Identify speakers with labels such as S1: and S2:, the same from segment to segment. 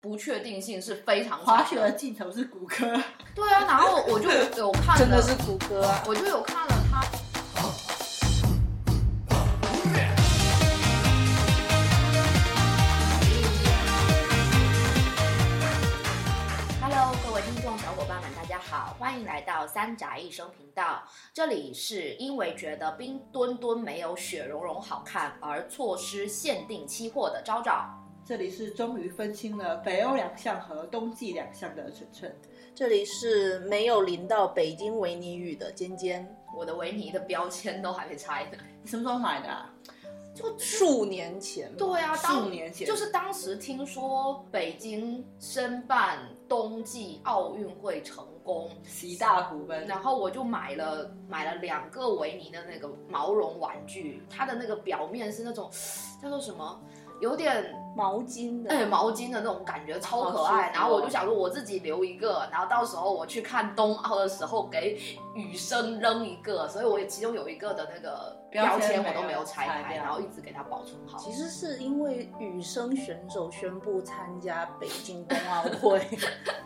S1: 不确定性是非常
S2: 滑
S1: 强
S2: 雪的尽头是骨科，
S1: 对啊，然后我就有看
S3: 真
S1: 了
S3: 的，是谷歌啊！
S1: 我就有看了他。Hello，各位听众小伙伴们，大家好，欢迎来到三宅一生频道。这里是因为觉得冰墩墩没有雪融融好看而错失限定期货的昭昭。
S2: 这里是终于分清了北欧两项和冬季两项的尺寸。
S3: 这里是没有淋到北京维尼雨的尖尖，
S1: 我的维尼的标签都还没拆呢。
S2: 你什么时候买的、啊？
S3: 数年前吧
S1: 对啊，当
S2: 数年前，
S1: 就是当时听说北京申办冬季奥运会成功，
S2: 习大虎们。
S1: 然后我就买了买了两个维尼的那个毛绒玩具，它的那个表面是那种叫做什么，有点
S3: 毛巾的，
S1: 哎毛巾的那种感觉，超可爱。
S2: 好舒服哦
S1: 然后我就想说我自己留一个，然后到时候我去看冬奥的时候给雨生扔一个，所以我其中有一个的那个标
S2: 标
S1: 签
S2: 签
S1: 我都没有
S2: 没有
S1: 拆
S2: 拆
S1: 开，
S2: 掉
S1: 然后一直给它保存好。
S3: 其实是因为羽生选手宣布参加北京冬奥 会，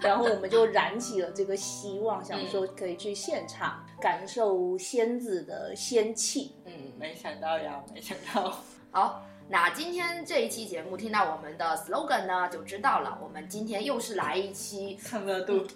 S3: 然后我们就燃起了这个希望，想说可以去现场感受仙子的仙气。
S1: 嗯。
S2: 没想到呀，没想到，
S1: 好，那今天这一期节目听到我们的 slogan 呢，就知道了。我们今天又是来一期，
S2: 蹭热度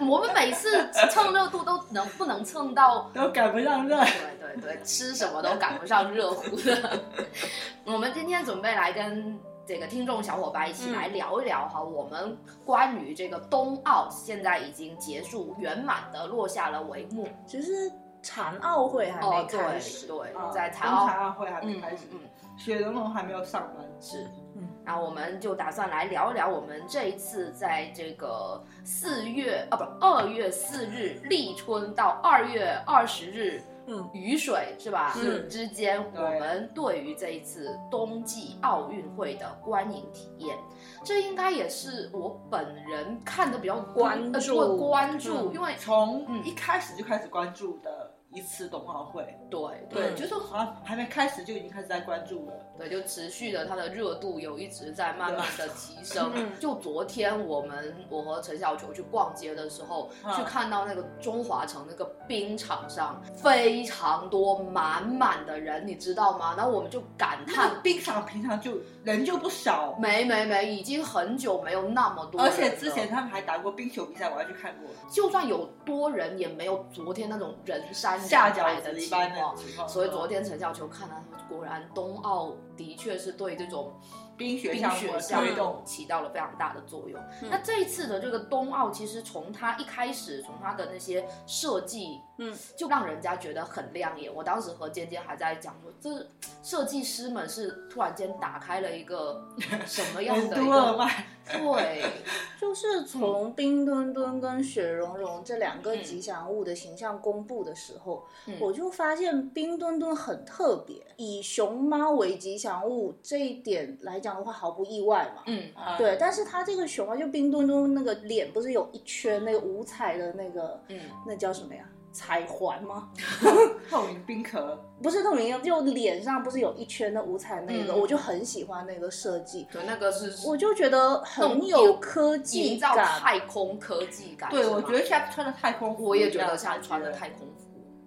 S1: 我们每次蹭热度都能不能蹭到？
S2: 都赶不上热。
S1: 对对对，吃什么都赶不上热乎的。 我们今天准备来跟这个听众小伙伴一
S2: 嗯
S1: 起来聊一聊哈，我们关于这个冬奥现在已经结束，圆满的落下了帷幕。哦
S3: 其实残奥会还没
S1: 对
S3: 开始，
S1: 对
S2: 啊，
S1: 在
S2: 冬
S1: 残奥
S2: 残奥会还没
S1: 嗯
S2: 开始，
S1: 嗯。
S2: 雪融融还没有上班。
S1: 是，嗯
S3: 嗯，
S1: 那我们就打算来聊一聊我们这一次在这个四月啊不二月四日立春到二月二十日
S3: 嗯，
S1: 雨水是吧？
S3: 是
S1: 之间
S2: 对
S1: 我们对于这一次冬季奥运会的观影体验，这应该也是我本人看的比较多
S3: 关
S1: 呃
S3: 注
S1: 对关注，
S3: 嗯
S1: 因为
S2: 从
S1: 嗯
S2: 一开始就开始关注的一次冬奥会，
S1: 对
S2: 对，
S1: 对
S3: 嗯
S2: 就是好像还没开始就已经开始在关注了。
S1: 对，就持续的它的热度有一直在慢慢的提升。
S3: 嗯
S1: 就昨天我们我和陈小球去逛街的时候，
S2: 嗯
S1: 去看到那个中华城那个冰场上非常多满满的人，你知道吗？然后我们就感叹
S2: 那，个冰场平常就人就不少，
S1: 没没没，已经很久没有那么多人了，
S2: 而且之前他们还打过冰球比赛，我还去看过，
S1: 就算有多人，也没有昨天那种人山人
S2: 下
S1: 海
S2: 饺
S1: 的
S2: 子一
S1: 情
S2: 般
S1: 况
S2: 的。情况。嗯
S1: 所以昨天陈小球看了，果然冬奥的确是对这种
S2: 冰雪嗯
S1: 冰
S2: 项
S1: 雪
S2: 目的
S1: 项
S2: 推
S1: 目
S2: 动，
S1: 起到了非常大的作用。
S3: 嗯
S1: 那这一次的这个冬奥，其实从它一开始，从它的那些设计，
S3: 嗯，
S1: 就让人家觉得很亮眼。我当时和尖尖还在讲说，这设计师们是突然间打开了一 个什么样
S2: 很
S1: 的一
S2: 多了
S1: 个
S2: 嘛，
S1: 对，
S3: 就是
S1: 嗯
S3: 从冰墩墩跟雪融融这两个吉祥物的形象公布的时候，
S1: 嗯
S3: 我就发现冰墩墩很特别，以熊猫为吉祥物这一点来讲的话，毫不意外嘛。
S1: 嗯
S2: 啊，
S3: 对，但是它这个熊猫就冰墩墩那个脸不是有一圈那个五彩的那个
S1: 嗯，
S3: 那叫什么呀？彩环吗？
S2: 透明冰壳，
S3: 不是透明，就脸上不是有一圈的五彩那个，
S1: 嗯
S3: 我就很喜欢那个设计，
S1: 对，那个是
S3: 我就觉得很
S1: 那种
S3: 有
S1: 有
S3: 科技
S1: 营造
S3: 感。
S1: 太空科技感。
S2: 对
S1: 是
S2: 我
S1: 吗
S2: 觉得像穿的太空服一样，
S1: 我也觉得像穿的太空服。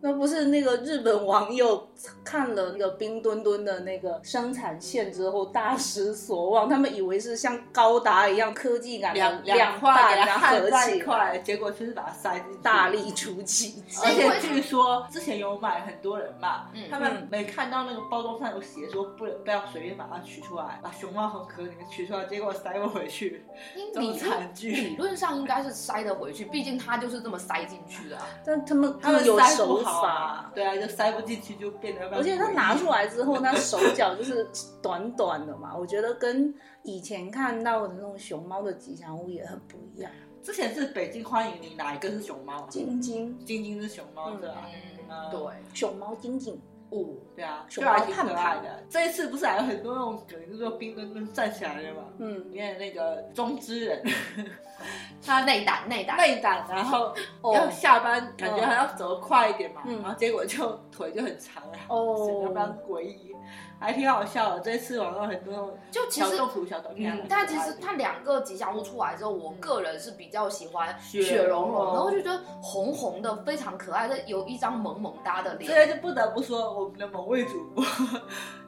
S3: 那不是那个日本网友看了那个冰墩墩的那个生产线之后大失所望，他们以为是像高达一样科技感的
S2: 两
S3: 两
S2: 块
S3: 块，
S2: 给
S3: 然
S2: 它
S3: 后
S2: 焊
S3: 合
S2: 在
S3: 起
S2: 一
S3: 来，
S2: 块，结果就是把它塞进去
S3: 大。力出奇迹。
S2: 而
S1: 因为
S2: 且据说之前有买，很多人嘛，
S1: 嗯
S2: 他们没看到那个包装上有写说不不要随便把它取出来，把熊猫和壳里面取出来，结果塞不回去，
S1: 因
S2: 这种
S1: 理论
S2: 惨
S1: 理
S2: 剧。
S1: 论上应该是塞得回去，毕竟它就是这么塞进去的啊、
S3: 但他们
S2: 他们
S3: 有
S2: 塞
S3: 手
S2: 不好
S3: 法，
S2: 啊，对啊，就塞不进去，就变得。
S3: 而且他拿出，来之后，那手脚就是短短的嘛，我觉得跟以前看到的那种熊猫的吉祥物也很不一样。
S2: 之前是北京欢迎你，哪一个是熊猫？
S3: 晶晶，
S2: 晶晶是熊猫，对吧？
S1: 嗯，
S2: 嗯
S1: 对，
S3: 熊猫晶晶，
S1: 哦，
S2: 对啊，
S3: 熊
S2: 对啊，
S3: 猫
S2: 挺可
S3: 探
S2: 爱的。这一次不是还有很多那种梗，就是说冰墩墩站起来了嘛，里
S3: 嗯，
S2: 面那个中之人
S1: 嗯它内胆内胆，
S2: 内胆，然后要
S3: 哦
S2: 下班，感觉还要走得快一点嘛，
S3: 嗯
S2: 然后结果就腿就很长啊，
S3: 哦
S2: 显得非常诡异。还挺好笑的。这次网上很多那种
S1: 就其
S2: 小
S1: 实
S2: 动图、小短片，
S1: 嗯，但其实它两个吉祥物出来之后，我个人是比较喜欢
S2: 雪
S1: 嗯雪融融，
S2: 融
S1: 然后就觉得红红的非常可爱，但有一张萌萌哒的
S2: 这
S1: 脸。
S2: 就不得不说我们的某位主播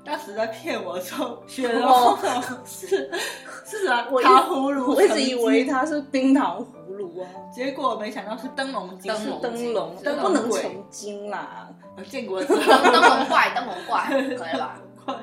S2: 当时在骗我说雪融
S3: 哦
S2: 融 是是啊，
S3: 我一
S2: 糖葫芦，
S3: 我一直以为，它是冰糖葫芦啊，
S2: 结果没想到是灯笼精，
S1: 灯笼
S3: 灯笼
S1: 是
S2: 灯笼
S3: 不能
S2: 鬼
S3: 成精啦。
S2: 我见过之 后，
S1: 灯笼怪，灯笼 怪，可以吧？嗯，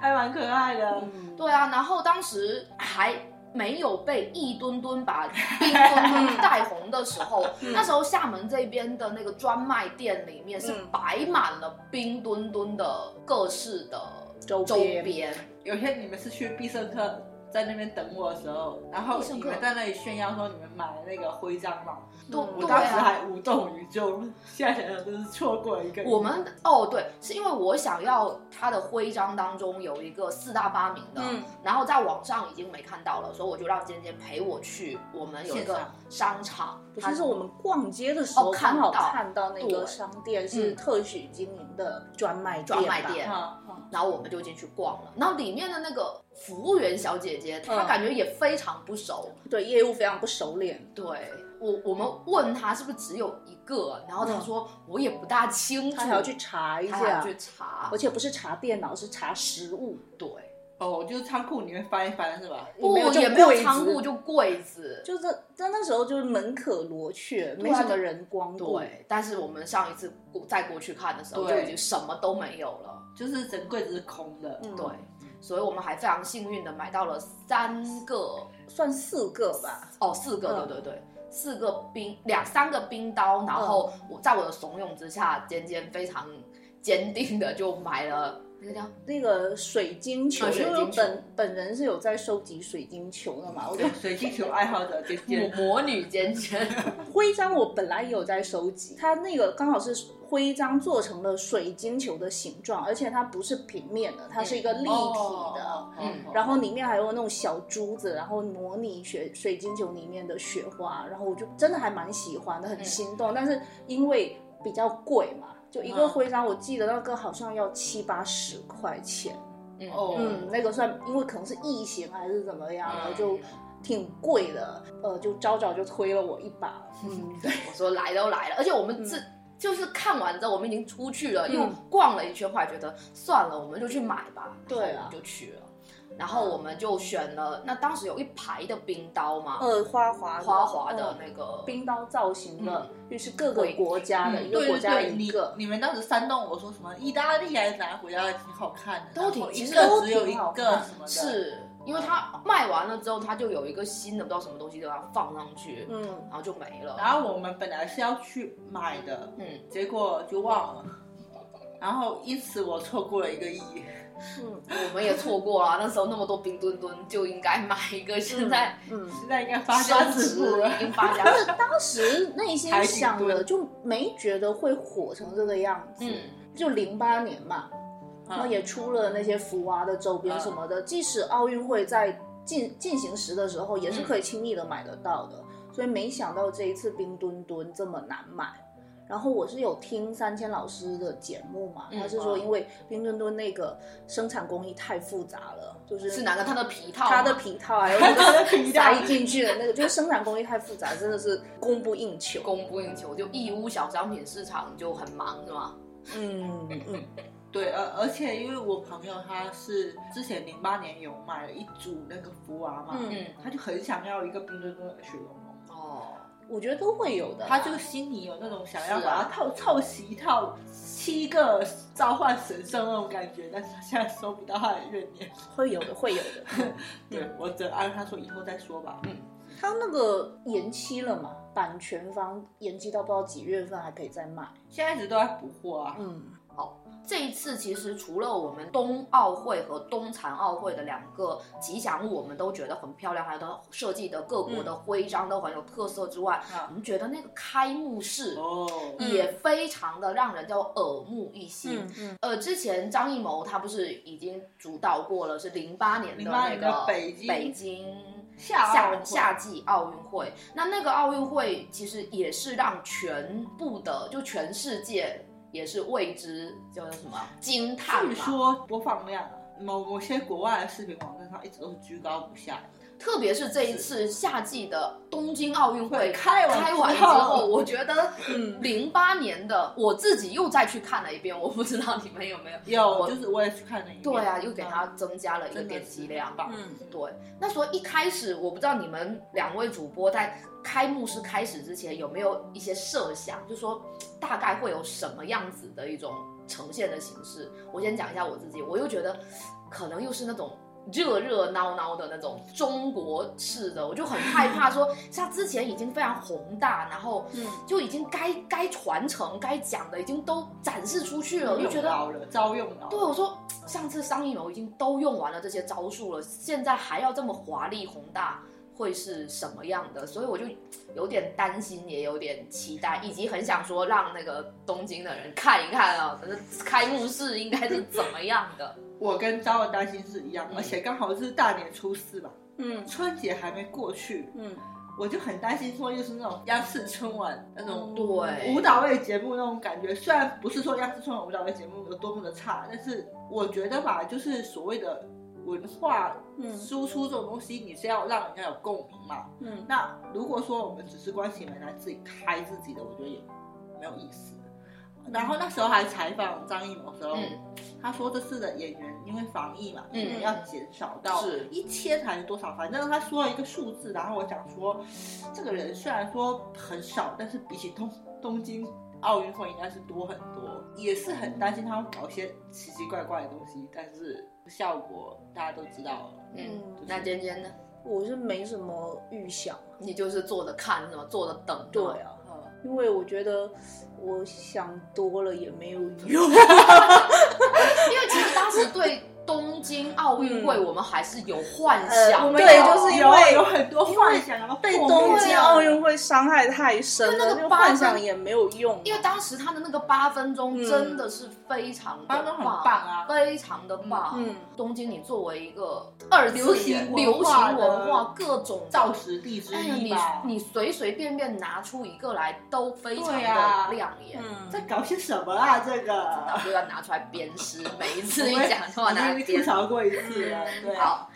S2: 还蛮可爱的。
S3: 嗯，
S1: 对啊，然后当时还没有被一墩墩把冰墩墩带红的时 候，那时候厦门这边的那个专卖店里面是
S3: 嗯
S1: 摆满了冰墩墩的各式的
S3: 周
S1: 周
S3: 边
S1: 边，
S2: 有些你们是去必胜客在那边等我的时候，然后
S1: 必胜
S2: 你
S1: 客
S2: 们在那里炫耀说你们买了那个徽章嘛，
S1: 对
S3: 嗯
S2: 我
S1: 对
S2: 当时
S1: 啊。
S2: 还无动于衷，现在想想真是错过了一个。
S1: 我们哦，对，是因为我想要它的徽章当中有一个四大发明的，
S3: 嗯
S1: 然后在网上已经没看到了，所以我就让尖尖陪我去我们有一个
S2: 现场
S1: 商场，
S3: 不
S1: 它
S3: 是，是我们逛街的时候
S1: 哦看
S3: 刚
S1: 到
S3: 好看到那
S1: 对
S3: 个商店是
S1: 嗯
S3: 特许经营的专卖店吧，
S1: 专卖店
S2: 啊，
S1: 然后我们就进去逛了，然后里面的那个服务员小姐姐，她
S3: 嗯
S1: 感觉也非常不熟。
S3: 对业务非常不熟练。
S1: 对我，我们问她是不是只有一个，然后她说我也不大清楚，
S3: 嗯他还要去查一
S1: 她还要
S3: 下，
S1: 去查
S3: 而。且不是查电脑，是查实物。
S1: 对，
S2: 哦，就是仓库里面翻一翻是吧？
S1: 不
S3: 有
S1: 哦也
S3: 这
S1: 没有
S3: 柜子
S1: 仓库，就柜子，
S3: 就是在那时候就是门可罗雀，
S1: 对
S3: 没
S1: 啊
S3: 什么人光顾。
S1: 对，但是我们上一次过再过去看的时候，就
S2: 对
S1: 已经什么都没有了。
S2: 就是整柜子是空的。
S3: 嗯
S1: 对，所以我们还非常幸运的买到了三个，
S3: 算四个吧。
S1: 哦，四个，
S3: 嗯
S1: 对对对，四个冰，两三个冰刀。然后我在我的怂恿之下，尖尖非常坚定的就买了那个叫
S3: 那个水晶球，
S1: 嗯水
S3: 因为
S1: 晶
S3: 我本本人是有在收集水晶球的嘛，我就
S2: 对，水气球爱好者尖
S1: 魔
S2: 尖，
S1: 魔女尖尖，
S3: 徽章我本来也有在收集，它那个刚好是徽章做成了水晶球的形状，而且它不是平面的，它是一个立体的。
S2: 哦
S1: 嗯
S3: 嗯然后里面还有那种小珠子，然后模拟雪水晶球里面的雪花，然后我就真的还蛮喜欢的，很心动。但是因为比较贵嘛，就一个
S2: 嗯
S3: 徽章，我记得那个好像要七八十块钱。
S1: 嗯
S2: 哦
S3: 嗯，那个算，因为可能是异形还是怎么样的，
S1: 嗯
S3: 就挺贵的。呃，就昭昭就推了我一把。嗯，对。
S1: 我说来都来了，而且我们这。
S2: 嗯
S1: 就是看完之后，我们已经出去了，又逛了一圈，后来觉得算了，我们就去买吧。
S3: 对啊
S1: 然后我们就去了。然后我们就选了，那当时有一排的冰刀嘛，
S2: 嗯
S3: 呃，花滑嗯
S1: 花滑的那个
S3: 冰刀造型的，就是各个国家的、
S2: 嗯
S3: 一个国家
S2: 对对对
S3: 一个，
S2: 你你们当时煽动我说什么意大利还是哪个国家挺好看的，
S1: 都挺
S2: 然后一
S1: 其实
S2: 个
S3: 都
S2: 只有一
S3: 挺好
S2: 个
S3: 看
S2: 什么的，
S1: 是因为它卖完了之后，它就有一个新的不知道什么东西就把它放上去，
S3: 嗯，
S1: 然后就没了。
S2: 然后我们本来是要去买的，
S1: 嗯，
S2: 结果就忘了，然后因此我错过了一个亿。
S3: 嗯
S1: 我们也错过了，那时候那么多冰墩墩，就应该买一个。现在
S3: 嗯。
S2: 现在应该发家
S1: 升
S2: 致
S1: 值
S2: 富
S1: 已
S2: 了。啊
S1: 经发家
S3: 但
S1: 致
S3: 是啊
S1: 富，
S3: 当时内心想
S2: 海底
S3: 的
S2: 蹲
S3: 就没觉得会火成这个样子，
S1: 嗯，
S3: 就零八年嘛，然后
S2: 嗯
S3: 也出了那些福娃的周
S1: 嗯
S3: 边什么的。即使奥运会在进进行时的时候，也是
S1: 嗯
S3: 可以轻易的买得到的。所以没想到这一次冰墩墩这么难买。然后我是有听三千老师的节目嘛，
S1: 嗯
S3: 他是说因为冰墩墩那个生产工艺太复杂了，就是
S1: 是哪个？它的皮套吗，
S3: 它的皮套哎 还有那个
S2: 皮带
S3: 塞进去的那个，就是生产工艺太复杂，真的是供不应 求。
S1: 供不应求，就义乌小商品市场就很忙，是吗？
S3: 嗯嗯，
S2: 对，而而且因为我朋友他是之前零八年有买了一组那个福娃嘛，
S3: 嗯
S1: 嗯，
S2: 他就很想要一个冰墩墩的雪融融，
S1: 哦，
S3: 我觉得都会有的啦。
S2: 他就心里有那种想要
S1: 是啊
S2: 把它凑凑齐一套七个召唤神兽那种感觉，但是他现在收不到他的怨念。
S3: 会有的，会有的。
S2: 对我只能按他说以后再说吧。
S3: 他那个延期了嘛，版权方延期到不知道几月份还可以再卖。
S2: 现在一直都在补货啊，
S3: 嗯，
S1: 这一次其实除了我们冬奥会和冬残奥会的两个吉祥物，我们都觉得很漂亮，还有它设计的各国的徽章都很有特色之外，
S2: 嗯
S1: 我们觉得那个开幕式
S2: 哦，
S1: 也非常的让人叫耳目一新。
S3: 嗯嗯
S1: 呃，之前张艺谋他不是已经主导过了，是零八年的
S2: 08
S1: 那
S2: 年
S1: 个
S2: 的北京
S1: 北京
S2: 夏奥
S1: 夏
S2: 会
S1: 夏季奥运会，那那个奥运会其实也是让全部的就全世界也是为之叫做什么啊惊叹
S2: 据
S1: 嘛。
S2: 说播放量啊，某某些国外的视频网站上一直都是居高不下的。
S1: 特别是这一次夏季的东京奥运会
S2: 对开完
S1: 开完
S2: 之
S1: 之
S2: 后
S1: 后，我觉 得
S3: 嗯
S1: 零八年的我自己又再去看了一遍，我不知道你们有没有？
S2: 有，
S1: 我
S2: 就是我也去看了一遍。
S1: 对啊，又给它
S2: 嗯
S1: 增加了一个
S2: 真的
S1: 点
S2: 是
S1: 击量
S2: 很。棒
S3: 嗯
S1: 对，那时候一开始，我不知道你们两位主播在开幕式开始之前有没有一些设想，就说大概会有什么样子的一种呈现的形式。我先讲一下我自己，我又觉得可能又是那种。热热闹闹的那种中国式的，我就很害怕说，像之前已经非常宏大，然后
S3: 嗯
S1: 就已经该该传承、该讲的已经都展示出去了，我就觉
S2: 用
S1: 得
S2: 到了，招用到了。
S1: 对，我说上次商业谋已经都用完了这些招数了，现在还要这么华丽宏大，会是什么样的？所以我就有点担心，也有点期待，以及很想说让那个东京的人看一看啊，反正开幕式应该是怎么样的？
S2: 我跟昭的担心是一样，
S1: 嗯
S2: 而且刚好是大年初四吧，
S3: 嗯
S2: 春节还没过去，
S3: 嗯，
S2: 我就很担心说又是那种央视春晚那种
S1: 嗯对
S2: 舞蹈类节目那种感觉。虽然不是说央视春晚舞蹈类节目有多么的差，但是我觉得吧，就是所谓的文化
S3: 嗯
S2: 输出这种东西，你是要让人家有共鸣嘛。
S3: 嗯
S2: 那如果说我们只是关起门来自己开自己的，我觉得也没有意思。然后那时候还采访张艺谋的时候，
S1: 嗯
S2: 他说这次的演员因为防疫嘛，
S1: 嗯
S2: 演员要减少到
S1: 是
S2: 一千还是多少，反正他说了一个数字。然后我想说，这个人虽然说很少，但是比起东东京奥运会应该是多很多，也是很担心他会搞一些奇奇怪怪的东西，但是效果大家都知道了。
S1: 嗯，那尖尖呢？
S3: 我是没什么预想，
S1: 你就是坐着看是吗？坐着等是
S3: 对
S1: 吗
S3: 啊，
S2: 嗯
S3: 因为我觉得我想多了也没有
S1: 因
S3: 用，
S1: 为其实当时对东京奥运会
S3: 嗯
S1: 我们还是有幻
S3: 呃
S1: 想的，
S3: 我们对
S2: 有
S3: 就是因
S2: 有
S3: 为
S2: 有很多幻想，然后
S3: 被
S2: 破
S3: 东
S2: 灭
S3: 京
S2: 了
S3: 奥运会伤害太深
S1: 因为
S3: 了，
S1: 那个
S3: 就
S1: 八分
S3: 幻想也没有用，
S1: 因为当时他的那个八分钟
S3: 嗯
S1: 真的是非常的
S2: 八分钟很棒啊
S1: 非常的棒。
S3: 嗯
S1: 东京，你作为一个二
S2: 流
S1: 次
S2: 行
S1: 元
S2: 文
S1: 流
S2: 化
S1: 行文
S2: 的
S1: 化各种
S2: 造时地之
S1: 哎呀，
S2: 一
S1: 你
S2: 吧。
S1: 你随随便便拿出一个来都非常
S2: 对啊
S1: 的亮眼。
S3: 嗯，
S2: 在搞些什么啊？这
S1: 那
S2: 个
S1: 我就要拿出来鞭尸，每一次一
S2: 我们
S1: 讲都要拿来
S2: 已经
S1: 鞭
S2: 吐槽过一
S3: 嗯
S2: 次
S3: 啊
S2: 了，对。
S1: 嗯好，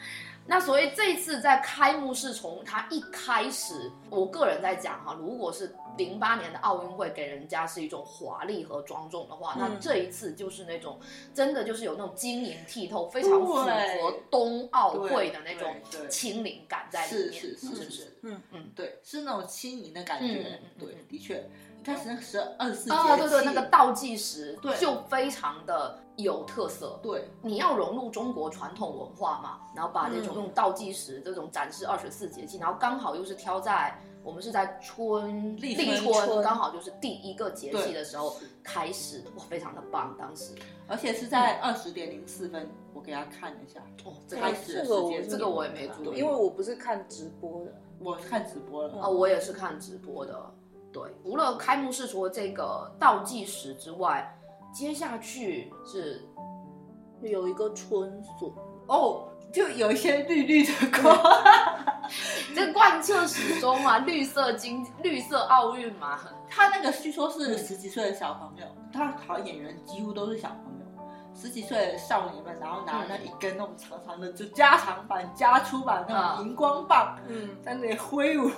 S1: 那所以这次在开幕式从它一开始，我个人在讲哈，如果是零八年的奥运会给人家是一种华丽和庄重的话，那
S3: 嗯
S1: 这一次就是那种真的就是有那种晶莹剔透，非常符合
S2: 对
S1: 冬奥会的那种
S2: 对对
S1: 轻灵感在里
S2: 是
S1: 面，
S2: 是
S1: 不
S2: 是
S1: 是？
S2: 是，
S3: 嗯
S1: 嗯
S2: 对，是那种轻盈的感
S1: 嗯嗯
S2: 觉
S1: 嗯，
S2: 对，的确，一开始那十二十四节
S1: 哦，对对，
S2: 气
S1: 那个倒计时
S2: 对
S1: 就非常的有特色。
S2: 对，
S1: 你要融入中国传统文化嘛，然后把这种
S3: 嗯
S1: 用倒计时这种展示二十四节气，然后刚好又是挑在我们是在春
S2: 立
S1: 春，
S2: 春
S3: 春
S1: 刚好就是第一个节气
S2: 对
S1: 的时候开始，哇，非常的棒，当时
S2: 而且是
S1: 嗯
S2: 在二十点零四分，我给他看了一下，
S1: 哦，这个
S2: 开始的
S3: 哎这个
S2: 时
S3: 我
S2: 间，
S1: 这个我也没注
S2: 对
S1: 意
S3: 因为我不是看直播的，
S2: 我看直播了，
S1: 啊、我也是看直播的，对，除了开幕式除了这个倒计时之外，接下去 是
S3: 有一个春笋，
S1: 嗯
S2: 哦，就有一些绿绿的光，
S1: 这贯彻始终嘛，绿色经绿色奥运嘛，
S2: 他那个据说是十几岁的小朋友，他好像演员几乎都是小朋友，十几岁的少年们，然后
S1: 嗯
S2: 拿那一根那种长长的，就加长版、加粗版那
S1: 啊
S2: 种荧光棒，
S3: 嗯
S2: 在那里挥舞，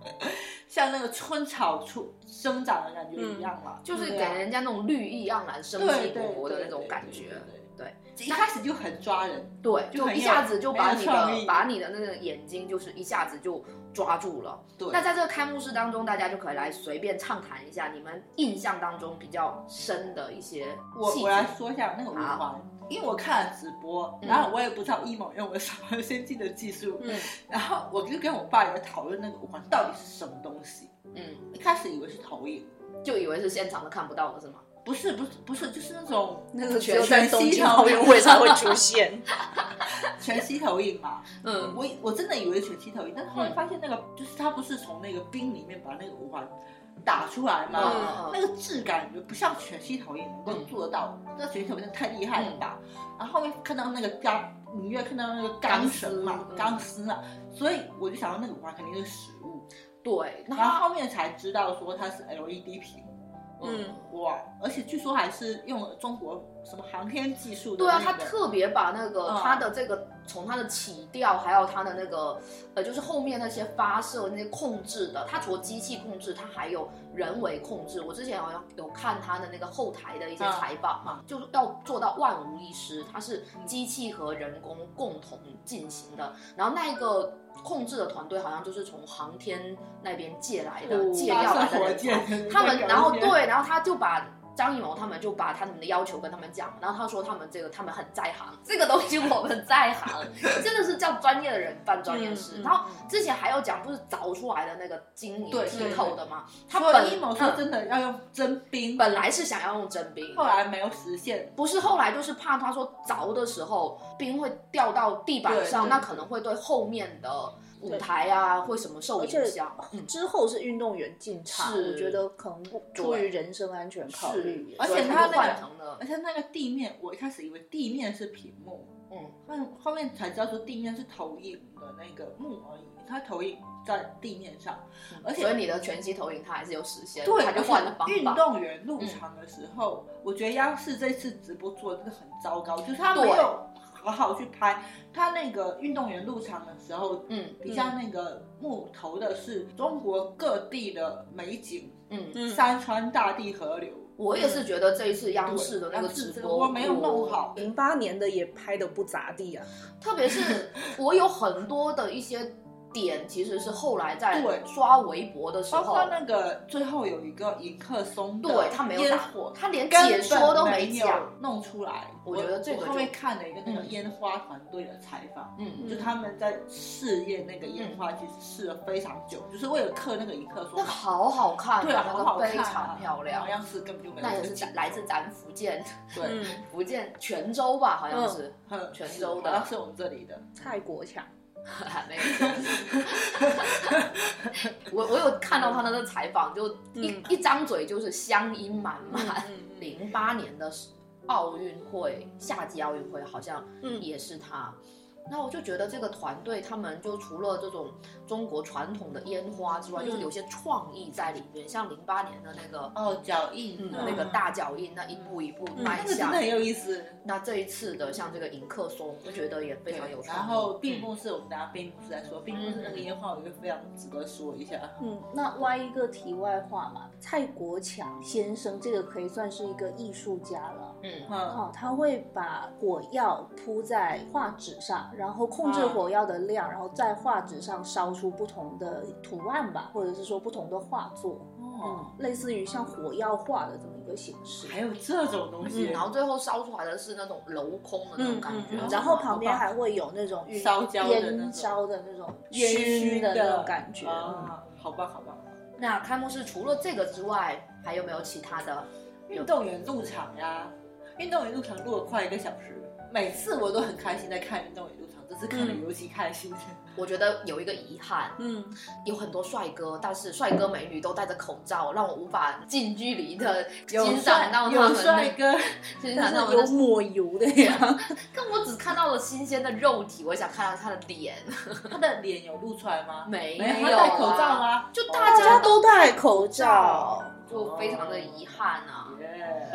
S2: 像那个春草出生长的感觉一样嘛，
S1: 嗯就是给
S2: 对啊
S1: 人家那种绿意盎然、生
S2: 对
S1: 机
S2: 对
S1: 勃勃的
S2: 对
S1: 那种感觉。
S2: 对对对，一开始就很抓人，
S1: 对，
S2: 就
S1: 就
S2: 很
S1: 一
S2: 有
S1: 下子就把
S2: 很有
S1: 你
S2: 创
S1: 的
S2: 意
S1: 把你的那个眼睛，就是一下子就抓住了。
S2: 对，
S1: 那在这个开幕式当中，大家就可以来随便畅谈一下你们印象当中比较深的一些
S2: 我
S1: 细
S2: 我来
S1: 节。
S2: 说一下那个五环，因为我看了直播，然后我也不知道 emo 用了什么先进的技术，
S3: 嗯
S2: 然后我就跟我爸也讨论那个五环到底是什么东西。
S1: 嗯，
S2: 一开始以为是投影，
S1: 就以为是现场的看不到的是吗？
S2: 不是不是不是，就是那种
S3: 那个只
S2: 全
S3: 有在
S2: 全
S3: 东
S2: 息
S3: 京
S2: 投
S3: 奥运
S2: 影，
S3: 会才会出 现，
S2: 全息投影嘛。
S1: 嗯，
S2: 我以我真的以为是全息投影，但是后来发现那个、就是他不是从那个冰里面把那个五环打出来
S1: 嗯
S2: 吗？
S1: 嗯
S2: 那个质感就不像全息投影能够做得到，那全息投影太厉害了吧？然后后面看到那个钢，你越看到那个钢绳嘛，
S1: 嗯钢嗯
S2: 钢丝啊，所以我就想到那个五环肯定是实物，
S1: 对，
S2: 然后
S1: 那
S2: 后面才知道说它是 LED E 屏，
S3: 嗯
S2: 哇！而且据说还是用了中国什么航天技术的
S1: 对啊，他
S2: 那个
S1: 特别把那个
S2: 嗯
S1: 他的这个从他的起调，还有他的那个呃，就是后面那些发射那些控制的，他除了机器控制，他还有人为控制。我之前好像有看他的那个后台的一些
S2: 嗯
S1: 采访嘛，就是要做到万无一失，它是机器和人工共同进行的。然后那一个控制的团队好像就是从航天那边借来的，
S3: 哦
S1: 借
S2: 发
S1: 调来
S2: 射
S1: 的
S2: 火
S1: 人才。
S2: 箭的那
S1: 哦
S2: 个
S1: 他们，
S2: 表
S1: 然后
S2: 现
S1: 对，然后他就把张艺谋他们就把他们的要求跟他们讲，然后他说他们这个他们很在行，这个东西我们在行，真的是叫专业的人办专业事。
S3: 嗯嗯
S1: 然后之前还有讲不是凿出来的那个晶莹
S2: 对
S1: 剔透的吗？他
S2: 说
S1: 本
S2: 阴谋说
S1: 嗯
S2: 真的要用征兵，
S1: 本来是想要用真冰，
S2: 后来没有实现。
S1: 不是后来就是怕他说凿的时候冰会掉到地板
S2: 对
S1: 上，
S2: 对
S1: 那可能会对后面的舞台啊会什么受
S3: 而且
S1: 影响。嗯，
S3: 之后是运动员进场，
S1: 是
S3: 我觉得可能不出于人身安全考虑
S1: 是，
S3: 也，
S2: 而
S1: 所以
S2: 且
S1: 他
S2: 他
S1: 就
S2: 那个
S1: 换成了
S2: 而且那个地面，我一开始以为地面是屏幕，
S1: 嗯
S2: 后后面才知道说地面是投影的那个幕而已，它投影在地面上。而且
S1: 所以你的全息投影它还是有实现，
S2: 对，
S1: 它就
S2: 而且
S1: 换了方法。
S2: 运动员入场的时候，我觉得央视这次直播做的真的很糟糕，就是他没
S1: 对
S2: 有好好去拍他那个运动员入场的时候。
S1: 嗯
S2: 比较那个木头的是中国各地的美景，
S1: 嗯，
S3: 嗯
S2: 山川大地河流，
S1: 我也是觉得这一次央视的那个
S2: 央视
S1: 直
S2: 直
S1: 播
S2: 播没有弄好，
S3: 零八年的也拍的不咋地啊，
S1: 特别 是我有很多的一些点，其实是后来在
S2: 对
S1: 刷微博的时
S2: 包
S1: 候
S2: 括，那个最后有一个迎客松的
S1: 对他没有
S2: 烟
S1: 打
S2: 火，
S1: 他连
S2: 根
S1: 解说
S2: 本
S1: 都
S2: 没
S1: 讲。
S2: 有弄出来。
S1: 我觉得这个
S2: 我
S1: 就
S2: 后面看了一个那个
S1: 嗯
S2: 烟花团队的采访，
S1: 嗯，
S2: 就他们在试验那个烟花，其实试了非常久，就是为了刻那个迎客松
S1: 那个。好好看啊，
S2: 对啊，
S1: 那
S2: 好
S1: 个
S2: 好
S1: 非
S2: 看啊，
S1: 常漂亮
S2: 好。像是根本就没有
S1: 那也
S2: 这个
S1: 是
S2: 景
S1: 来自嗯咱福建，
S2: 对，，
S1: 福建泉州吧，好像
S3: 嗯
S1: 是，
S2: 很
S1: 泉州的
S2: 好像是我们这里的。
S3: 蔡国强，
S1: 没有。 我我有看到他那个采访，就一、
S3: 嗯
S1: 一张嘴就是乡音满 满。
S3: 嗯嗯
S1: 零八年的奥运会，夏季奥运会好像
S3: 嗯
S1: 也是他。那我就觉得这个团队，他们就除了这种中国传统的烟花之外，
S3: 嗯
S1: 就是有些创意在里面，像零八年的那个。
S2: 哦，脚印
S1: 嗯，
S2: 嗯
S1: 那个大脚印，那一步一步
S3: 嗯
S2: 那
S1: 迈
S2: 个真
S1: 向
S2: 的。很有意思。
S1: 那这一次的像这个迎客松，我觉得也非常有
S2: 对
S1: 创意。
S2: 然后闭
S1: 嗯
S2: 幕式，我们等下闭幕式再说。闭幕式那个烟花，我觉得非常值得说一下。
S3: 嗯，那挖一个题外话嘛，蔡国强先生这个可以算是一个艺术家了。
S1: 嗯，
S2: 嗯，
S3: 哦，他会把火药铺在画纸上，然后控制
S2: 啊
S3: 火药的量，然后在画纸上烧出不同的图案吧，或者是说不同的画作，
S2: 哦，
S3: 嗯，类似于像火药画的这么一个形式。
S2: 还有这种东西，
S1: 嗯然后最后烧出来的是那种镂空的那种
S3: 嗯
S1: 感觉，
S3: 嗯
S2: 哦
S3: 然后旁边还会有那种
S2: 烧焦的那种
S3: 烟烧的那种
S2: 烟
S3: 熏
S2: 熏的
S3: 那种感觉。嗯
S2: 啊，好棒好棒！
S1: 那开幕式除了这个之外，还有没有其他的？
S2: 运动员入场呀，运动员入场录了快一个小时，每次我都很开心在看运动员入场，这次看的
S3: 嗯
S2: 尤其开心。
S1: 我觉得有一个遗憾，
S3: 嗯，
S1: 有很多帅哥，但是帅哥美女都戴着口罩，让我无法近距离的
S2: 有
S1: 欣赏
S2: 帅
S1: 到他
S2: 有
S1: 们
S2: 帅
S1: 的，
S2: 哥，
S1: 欣赏
S3: 但
S1: 到他
S3: 是有
S1: 们的。
S3: 抹油的呀。
S1: 但我只看到了新鲜的肉体，我想看到他的脸，
S2: 他的脸有露出来吗？
S1: 没
S2: 没
S1: 有、
S2: 有，
S1: 啊、
S2: 他戴口罩？吗？
S1: 就
S3: 大
S1: 大
S3: 家
S1: 家都
S3: 都戴口罩，
S1: 就非常的遗憾啊。
S2: 耶，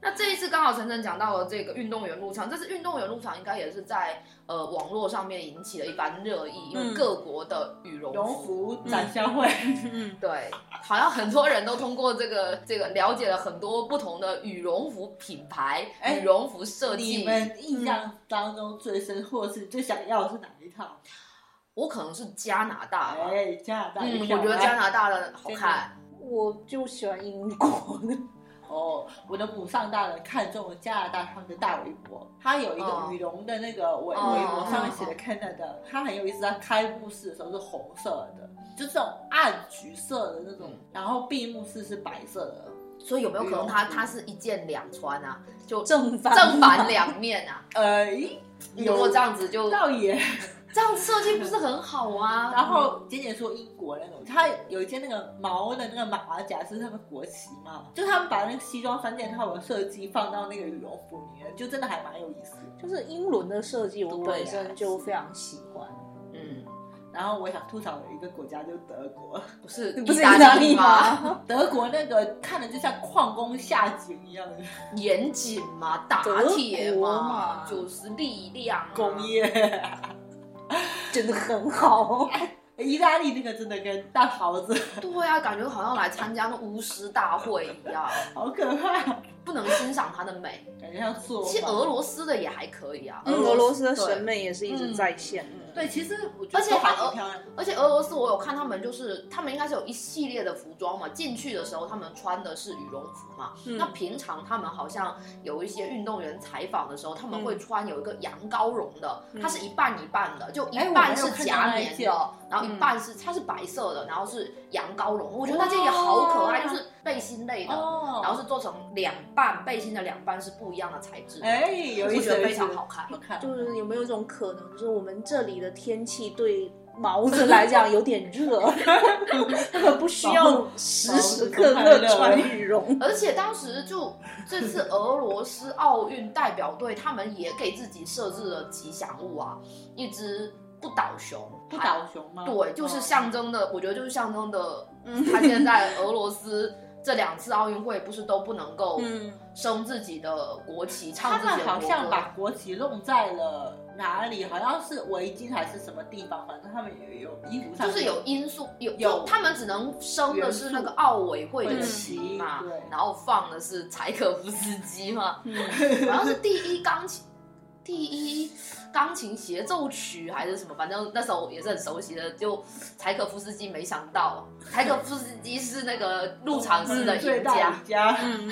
S1: 那这一次刚好晨晨讲到了这个运动员入场，这次运动员入场应该也是在呃网络上面引起了一番热议，因为
S3: 嗯
S1: 各国的羽绒
S2: 荣服展销会，
S3: 嗯，
S1: 对，好像很多人都通过这个这个了解了很多不同的羽绒服品牌、
S2: 哎
S1: 羽绒服设
S2: 你
S1: 计。
S2: 们印象当中最深或是最想要的是哪一套？
S1: 我可能是加拿大吧，
S2: 哎，加拿大
S1: 嗯，
S2: 一
S1: 我
S2: 票，
S1: 觉得加拿大的好
S2: 真的
S1: 看。
S3: 我就喜欢英国的。
S2: 哦，我的母上大人看中了加拿大他们的大围脖，它有一
S1: 哦
S2: 个羽绒的那个围围
S1: 哦
S2: 脖，
S1: 哦
S2: 上面写的 Canada，它很有意思。它开幕式的时候是红色的，就这种暗橘色的那种
S1: 嗯，
S2: 然后闭幕式是白色的。
S1: 所以有没有可能它
S2: 羽绒服
S1: 它是一箭两穿啊？就
S3: 正反
S1: 正反两面啊？
S2: 哎，
S1: 如果
S2: 有
S1: 这样子就
S2: 倒也。
S1: 这样设计不是很好啊？
S2: 然后简简说英国那种，它有一件那个毛的那个马甲是他们国旗嘛，就他们把那个西装三件套的设计放到那个羽绒服里面，就真的还蛮有意思的。
S3: 就是英伦的设计，我
S1: 对
S3: 本
S1: 呀
S3: 身就非常喜欢。
S1: 嗯，
S2: 然后我想吐槽有一个国家就是德国，
S1: 不是
S3: 不是
S1: 意
S3: 意大
S1: 利
S3: 利
S1: 吗？
S3: 吗？
S2: 德国那个看着就像矿工下井一样的
S1: 严谨嘛，打
S3: 德
S1: 铁
S3: 国
S1: 嘛，
S3: 嘛
S1: 就是力量啊
S2: 工业。
S3: 真的很好，
S2: 意大利那个真的跟大袍子
S1: 对啊，感觉好像来参加那巫师大会一样，
S2: 好可怕，
S1: 不能欣赏它的美。
S2: 感觉像做
S1: 其实俄罗斯的也还可以啊，
S3: 嗯
S1: 俄
S3: 俄
S1: 罗
S3: 罗
S1: 斯
S3: 斯的
S1: 对
S3: 审美也是一直在线的。
S2: 对，其实我觉得
S1: 而且
S2: 还
S1: 它
S2: 挺漂亮的。
S1: 而且俄罗斯我有看他们，就是他们应该是有一系列的服装嘛，进去的时候他们穿的是羽绒服嘛。
S3: 嗯
S1: 那平常他们好像有一些运动员采访的时候，他们
S3: 嗯
S1: 会穿有一个羊羔绒的，
S3: 嗯
S1: 它是一半一半的，就一
S2: 哎我
S1: 半
S2: 没有
S1: 是
S2: 看到
S1: 夹
S2: 那一
S1: 棉
S2: 件
S1: 的，然后一
S3: 嗯
S1: 半是它是白色的，然后是羊羔绒。我觉得那件也好可爱，
S2: 哇
S1: 就是背心类的，
S2: 哦
S1: 然后是做成两半，背心的两半是不一样的材质的，
S2: 哎，有
S1: 我
S2: 意
S1: 觉
S2: 思，
S1: 得
S2: 有意
S1: 非
S2: 思
S1: 常好看。
S2: 好看。
S3: 就是有没有一种可能，就是我们这里的天气对毛子来讲有点 热，他们不需要时时刻刻穿羽绒。
S1: 而且当时就 这次俄罗斯奥运代表队，他们也给自己设置了吉祥物啊，一只不倒熊，
S2: 不倒熊吗？
S1: 对，就是
S2: 啊
S1: 象征的，我觉得就是象征的，
S3: 嗯
S1: 他现在俄罗斯这两次奥运会不是都不能够
S3: 嗯，
S1: 升自己的国旗，
S2: 他
S1: 唱自己
S2: 们
S1: 的
S2: 好
S1: 国
S2: 像
S1: 歌
S2: 把。国旗弄在了哪里？好像是维京还是什么地方？反正他们也有衣服上
S1: 就是有因素，有
S2: 有
S1: 他们只能升的是那个奥委会的
S3: 元
S2: 素
S1: 旗嘛
S2: 对，
S1: 然后放的是柴可夫斯基嘛，
S3: 嗯
S1: 好像是第一钢琴，第一钢琴协奏曲还是什么，反正那首也是很熟悉的。就柴可夫斯基，没想到柴可夫斯基是那个入场式的
S2: 嗯最
S1: 赢
S2: 大
S1: 家，
S2: 赢家。
S3: 嗯，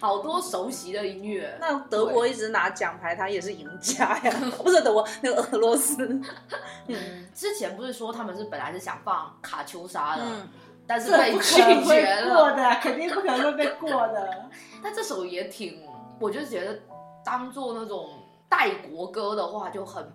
S1: 好多熟悉的音乐。
S3: 那德国一直拿奖牌，他也是赢家呀， 不是德国，那个俄罗斯。嗯
S1: 之前不是说他们是本来是想放卡秋莎的，
S3: 嗯，
S1: 但是
S2: 这
S1: 被
S2: 不
S1: 拒
S2: 可能
S1: 绝
S2: 会过
S1: 了。
S2: 的，肯定不可能会被过的。
S1: 但这首也挺，我就觉得当做那种带国歌的话，就很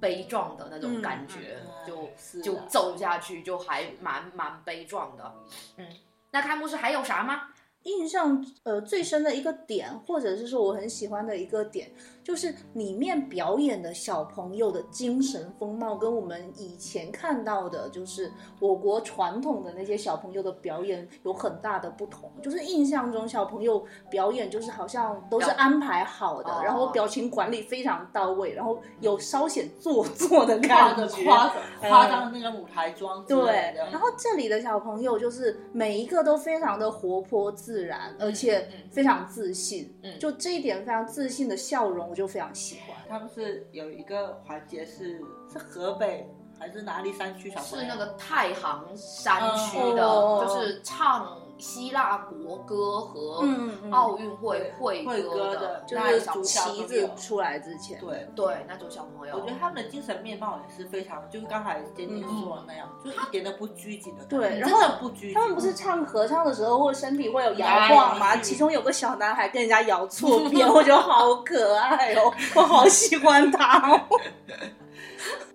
S1: 悲壮的那种感觉，
S2: 嗯嗯
S1: 就是
S2: 的
S1: 就走下去，就还蛮蛮悲壮的。嗯，那开幕式还有啥吗？
S3: 印象呃最深的一个点，或者是说我很喜欢的一个点，就是里面表演的小朋友的精神风貌，跟我们以前看到的，就是我国传统的那些小朋友的表演有很大的不同。就是印象中小朋友表演就是好像都是
S1: 表
S3: 安排好的
S1: 哦，嗯
S3: 然后表情管理非常到位，然后有稍显做作的
S2: 夸
S3: 感
S2: 的
S3: 觉，
S2: 夸夸张那个舞台妆之类
S3: 对，
S2: 的
S3: 然后这里的小朋友就是每一个都非常的活泼自然，而且
S1: 嗯
S3: 非常自信。
S1: 嗯
S3: 就这一点非常自信的笑容，我就非常喜欢。
S2: 他们是有一个环节是是河北还是哪里山区小朋
S1: 是
S2: 友？
S1: 那个太行山区的，
S3: 哦
S1: 就是唱希腊国歌和
S3: 嗯
S1: 奥运会会
S2: 会
S1: 歌
S2: 歌的
S3: 就
S1: 哦那
S3: 是
S1: 小
S2: 主
S1: 小
S3: 旗子出来之前，
S2: 对，
S1: 对那种小朋友，
S2: 我觉得他们的精神面貌也是非常，就是刚才简简说的那样，就一点都不拘谨的感觉，
S3: 嗯对
S2: 真
S3: 然后
S2: 的不拘谨。
S3: 他们不是唱合唱的时候，或者身体会有摇
S2: 摇来摇
S3: 晃吗？
S2: 去
S3: 其中有个小男孩跟人家摇错边，我觉得好可爱哦，我好喜欢他哦。
S2: 嗯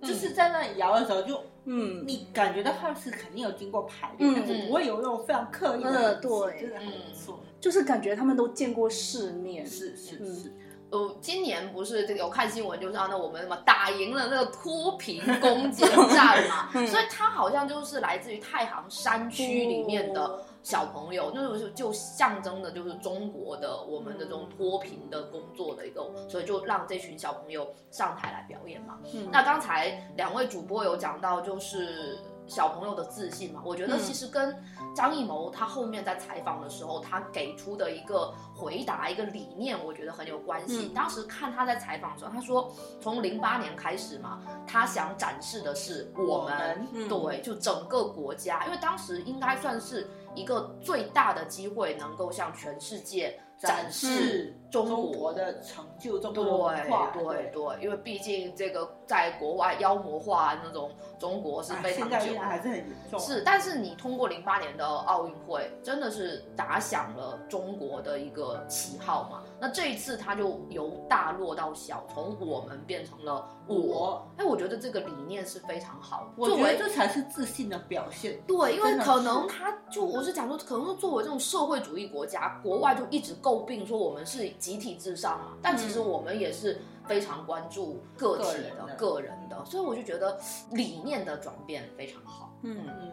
S2: 就是在那里摇的时候，就
S3: 嗯，
S2: 你感觉到他是肯定有经过排练，
S3: 嗯
S2: 但是不会有那种非常刻意的
S3: 嗯
S2: 痕迹，
S3: 对
S2: 真的很不错，
S3: 就是感觉他们都见过世面。
S2: 是是
S3: 嗯
S2: 是，
S1: 呃，今年不是这个有看新闻，就是啊，那我们什么打赢了那个脱贫攻坚战嘛，
S3: 嗯
S1: 所以他好像就是来自于太行山区里面的
S3: 哦
S1: 小朋友，那就是就象征的就是中国的我们的这种脱贫的工作的一个，所以就让这群小朋友上台来表演嘛。
S3: 嗯
S1: 那刚才两位主播有讲到，就是小朋友的自信嘛，我觉得
S3: 嗯
S1: 其实跟张艺谋他后面在采访的时候，他给出的一个回答、一个理念，我觉得很有关系。
S3: 嗯
S1: 当时看他在采访的时候，他说从零八年开始嘛，他想展示的是我们，嗯
S3: 我们
S1: 对，就整个国家，因为当时应该算是一个最大的机会，能够向全世界展示
S3: 嗯
S2: 是
S1: 中
S2: 中
S1: 国
S2: 国的成就，中
S1: 对
S2: 国的哦文化，
S1: 对对，因为毕竟这个在国外妖魔化那种中国是
S2: 哎
S1: 非常
S2: 现在
S1: 久
S2: 依然还是很严重，
S1: 是，但是你通过零八年的奥运会，真的是打响了中国的一个旗号嘛？那这一次它就由大落到小，从我们变成了我。
S2: 我。
S1: 哎，我觉得这个理念是非常好。
S2: 我
S1: 作
S2: 觉得
S1: 为
S2: 这才是自信的表现。
S1: 对，因为
S2: 真的
S1: 可能
S2: 是
S1: 他就我是讲说，可能作为这种社会主义国家，国外就一直诟病说我们是集体至上嘛，但其实
S2: 嗯
S1: 我们也是非常关注个体
S2: 个人
S1: 的、
S2: 的
S1: 个人的，所以我就觉得理念的转变非常好。
S3: 嗯
S2: 嗯，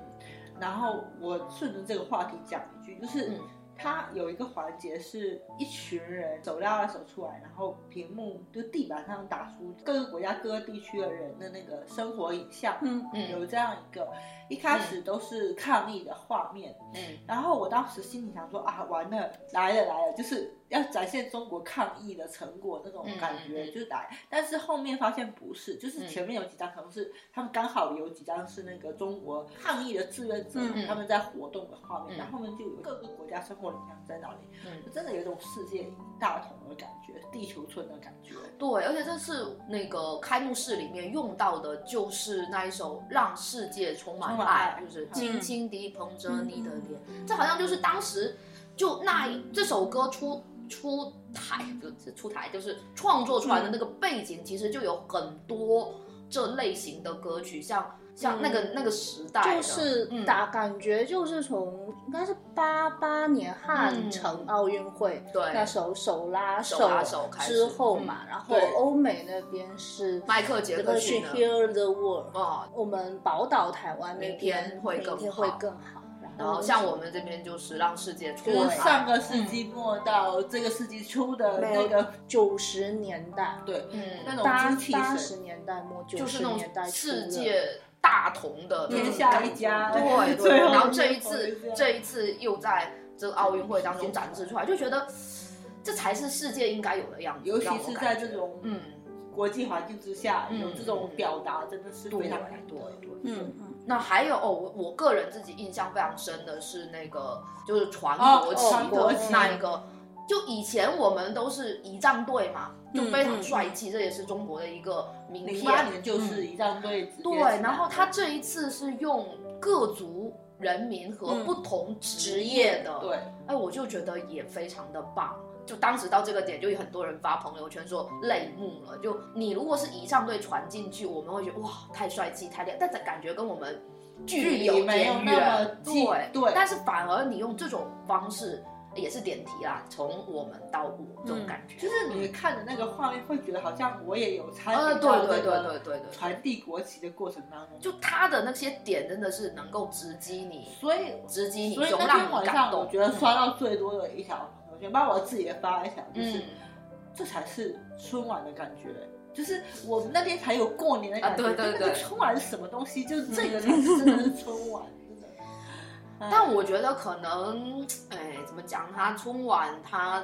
S2: 然后我顺着这个话题讲一句，就是
S1: 嗯
S2: 它有一个环节是一群人手拉着手出来，然后屏幕就地板上打出各个国家各个地区的人的那个生活影像，
S3: 嗯
S1: 嗯
S2: 有这样一个，一开始都是抗议的画面，
S1: 嗯，
S2: 然后我当时心里想说啊，完了，来了来了，就是要展现中国抗疫的成果那种感觉，
S1: 嗯嗯嗯
S2: 就是来。但是后面发现不是，就是前面有几张可能是他们刚好有几张是那个中国抗疫的志愿者、
S3: 嗯
S1: 嗯
S2: 他们在活动的画面，
S1: 嗯
S2: 然后后面就有各个国家生活的影响在那里，
S1: 嗯
S2: 真的有一种世界大同的感觉，地球村的感觉。
S1: 对，而且这次那个开幕式里面用到的就是那一首《让世界充满
S2: 充满
S1: 爱》，
S2: 爱
S1: 就是
S2: 嗯
S1: 轻轻地捧着你的脸，这好像就是当时就那一这首歌出出台不是出台，就是创作出来的
S2: 嗯
S1: 那个背景，其实就有很多这类型的歌曲，像像那个、
S2: 嗯
S1: 那个时代的，
S3: 就是
S1: 嗯
S3: 打感觉就是从应该是八八年汉城奥运会
S1: 嗯对
S3: 那时候手拉
S1: 手拉手开始
S3: 之后嘛，然后
S2: 对
S3: 欧美那边是
S1: 迈克杰克
S3: 是
S1: 逊的
S3: Hear the World，
S1: 哦，
S3: 我们宝岛台湾那
S1: 明天
S3: 边
S1: 会
S3: 明
S1: 更
S3: 天
S1: 好
S3: 会更好，
S1: 然后像我们这边就是让世界充
S2: 就
S1: 满
S2: 是
S1: 爱，
S2: 上个世纪末到这个世纪初的
S3: 没
S2: 那
S3: 有
S2: 个，
S3: 九十年代。
S2: 对，
S1: 嗯，
S2: 那种
S3: 八
S2: 精气
S3: 八
S2: 神
S3: 十年代末九
S1: 就是
S3: 十
S1: 那种
S3: 年代初
S1: 世
S3: 的
S1: 界大同的那种
S2: 天下
S1: 感
S2: 一
S1: 觉
S2: 家
S1: 对对。
S2: 最后
S1: 然后
S2: 一
S1: 这
S2: 家
S1: 一
S2: 同一
S1: 次
S2: 家，
S1: 这一次又在这个奥运会当中展示出来，就觉得这才是世界应该有的样子。
S2: 尤其
S1: 让我
S2: 是
S1: 感
S2: 在
S1: 觉
S2: 这种
S1: 嗯，
S2: 国际环境之下，
S1: 嗯
S2: 有这种表达真的是
S1: 对
S2: 非
S1: 对
S2: 常
S1: 对
S2: 难得。
S1: 对。
S3: 嗯嗯，
S1: 那还有哦，我我个人自己印象非常深的是那个就是传
S2: 哦
S1: 国
S3: 传国
S1: 旗
S3: 旗
S1: 那一个，就以前我们都是仪仗队嘛，就非
S3: 嗯
S1: 常
S3: 嗯
S1: 帅气，这也是中国的一个名
S2: 零
S1: 片。嗯
S2: 八年就是一仗队直接
S1: 对，然后他这一次是用各族人民和
S3: 嗯
S1: 不同职业的，
S2: 对，
S1: 哎，我就觉得也非常的棒。就当时到这个点，就有很多人发朋友圈说泪目了。就你如果是以上队传进去，我们会觉得哇，太帅气、太亮，但是感觉跟我们距离
S2: 离
S1: 有
S2: 哎没有
S1: 点
S2: 那么
S1: 远，
S2: 近对
S1: 但是反而你用这种方式也是点题啦，从我们到我这种
S3: 嗯
S1: 感觉，
S2: 就是你看着那个画面，会觉得好像我也有参
S1: 呃，
S2: 与
S1: 对对
S2: 到那
S1: 对对
S2: 个
S1: 对对，
S2: 传递国旗的过程当中。
S1: 就他的那些点真的是能够直击你，
S2: 所以，
S1: 直击你，
S2: 所以
S1: 就
S2: 那
S1: 让
S2: 天
S1: 你
S2: 晚
S1: 感
S2: 上我
S1: 动。
S2: 觉得刷到最多的一条朋友圈，包括我自己也发一条，就是
S1: 嗯，
S2: 这才是春晚的感觉。就是我们那天才有过年的感觉，
S1: 啊对对
S2: 就那个
S1: 对
S2: 春晚是什么东西？就是这个才是真的是春晚，真的。哎
S1: 但我觉得可能，哎，怎么讲？他春晚他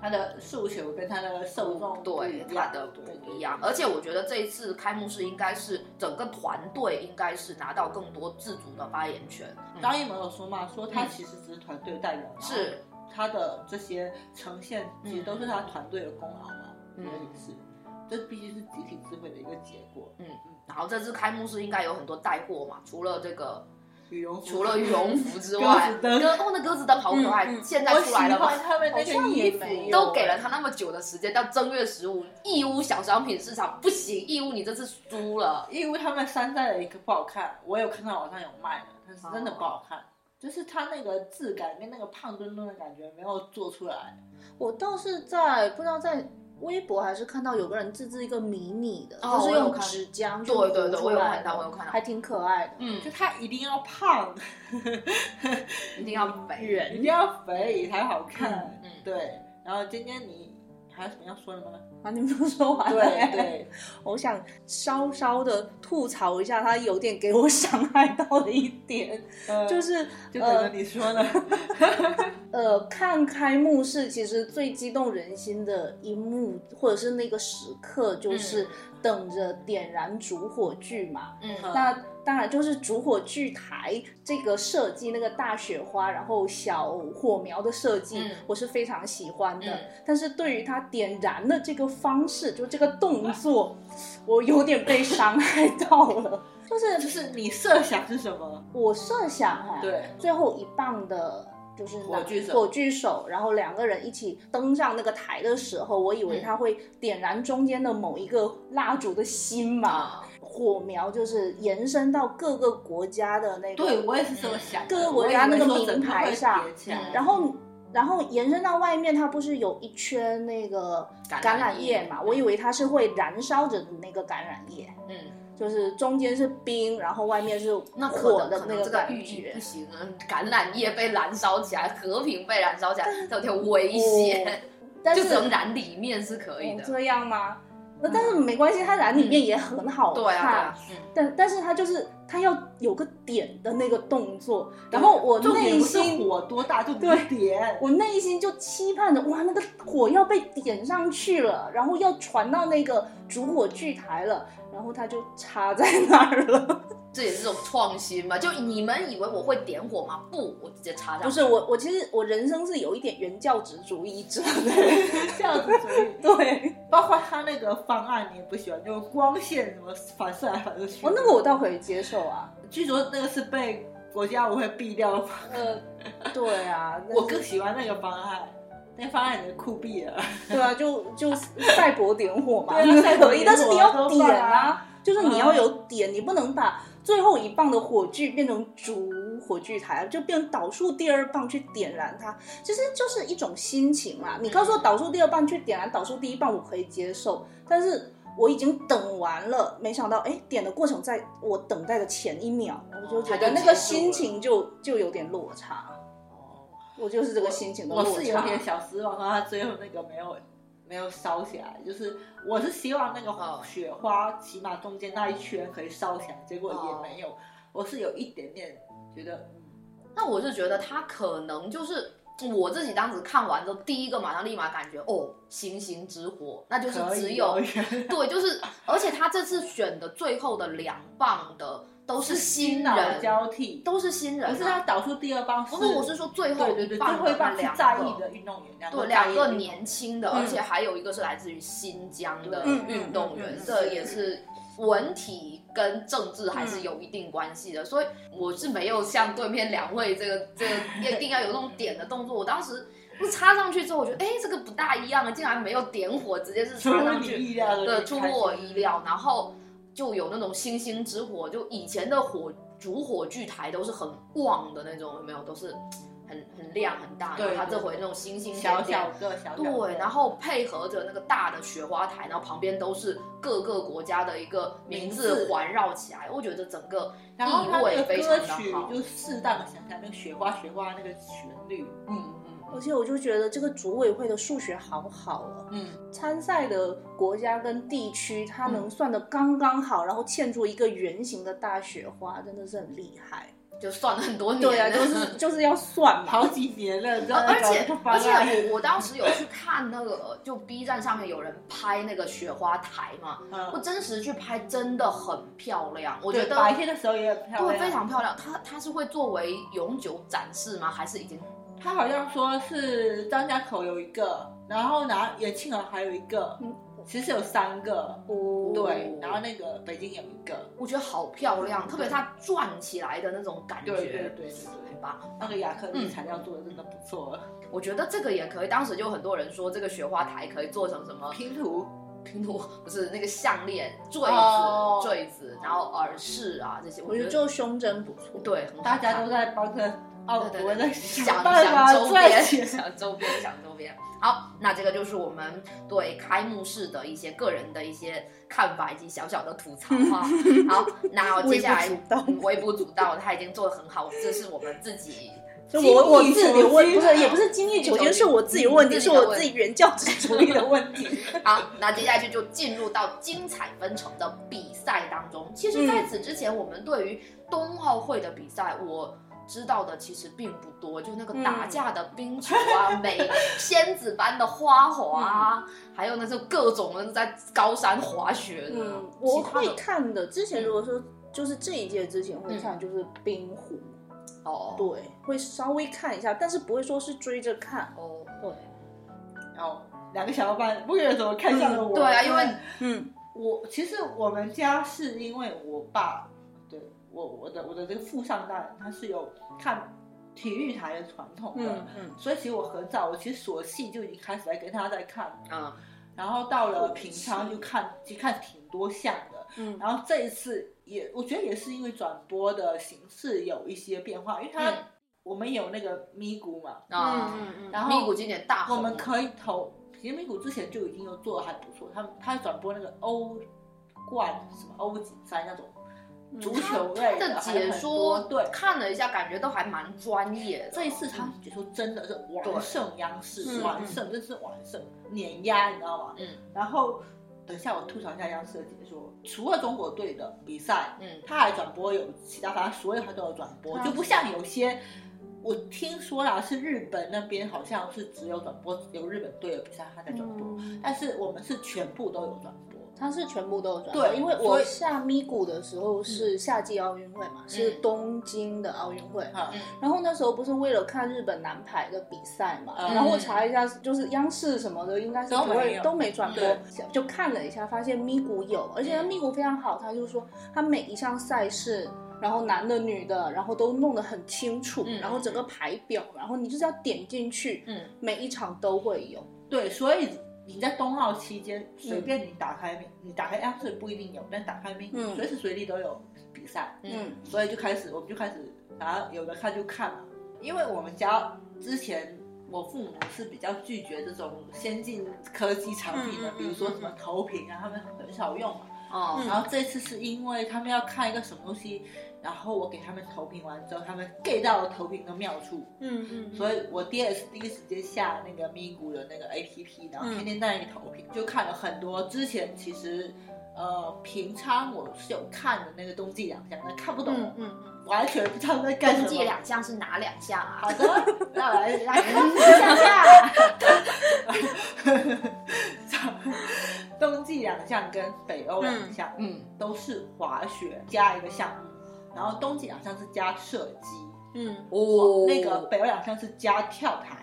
S2: 他的诉求跟他的受众不
S1: 对
S2: 一
S1: 他
S2: 样
S1: 的
S2: 对
S1: 不
S2: 对
S1: 一样，而且我觉得这一次开幕式应该是整个团队应该是拿到更多自主的发言权。
S2: 张艺谋有说嘛，说他其实只是团队代表，
S1: 嗯是，
S2: 他的这些呈现其实都是他团队的功劳嘛，
S1: 嗯
S2: 我觉得也是，这毕竟是集体智慧的一个结果。
S1: 嗯，然后这次开幕式应该有很多带货嘛，除了这个。
S2: 羽绒服
S1: 除了羽绒服之外，
S2: 鸽子灯
S1: 鸽哦，那鸽子灯好可爱，
S3: 嗯嗯
S1: 现在
S2: 我
S1: 出
S2: 喜
S1: 来
S2: 欢
S1: 了吧？
S2: 他们那
S3: 好
S2: 个
S3: 像
S2: 衣
S3: 也
S2: 服
S3: 没有
S1: 都给了他那么久的时间，到正月十五，义乌小商品市场不行，义乌你这次输了。
S2: 因为他们山寨的一个不好看，我有看到网上有卖的，但是真的不好看。就是他那个质感跟那个胖墩墩的感觉没有做出来，
S1: 嗯
S3: 我倒是在不知道在微博还是看到有个人自制一个迷你的，
S1: 哦
S3: 就是
S1: 我有
S3: 用
S1: 看
S3: 纸浆
S1: 对对对，
S3: 糊出
S1: 我有
S3: 来
S1: 看到，我有看到
S3: 还，挺可爱的。
S1: 嗯
S2: 就，他一定要胖，
S1: 一定要肥。
S2: 一
S3: 圆
S2: 定要肥才好看。
S1: 嗯嗯
S2: 对。然后今天你还有什么要说的吗？
S3: 啊，你们都说完了。
S2: 对，对，
S3: 我想稍稍的吐槽一下，他有点给我伤害到的一点，
S1: 嗯
S2: 呃
S3: 就是
S2: 就等着
S3: 呃
S2: 你说了。
S3: 呃，看开幕式其实最激动人心的一幕，或者是那个时刻，就是等着点燃烛火炬嘛。
S1: 嗯
S2: 嗯
S3: 那当然就是烛火炬台这个设计，那个大雪花，然后小火苗的设计，
S1: 嗯
S3: 我是非常喜欢的。
S1: 嗯
S3: 但是对于它点燃的这个方式，就这个动 作，我有点被伤害到了。就是
S2: 就是你设想是什么？
S3: 我设想啊，
S2: 对，
S3: 最后一棒的。就是拿
S2: 火炬手
S3: 火炬手，然后两个人一起登上那个台的时候，我以为
S1: 嗯
S3: 他会点燃中间的某一个蜡烛的心嘛，
S1: 啊，
S3: 火苗就是延伸到各个国家的那个，
S2: 对我也是这么想的。
S3: 各个国家那个
S2: 我以为说
S3: 名
S2: 整
S3: 牌
S2: 个会
S3: 上
S2: 叠起来
S1: 嗯
S3: 然后然后延伸到外面，它不是有一圈那个橄榄叶嘛？我以为它是会燃烧着的那个橄榄叶，
S1: 嗯，
S3: 就是中间是冰，然后外面是
S1: 那可
S3: 火
S1: 能
S3: 的
S1: 可
S3: 那
S1: 能这个
S3: 感
S1: 寓意
S3: 觉
S1: 不。行啊，橄榄叶被燃烧起来，和平被燃烧起来，它有点危险，
S3: 哦但
S1: 就是只能燃里面是可以
S3: 哦
S1: 的。嗯
S3: 这样吗？那但是没关系，它染里面也很好看。
S1: 对啊，对啊，
S3: 但但是它就是它要有个点的那个动作，然后我
S2: 重点
S3: 内
S2: 不是
S3: 心
S2: 火多大，重点
S3: 对
S2: 是点。
S3: 我内心就期盼着哇，那个火要被点上去了，然后要传到那个主火炬台了，然后它就插在那儿 了。
S1: 嗯，这也是种创新嘛。就你们以为我会点火吗？不，我直接插上。
S3: 不是我，我其实我人生是有一点原教旨主义者的，
S2: 这样子所以
S3: 对。
S2: 包括他那个方案你也不喜欢，就是光线什么反射来反射去。
S3: 哦，那个我倒可以接受啊。
S2: 据说那个是被国家委会毙掉 的，
S3: 呃，对啊，但是
S2: 我更喜欢那个方案，那个方案已经酷毙了。
S3: 对啊，就就赛博点火嘛，
S2: 对啊赛博
S3: 可以，
S2: 点火
S3: 但是你要
S2: 都放
S3: 点啊
S2: 啊，
S3: 就是你要有点，你不能把最后一棒的火炬变成主火炬台，啊就变成倒数第二棒去点燃它，其实就是一种心情嘛。你告诉我
S2: 嗯
S3: 倒数第二棒去点燃倒数第一棒，我可以接受，但是。我已经等完了，没想到哎，点的过程在我等待的前一秒，我就觉得那个心情就就有点落差。
S1: 哦
S3: 我就是这个心情的落
S2: 我
S3: 差。
S2: 是有点小失望，说他最后那个没有没有烧起来，就是我是希望那
S1: 哦
S2: 个雪花起码中间那一圈可以烧起来，结果
S1: 哦
S2: 也没有，我是有一点点觉得，嗯
S1: 那我是觉得他可能就是我自己当时看完之后，第一个马上立马感觉哦，星星之火，那就是
S2: 可以哦
S1: 只有
S2: 可以
S1: 对，就是而且他这次选的最后的两棒的都是新
S2: 新老
S1: 人，
S2: 交替，
S1: 都是新人、啊，
S2: 不是他导出第二棒，
S1: 不是，我是说最后
S2: 对对对，最
S1: 棒
S2: 后一棒
S1: 的
S2: 是
S1: 两
S2: 在意
S1: 个。
S2: 的运动员，两
S1: 对，
S2: 个
S1: 两个
S2: 在意的运动
S1: 年轻的，
S2: 嗯
S1: 而且还有一个是来自于新疆的
S2: 对
S1: 运动员
S2: 嗯嗯嗯，嗯
S1: 这也是文体跟政治还是有一定关系的。所以我是没有像对面两位这个 这个一定要有那种点的动作。我当时不插上去之后，我觉得哎，这个不大一样啊，竟然没有点火，直接是
S2: 出
S1: 插
S2: 乎
S1: 上
S2: 你
S1: 去。
S2: 意料的，
S1: 对，出乎我意。
S2: 嗯
S1: 料，然后就有那种星星之火，就以前的火主火炬台都是很旺的那种，有没有？都是很很亮很大，然后
S2: 对
S1: 它
S2: 对
S1: 这回
S2: 对
S1: 那种星星点
S2: 小
S1: 点
S2: 小个小小个，
S1: 对，然后配合着那个大的雪花台，然后旁边都是各个国家的一个名
S2: 名
S1: 字
S2: 字
S1: 环绕起来，我觉得整个
S2: 然后他
S1: 意
S2: 那
S1: 味
S2: 个
S1: 非
S2: 歌
S1: 常的
S2: 曲
S1: 好。
S2: 就适当的想想那个雪花雪花那个旋律，
S1: 嗯嗯
S3: 而且我就觉得这个组委会的数学好好哦，
S2: 嗯，
S3: 参赛的国家跟地区，它能算得刚刚好，然后嵌出一个圆形的大雪花，真的是很厉害。
S1: 嗯，就算了很多年了。
S3: 对啊，就是就是要算嘛。
S2: 好几年了，这
S1: 呃而且
S2: 个方
S1: 而
S2: 案
S1: 且我我当时有去看那个，就 B 站上面有人拍那个雪花台嘛，我
S2: 嗯，
S1: 真实去拍真的很漂亮，我
S2: 我
S1: 觉
S2: 觉
S1: 得
S2: 得白天的时候也很漂
S1: 对
S2: 亮，
S1: 非常漂亮。它它是会作为永久展示吗？还是已经
S2: 他好像说是张家口有一个，然后拿延庆楼还有一个
S3: 嗯，
S2: 其实有三个，
S3: 哦
S2: 对，然后那个北京有一个，
S1: 我觉得好漂亮，特别它转起来的那种感觉，
S2: 对对对对对，
S1: 吧？
S2: 那个亚克力材料做的真的不错，
S1: 我觉得这个也可以。当时就很多人说这个雪花台可以做成什么
S2: 拼图
S1: 拼图，不是那个项链、坠子、
S2: 哦
S1: 坠子，然后耳饰啊这些，
S3: 我
S1: 我
S3: 觉
S1: 觉
S3: 得
S1: 得
S3: 做胸针不错。
S1: 对，很好
S2: 大家
S1: 看
S2: 都在帮着奥
S1: 对对
S2: 博
S1: 对
S2: 在
S1: 想
S2: 办
S1: 想
S2: 法
S1: 周
S2: 赚
S1: 边，
S2: 钱。
S1: 想周边，想周边。好，那这个就是我们对开幕式的一些个人的一些看法以及小小的吐槽哈。好，那接下来
S3: 微不足道
S1: 嗯微不足道，他已经做的很好，这是我们自己。
S3: 就我我
S2: 精益
S3: 自己
S2: 求精
S3: 问，不是也不是精益
S1: 精益求
S3: 求
S1: 精
S3: 精，是我自己问题，
S1: 嗯
S3: 是
S1: 自己的
S3: 我自己原教旨主义的问题。
S1: 好，那接下去就进入到精彩纷呈的比赛当中。其实，在此之前，我们对于冬奥会的比赛，我。知道的其实并不多，就那个
S2: 嗯
S1: 打架的冰球 啊，美仙子般的花滑啊，
S2: 嗯
S1: 还有那种各种人在高山滑雪的，
S3: 嗯，
S1: 其
S3: 我
S1: 他
S3: 会
S1: 的
S3: 看的。之前如果说就是这一届之前会看，就是冰壶，
S1: 哦
S3: 对，会稍微看一下，但是不会说是追着看。
S1: 哦，
S3: 对，
S2: 然后两个小伙伴不约而同看向了我。
S1: 对啊，因为
S3: 嗯，
S2: 我其实我们家是因为我爸，对我我的我的这个父上大人他是有看体育台的传统的，
S3: 嗯嗯，
S2: 所以其实我很早，我其实索性就已经开始在跟他在看，
S1: 嗯
S2: 然后到了平昌就看就看挺多项的，
S3: 嗯
S2: 然后这一次也我觉得也是因为转播的形式有一些变化，因为他
S1: 嗯
S2: 我们有那个咪咕嘛，
S1: 啊。
S3: 嗯嗯
S2: 然后
S1: 咪咕今年大
S2: 我
S1: 红，
S2: 们可以投。其实咪咕之前就已经有做的还不错，他们他转播那个欧冠什么欧锦赛那种
S3: 嗯
S2: 足球类
S1: 的
S2: 还有
S1: 解
S2: 很多
S1: 说
S2: 对。
S1: 看了一下，感觉都还蛮专业的。
S2: 这一次他们解说真的是
S1: 嗯对
S2: 完胜央视，
S3: 嗯
S2: 完胜，真是完胜，碾压，你知道吗？
S1: 嗯。
S2: 然后等一下我吐槽一下央视的解说，除了中国队的比赛，
S1: 嗯，
S2: 他还转播有其他，反正所有他都有转播，
S3: 啊
S2: 就不像有些我听说啦，是日本那边好像是只有转播，只有日本队的比赛他在转播，
S3: 嗯
S2: 但是我们是全部都有转播。
S3: 它是全部都有转播，
S2: 对
S3: 因为
S2: 所
S3: 我
S2: 以
S3: 下咪咕的时候是夏季奥运会嘛，是东京的奥运会，
S2: 啊
S1: 嗯
S3: 然后那时候不是为了看日本男排的比赛嘛，
S2: 嗯
S3: 然后我查一下，就是央视什么的应该是不
S2: 都没
S3: 会
S2: 有
S3: 都没转播
S2: 对，
S3: 就看了一下，发现咪咕有，而且
S1: 嗯
S3: 咪咕非常好，他就说他每一项赛事。然后男的、女的，然后都弄得很清楚，
S1: 嗯
S3: 然后整个排表，然后你就是要点进去，
S1: 嗯，
S3: 每一场都会有。
S2: 对，所以你在冬奥期间，随便你打开咪，你打开 a p 不一定有，但打开咪，
S3: 嗯
S2: 随时随地都有比赛，
S1: 嗯
S3: 嗯
S2: 所以就开始我们就开始，然后有的看就看了，因为我们家之前。我父母是比较拒绝这种先进科技产品的，
S3: 嗯嗯嗯
S2: 比如说
S3: 嗯
S2: 什么
S3: 嗯
S2: 投屏啊，他们很少用嘛。
S1: 哦，
S2: 然后这次是因为他们要看一个什么东西，然后我给他们投屏完之后，他们 get 到了投屏的妙处，
S3: 嗯嗯
S2: 所以我爹也是第一时间下那个咪咕的那个 APP，然后
S3: 嗯
S2: 天天在那里投屏，就看了很多。之前其实呃平常我是有看的那个冬季两项，但看不懂，
S3: 嗯嗯，
S2: 完全不知道在干
S1: 冬
S2: 什么。
S1: 季两项是哪两项啊？
S2: 好的，那我来 来
S1: 嗯夏夏，
S2: 讲冬季两项跟北欧两项，
S1: 嗯
S2: 都是滑雪加一个项目，然后冬季两项是加射击，
S3: 嗯
S1: 哦，
S2: 那个北欧两项是加跳台。
S3: 嗯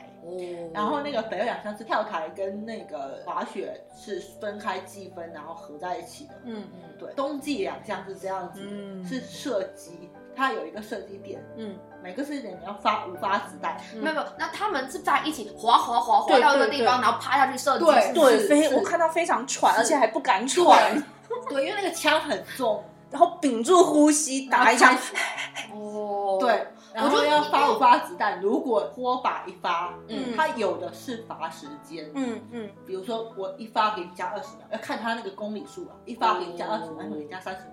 S1: 哦，
S2: 然后那个北欧两项是跳台跟那个滑雪是分开计分，然后合在一起的。
S3: 嗯
S1: 嗯
S2: 对，冬季两项是这样子，
S3: 嗯
S2: 是射击，它有一个射击点，
S3: 嗯，
S2: 每个射击点你要发五发子弹。
S3: 嗯
S1: 没有没有，那他们是在一起滑滑滑滑
S3: 对
S1: 到一个
S3: 对
S1: 地方，
S3: 对
S1: 然后趴下去射击，
S2: 对
S1: 是不是
S3: 呃对，
S2: 是
S3: 非
S2: 是
S3: 我看到非常喘，
S2: 是
S3: 而且还不敢喘，
S2: 对，因为那个枪很重，
S3: 然后屏住呼吸打一
S2: 然
S3: 枪
S2: 后，开始
S1: 哦，
S2: 对，然后要发五发子弹。如果拖把一发，
S1: 嗯
S2: 它有的是罚时间，
S3: 嗯嗯
S2: 比如说我一发给你加二十秒，要看它那个公里数啊，一发给你加二十秒，一发给你加三十秒。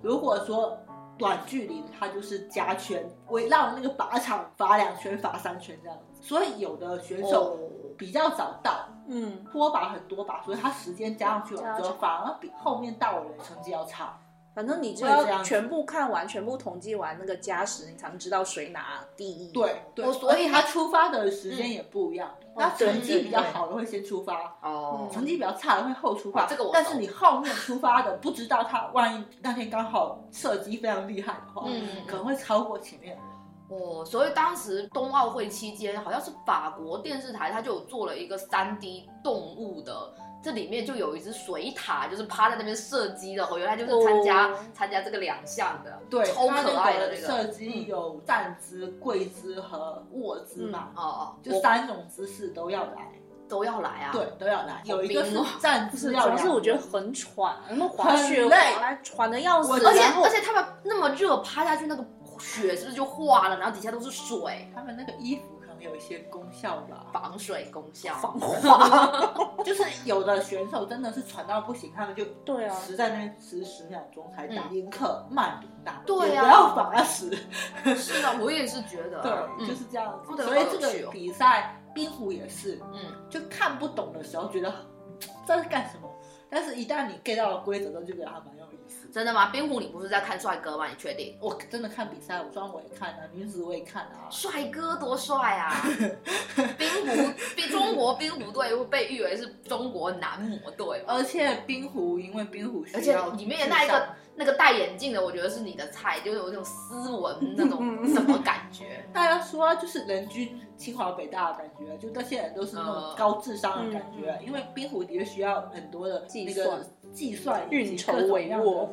S2: 如果说短距离，它就是加圈，围绕那个靶场罚两圈、罚三圈这样子。所以有的选
S1: 哦
S2: 手比较早到，
S3: 嗯
S2: 拖把很多把，所以他时间加上去
S3: 加
S2: 完
S3: 上
S2: 之
S3: 去
S2: 后，反而比后面到的人成绩要差。
S3: 反正你只
S2: 会这
S3: 要
S2: 样子
S3: 全部看完、全部统计完那个加时，你才能知道谁拿第一。，
S2: 对，对
S1: 哦所
S2: 所
S1: 以
S2: 以他出发的时间也不一样。那
S3: 对
S2: 成绩比较好的会先出发，
S1: 哦，
S2: 成绩比较差的会后出发。
S1: 哦这个我懂
S2: 但是你后面出发的，不知道他万一那天刚好射击非常厉害的话，
S1: 嗯
S2: 可能会超过前面的人。
S1: 哦，所以当时冬奥会期间，好像是法国电视台，它就有做了一个三 D 动物的，这里面就有一只水獭，就是趴在那边射击的，我原来就是参加、
S3: 哦
S1: 参加这个两项的，
S2: 对，
S1: 超
S2: 他
S1: 可爱的
S2: 那
S1: 那个
S2: 个射击有站姿、跪姿和卧姿嘛，
S1: 哦哦，
S2: 就
S1: 我
S2: 三种姿势都要来，
S1: 都要来啊，
S2: 对，，都要来。有一个是
S1: 冰哦
S2: 站
S3: 不是，
S2: 姿
S3: 主
S2: 要
S3: 要
S2: 量，
S3: 是我觉得很喘，那么滑
S2: 很
S3: 雪
S2: 累
S3: 滑来喘的要死
S2: 我，
S1: 而且
S3: 然 后
S1: 而且他们那么热，趴下去那个雪是不是就化了，然后底下都是水，
S2: 他们那个衣服可能有一些功效吧。
S1: 防水功效，
S3: 防滑。
S2: 就是有的选手真的是喘到不行，他们就
S3: 对啊，
S2: 实在那边十十秒钟才
S1: 嗯
S2: 打，宁可慢点打，
S1: 对
S2: 也
S1: 啊
S2: 不要罚十。
S1: 是的，我也是觉得，
S2: 对，就
S1: 嗯
S2: 是这样
S1: 哦
S2: 子。
S1: 对
S2: 所以
S1: 好有
S2: 这
S1: 趣哦
S2: 个比赛冰壶也是，
S1: 嗯，
S2: 就看不懂的时候觉得嗯这是干什么，但是一旦你 get 到了规则之后，就觉得还啊蛮有意思。
S1: 真的吗？冰壶你不是在看帅哥吗？你确定？
S2: 我真的看比赛，武装我也看啊，女子我也看啊。
S1: 帅哥多帅 啊！冰壶，冰中国冰壶队被誉为是中国男模队嘛，
S2: 而且冰壶，因为冰壶需
S1: 而且
S2: 要
S1: 里面那一
S2: 去
S1: 个
S2: 上
S1: 那个戴眼镜的，我觉得是你的菜，就是有那种斯文那
S2: 嗯
S1: 种什么感觉。
S2: 大家说、啊、就是人均清华北大的感觉，就那些人都是
S1: 嗯
S2: 那种高智商的感觉，
S3: 嗯
S2: 因为冰壶的确需要很多的
S3: 计
S2: 那
S3: 算
S2: 个计算以及
S3: 运筹
S2: 各种
S3: 帷
S2: 样
S3: 幄
S2: 的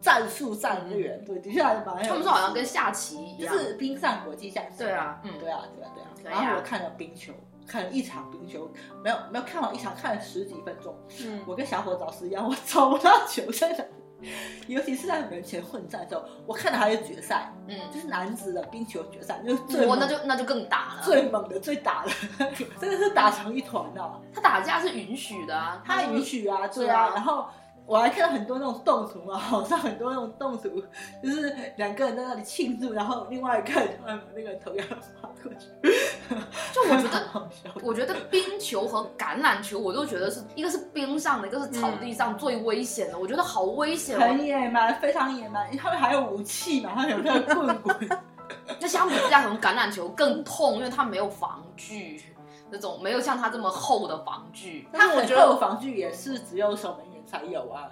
S2: 战术战略，对，的确还蛮有意思。
S1: 嗯他们说好像跟下棋一
S2: 就
S1: 样，
S2: 是冰上国际赛事，
S1: 对啊，嗯，
S2: 对啊，对啊，对啊。
S1: 可以啊
S2: 然后我看了冰球，看了一场冰球，没有没有看完一场，看了十几分钟。
S3: 嗯，
S2: 我跟小伙老师一样，我找不到球在哪。尤其是在门前混战的时候，我看到还有决赛，
S1: 嗯，
S2: 就是男子的冰球决赛，就是最
S1: 我
S2: 猛
S1: 那就那就更打了。
S2: 最猛的、最打的， 真的是打成一团的、
S1: 他打架是允许的啊，
S2: 他
S1: 就是
S2: 允许啊，对
S1: 对
S2: 啊
S1: 啊，
S2: 然后。我还看到很多那种动图嘛，网上很多那种动图，就是两个人在那里庆祝，然后另外一个人突然把那个头给他发过去，
S1: 就我觉得。
S2: 好笑。
S1: 我觉得冰球和橄榄球，我都觉得是一个是冰上的，一个是草地上最危险的。我觉得好危险哦！
S2: 很野蛮，非常野蛮，他们还有武器嘛，他们有那个棍棍，
S1: 那相比之下，可能橄榄球更痛，因为它没有防具，那种没有像它这么厚的防具。
S2: 但
S1: 但
S2: 是
S1: 我
S2: 我
S1: 觉
S2: 觉
S1: 得
S2: 得我防具也是只有守门员才有啊，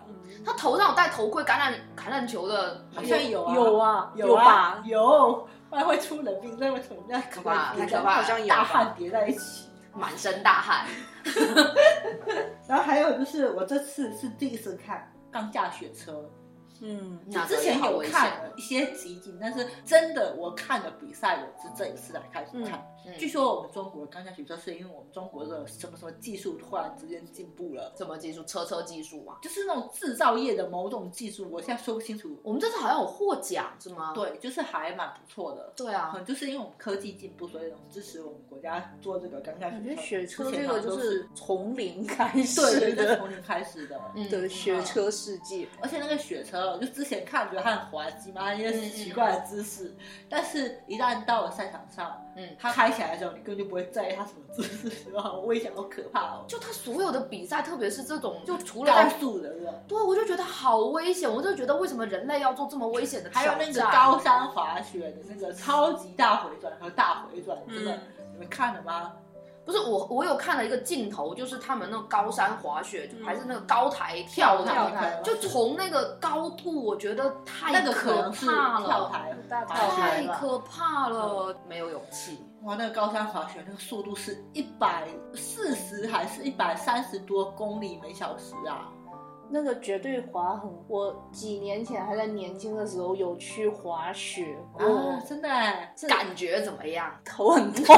S1: 他头上有戴头盔，橄榄橄榄球的
S2: 好像有啊，
S3: 有啊，
S2: 有啊
S3: 吧？
S2: 有，不然会出人命，那会怎么样？
S1: 可 怕
S2: 会
S1: 太可怕了
S3: 好像有
S2: 大
S3: 吧
S2: 汗叠在一起。
S1: 满身大汗。
S2: 然后还有就是，我这次是第一次看钢架雪车，
S3: 嗯，
S1: 那
S2: 之前
S1: 好
S2: 有
S1: 危险
S2: 看一些集锦，但是真的我看的比赛，我是这一次才开始看。
S1: 嗯
S2: 据说我们中国钢架雪车是因为我们中国的什么什么技术突然之间进步了。
S1: 什么技术？车车技术嘛。
S2: 就是那种制造业的某种技术，我现在说不清楚。
S1: 我们这次好像有获奖是吗？
S2: 对，就是还蛮不错的。
S1: 对啊
S2: 可，能就是因为我们科技进步，所以能支持我们国家做这个钢架
S3: 感觉
S2: 雪
S3: 雪
S2: 车。
S3: 车
S2: 之
S3: 这
S2: 前好
S3: 个
S2: 像
S3: 就
S2: 啊都
S3: 是从零开
S2: 对
S3: 始
S2: 对对，
S3: 的
S2: 从零开始的。
S1: 嗯
S3: 的雪车世界，
S2: 而且那个雪车，就之前看觉得它很滑稽嘛，一些奇怪的姿势，但是一旦到了赛场上，
S1: 嗯，
S2: 它开起来的时候，你根本就不会在意它什么姿势，然后好危险，好可怕哦，
S1: 就他所有的比赛，特别是这种，就除了
S2: 高
S1: 在
S2: 速的，对吧
S1: 对，我就觉得好危险，我就觉得为什么人类要做这么危险的挑
S2: 还有
S1: 战？
S2: 那个高山滑雪的那个超级大回转和大回转，真
S3: 嗯
S2: 的，
S1: 嗯
S2: 你们看了吗？
S1: 不是我，我有看了一个镜头，就是他们那个高山滑雪，就
S3: 嗯
S1: 还是那个高台跳的，
S2: 跳台
S1: 就从那个高度，我觉得
S2: 那
S1: 太
S2: 个可能是
S1: 怕
S2: 跳
S1: 了，
S2: 台
S3: 大
S2: 跳
S3: 跳
S2: 台嗯
S1: 太
S2: 吧。
S1: 可怕了，没有勇气。
S2: 哇，那个高山滑雪那个速度是一百四十还是一百三十多公里每小时啊？
S3: 那个绝对滑很，我几年前还在年轻的时候有去滑雪过，
S1: 哦
S2: 啊，真的哎，
S1: 感觉怎么样？
S3: 头 很痛。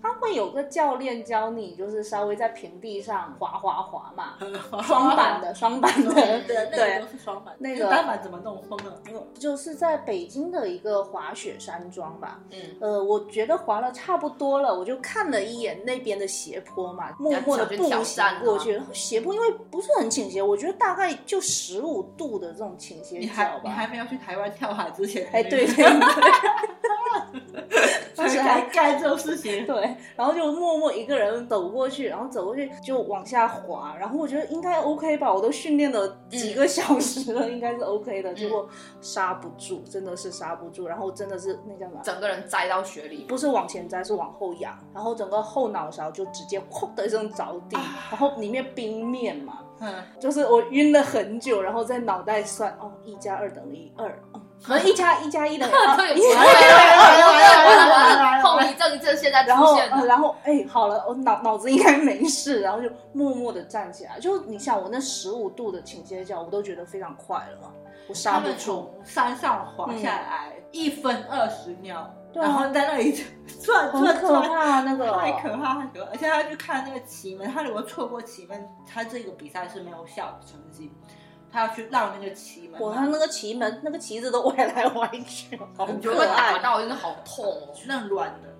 S3: 他会有个教练教你，就是稍微在平地上滑滑 滑嘛，双板的双板的
S2: 对，对，那个都是双板，
S3: 那个
S2: 单板怎么弄疯了？
S3: 就是在北京的一个滑雪山庄吧。
S1: 嗯，
S3: 呃，我觉得滑了差不多了，我就看了一眼那边的斜坡嘛，默默的
S1: 想去
S3: 步
S1: 挑
S3: 行
S1: 战
S3: 过
S1: 它
S3: 去。斜坡因为不是很倾斜，我觉得大概就十五度的这种倾斜
S2: 你
S3: 角
S2: 还你
S3: 吧。
S2: 还没有去台湾跳海之前，
S3: 哎，对对对
S2: 而且还干这种事情，
S3: 对，然后就默默一个人走过去，然后走过去就往下滑，然后我觉得应该 OK 吧，我都训练了
S2: 嗯
S3: 几个小时了，应该是 OK 的，结果刹不住，真的是刹不住，然后真的是那叫什么？啊
S1: 整个人栽到雪里，
S3: 不是往前栽，是往后仰，然后整个后脑勺就直接哐的一声着地，
S1: 啊
S3: 然后里面冰面嘛，
S2: 嗯，
S3: 就是我晕了很久，然后在脑袋算哦，一加二等于一二，哦可能一加一加一 等于二，
S1: 对，
S3: 一
S1: 完了完了完了，后遗症就现在
S3: 然
S1: 出
S3: 后，
S1: 现
S3: 呃、
S1: 了。
S3: 然后，哎，好了，我脑脑子应该没事，然后就默默的站起来。就你想，我那十五度的倾斜角，我都觉得非常快了，我刹
S2: 他
S3: 不
S2: 们
S3: 住。
S2: 从山上滑下来一分二十秒，
S3: 对啊
S2: 然后在那里转
S3: 很
S2: 转
S3: 可
S2: 转，
S3: 怕那个，
S2: 太可怕，太可怕！而且他去看那个奇门，他如果错过奇门，他这个比赛是没有效的成绩。他要去绕那个奇门嘛，
S3: 我看那个旗门，那个旗子都歪来歪去，好
S2: 呃
S1: 你觉
S3: 可
S1: 得打
S3: 爱。
S1: 到真的好痛哦，
S2: 那软的，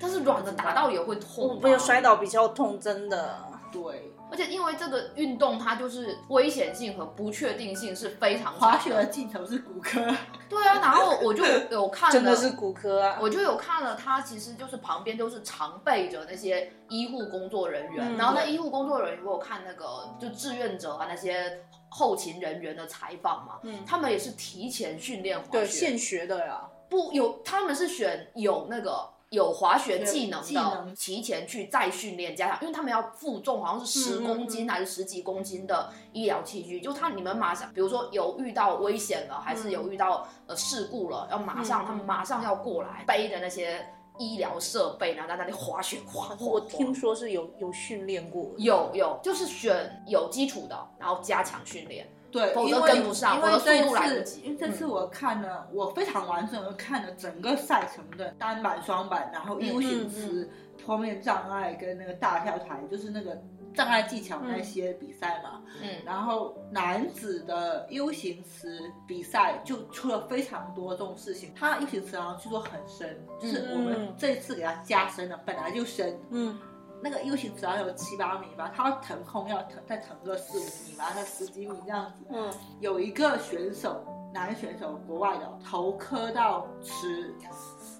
S1: 但是软的打到也会痛
S3: 我
S1: 啊，
S3: 被摔倒比较痛，真的。
S2: 对，
S1: 而且因为这个运动，它就是危险性和不确定性是非常强的
S2: 滑雪的尽头是骨科，
S1: 对啊，然后 我就有看了，
S3: 真的是骨科啊！
S1: 我就有看了，它其实就是旁边都是常备着那些医护工作人员，
S3: 嗯
S1: 然后那医护工作人员，我有看那个就志愿者啊那些后勤人员的采访嘛，
S3: 嗯
S1: 他们也是提前训练滑
S3: 对
S1: 雪，
S3: 现学的呀，
S1: 不有他们是选有那个。有滑雪技能
S2: 技
S1: 的
S2: 能，
S1: 提前去再训练，加上因为他们要负重，好像是十
S3: 嗯嗯
S1: 公斤还是十几公斤的医疗器具，就他你们马上，比如说有遇到危险了，还是
S3: 嗯
S1: 有遇到呃事故了，要马上、
S3: 嗯
S1: 他们马上要过来，背着那些医疗设备，然后在那里滑雪，滑滑滑。
S3: 我听说是有有训练过的，
S1: 有有，就是选有基础的，然后加强训练。
S2: 对，
S1: 否则
S2: 因为
S1: 跟不上
S2: 因
S1: 否
S2: 为
S1: 则
S2: 这
S1: 速度来不
S2: 次，
S1: 及嗯
S2: 因为这次我看了，我非常完整的看了整个赛程的单板、双板，然后 U 型
S3: 嗯
S2: 池、坡面障碍跟那个大跳台，就是那个障碍技巧那些比赛嘛。
S1: 嗯
S2: 然后男子的 U 型池比赛就出了非常多这种事情，他 U 型池好像据说很深，就是
S1: 嗯
S2: 我们这一次给他加深了，本来就深，
S3: 嗯，
S2: 那个 U 型池好像有七八米吧，他要腾空要腾再腾个四五米吧，再十几米这样子。
S3: 嗯，
S2: 有一个选手，男选手，国外的，头磕到池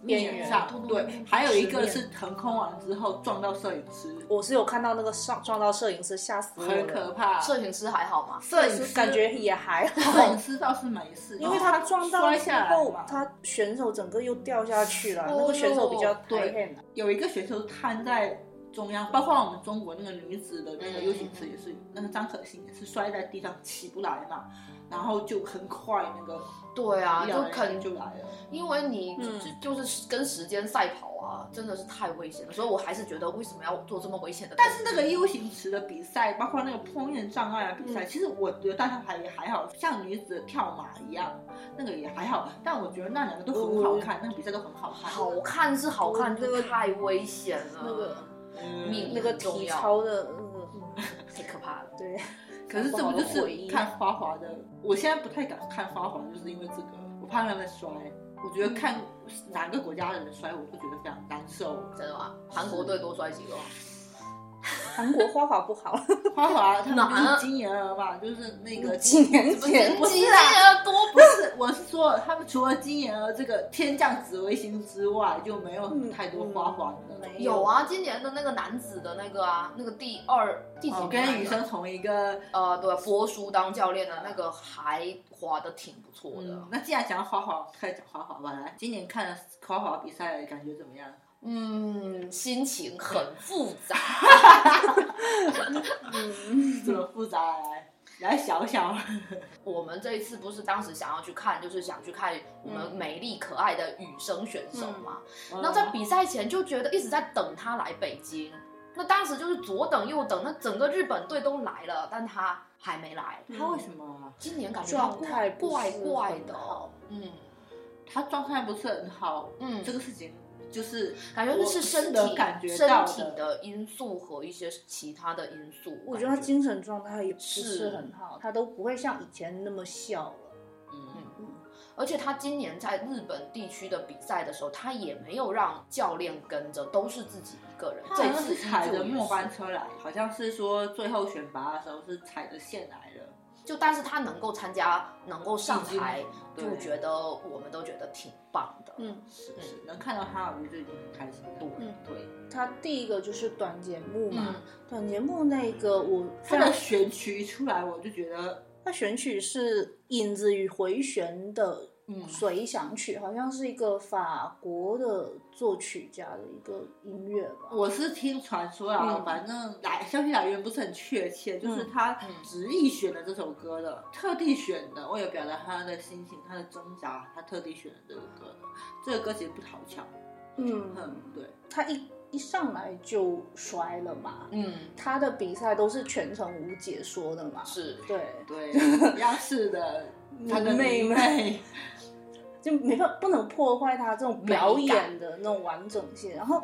S3: 边
S2: 面
S3: 缘
S2: 上
S1: 咚，咚咚
S2: 对
S1: 咚，
S2: 还有一个
S3: 池面
S2: 是腾空完之后撞到摄影师，
S3: 我是有看到那个上撞到摄影师，吓死我了，
S2: 很可怕。
S1: 摄影师还好吗？
S2: 摄影师
S3: 感觉也还
S2: 摄
S3: 好
S2: 影。师倒是没事，
S3: 因为
S2: 他
S3: 他撞到
S2: 摔
S3: 之
S2: 下来
S3: 后
S2: 嘛，，
S3: 他选手整个又掉下去了。
S1: 哦
S3: 那个选手比较
S1: 哟
S3: 太狠了，
S2: 有一个选手瘫在中央，包括我们中国那个女子的那个
S1: 嗯
S2: U 型池也是，那个张可欣也是摔在地上起不来嘛，然后就很快那个
S1: 对啊，
S2: 医疗
S1: 就
S2: 人
S1: 肯
S2: 员就来了。
S1: 因为你就、
S3: 嗯
S1: 就就是跟时间赛跑啊，真的是太危险了，所以我还是觉得为什么要做这么危险的？
S2: 但是那个 U 型池的比赛，包括那个坡面障碍啊比赛，其实我觉得大家还也还好，像女子跳马一样，那个也还好。但我觉得那两个都很好看，那个比赛都很好看。
S1: 好看是好看，
S3: 那个
S1: 就太危险了，
S3: 那个
S1: 命
S2: 嗯，
S3: 那个
S1: 很重
S3: 体
S1: 要
S3: 操的，嗯，
S1: 太可怕了。
S3: 对，
S2: 可是这不就
S3: 好回忆
S2: 是看花滑的？我现在不太敢看花滑，就是因为这个，我怕他们摔。我觉得看哪个国家的人摔，我都觉得非常难受。
S1: 真的吗？韩国队多哦摔几个？
S3: 韩国花法不好，
S2: 花滑他们
S1: 哪
S2: 就是金妍儿吧，就是那个
S3: 几年前
S1: 不
S2: 不
S1: 是啊
S2: 是
S1: 经
S2: 啦
S1: 验多
S2: 不是，我是说，他们除了金妍儿这个天降紫微星之外，就没有太多花滑的。
S3: 没
S1: 有，啊，今年的那个男子的那个啊，那个第二第几名
S2: 我
S1: 来着？
S2: 哦跟女生同一个，
S1: 呃，对，波叔当教练的那个还滑的挺不错的
S2: 嗯。，那既然讲到花滑，开始讲花滑吧。来，今年看花滑比赛感觉怎么 样？
S1: 嗯，心情很复杂。
S3: 嗯，
S2: 这么复杂？来，来小 小，
S1: 我们这一次不是当时想要去看，就是想去看我们美丽可爱的羽生选手嘛。
S2: 嗯
S1: 那在比赛前就觉得一直在等他来北京，那当时就是左等右等，那整个日本队都来了，但他还没来。
S2: 他为什么啊？
S1: 今年感觉他
S3: 状态不
S1: 怪
S3: 是
S1: 怪
S3: 很
S1: 的
S3: 好，
S1: 嗯
S2: 他状态不是很好，
S1: 嗯
S2: 这，个事情就是
S1: 感觉就
S2: 我
S1: 是身
S2: 的
S1: 体
S2: 感觉
S1: 身
S2: 到
S1: 体的因素和一些其他的因素。
S3: 我觉得他精神状态也不
S1: 是
S3: 是很好，他都不会像以前那么笑了。
S2: 嗯，
S1: 而且他今年在日本地区的比赛的时候，他也没有让教练跟着，都是自己一个人。
S2: 这
S1: 这
S2: 次
S1: 次
S2: 踩着末
S1: 末
S2: 班车来，好像是说最后选拔的时候是踩着线来的。
S1: 就但是他能够参加，能够上台，
S2: 已经
S1: 就
S2: 对
S1: 觉得我们都觉得挺棒的。
S3: 嗯，
S2: 是是，能看到他，我就已经很开心了。
S3: 嗯
S2: 对，
S3: 他第一个就是短节目嘛，
S1: 嗯
S3: 短节目那个我
S2: 他
S3: 非常
S2: 的选曲一出来，我就觉得
S3: 他选曲是《影子与回旋》的随想曲，好像是一个法国的作曲家的一个音乐吧。
S2: 我是听传说啊，
S3: 嗯
S2: 反正来消息来源不是很确切，就是他
S1: 嗯
S2: 执意选了这首歌的，特地选的，为了表达他的心情、他的挣扎，他特地选了这个歌的。这个歌其实不讨巧，
S3: 嗯，
S2: 嗯，对，
S3: 他一一上来就摔了嘛。
S1: 嗯，
S3: 他的比赛都是全程无解说的嘛。
S1: 是
S3: 对，
S2: 对，央视的他的
S3: 妹
S2: 妹妹，
S3: 就没办不能破坏他这种表演的那种完整性。然后，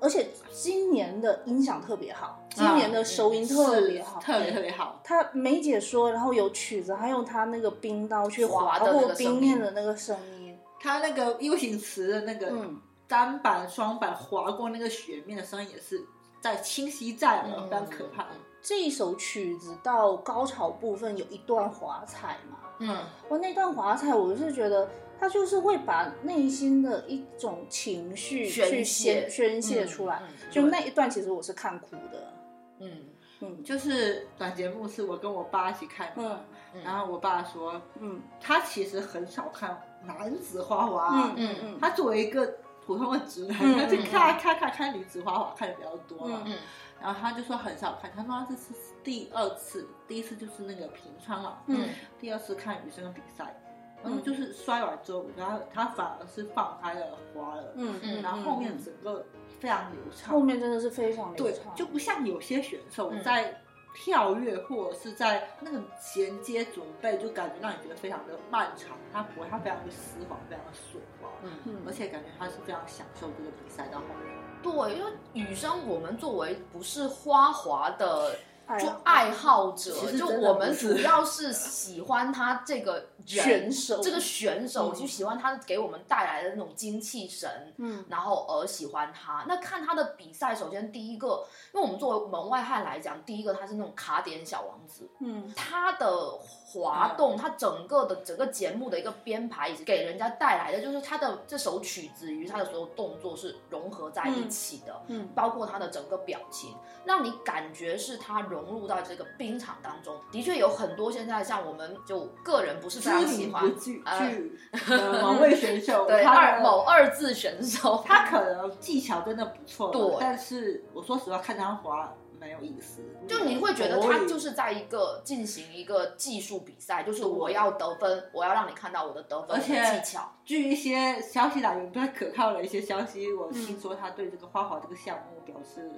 S3: 而且今年的音响特别好，今年
S1: 啊
S3: 的收音特别好。
S2: 特别特别好。
S3: 他没解说，然后有曲子，还有他那个冰刀去划
S1: 划的那
S3: 过
S1: 个声
S3: 冰
S1: 音
S3: 面的那个声音，
S2: 他那个 U 型词的那个
S3: 嗯，
S2: 单板、双板划过那个雪面的声音也是在清晰在耳，
S3: 嗯
S2: 非常可怕。
S3: 这一首曲子到高潮部分有一段华彩嘛，
S1: 嗯
S3: 哇，那段华彩我是觉得他就是会把内心的一种情绪
S1: 宣
S3: 去
S1: 泄
S3: 宣宣泄出来，
S1: 嗯嗯
S3: 就那一段其实我是看哭的，
S1: 嗯
S3: 嗯
S2: 就是短节目是我跟我爸一起看的，
S3: 嗯
S1: 嗯
S2: 然后我爸说
S3: 嗯
S2: 他其实很少看男子花滑，
S3: 嗯嗯嗯
S2: 他作为一个普通的直男，
S3: 嗯
S2: 他就
S1: 嗯
S2: 看看看看女子花滑看的比较多嘛，
S3: 嗯
S1: 嗯
S2: 然后他就说很少看，他说这是第二次，第一次就是那个平昌嘛，
S3: 嗯
S2: 第二次看女生的比赛，然后
S3: 嗯
S2: 就是摔完之后，我觉得他他反而是放开了花了，
S3: 嗯嗯，
S2: 然后后面
S3: 嗯
S2: 整个非常流畅，
S3: 后面真的是非常流
S2: 对
S3: 畅，，
S2: 就不像有些选手
S1: 嗯
S2: 在跳跃或者是在那种衔接准备，就感觉让你觉得非常的漫长。它不会，它非常的丝滑，非常的顺滑，
S1: 嗯，
S3: 嗯
S2: 而且感觉他是非常享受这个比赛到后面。
S1: 对，因为女生我们作为不是花滑的
S3: 哎
S1: 就
S3: 呀
S1: 爱好者
S2: 其，实
S1: 就
S2: 真的
S1: 我
S2: 不
S1: 们
S2: 是
S1: 主要是喜欢他这个人
S3: 选，手
S1: 这个选手，
S3: 嗯
S1: 就喜欢他给我们带来的那种精气神，
S3: 嗯
S1: 然后而喜欢他。那看他的比赛，首先第一个，因为我们作为门外汉来讲，第一个他是那种卡点小王子，
S3: 嗯
S1: 他的滑动，他整个的整个节目的一个编排，以及给人家带来的就是他的这首曲子与他的所有动作是融合在一起的。
S3: 嗯
S1: 包括他的整个表情，让你感觉是他融入到这个冰场当中。的确有很多现在像我们就个人不是非常
S2: 知
S1: 喜
S2: 名
S1: 欢
S2: 的剧
S1: 呃
S2: 剧呃某位选手，
S1: 对
S2: 他
S1: 二
S2: 的
S1: 某二字选 手，
S2: 他可能技巧真的不错，
S1: 对
S2: 但是我说实话，看他滑没有意思，
S1: 就你会觉得他就是是在一个进行一个技术比赛，就是我要得分，我要让你看到我的得分
S2: 而
S1: 我的
S2: 且
S1: 技巧。
S2: 据一些消息来源不太可靠的一些消息，我
S1: 嗯
S2: 听说他对这个花滑这个项目表示，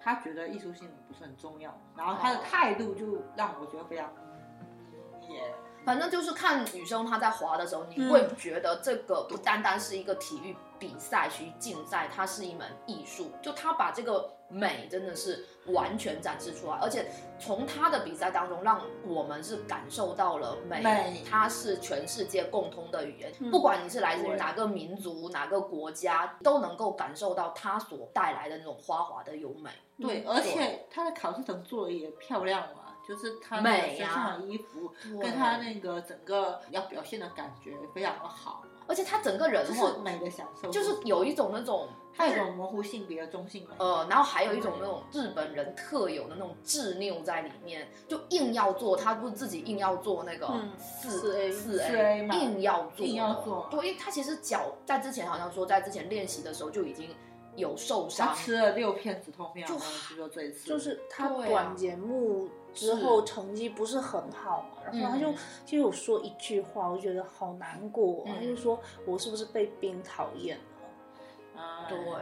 S2: 他觉得艺术性不是很重要，然后
S1: 哦
S2: 他的态度就让我觉得非常也
S1: 反正就是看女生她在滑的时候，你
S3: 嗯
S1: 会觉得这个不单单是一个体育比赛、去竞赛，它是一门艺术。就她把这个美真的是完全展示出来，而且从她的比赛当中，让我们是感受到了美，
S2: 美
S1: 它是全世界共通的语言，
S3: 嗯
S1: 不管你是来自于
S2: 对
S1: 哪个民族、哪个国家，都能够感受到它所带来的那种花滑的优美。
S2: 对，而且他的考试层做的也漂亮嘛，就是他那个
S1: 美
S2: 身
S1: 呀
S2: 上的衣服跟
S1: 对
S2: 他那个整个要表现的感觉非常的好嘛，
S1: 而且她整个人
S2: 就
S1: 哦
S2: 是，美的享受，
S1: 就是有一种那种
S2: 它有一种模糊性别的中性美，
S1: 呃，然后还有一
S2: 嗯
S1: 种那种日本人特有的那种执拗在里面，就硬要做，他不是自己硬要做那个
S3: 嗯
S1: 四
S3: 4A
S1: 四
S2: 4A 嘛
S1: 硬要做，
S2: 硬要做
S1: 对，因为他其实脚在之前好像说在之前练习的时候就已经有受
S2: 他
S1: 伤，
S2: 吃了六片止痛片，
S1: 就
S2: 我据说这一次
S3: 就是他
S1: 对啊
S3: 短节目之后成绩不是很好嘛，然后他就
S1: 啊嗯
S3: 就有说一句话，我觉得好难过哦，
S1: 嗯
S3: 他就说我是不是被冰讨厌了？
S2: 哎
S1: 对哇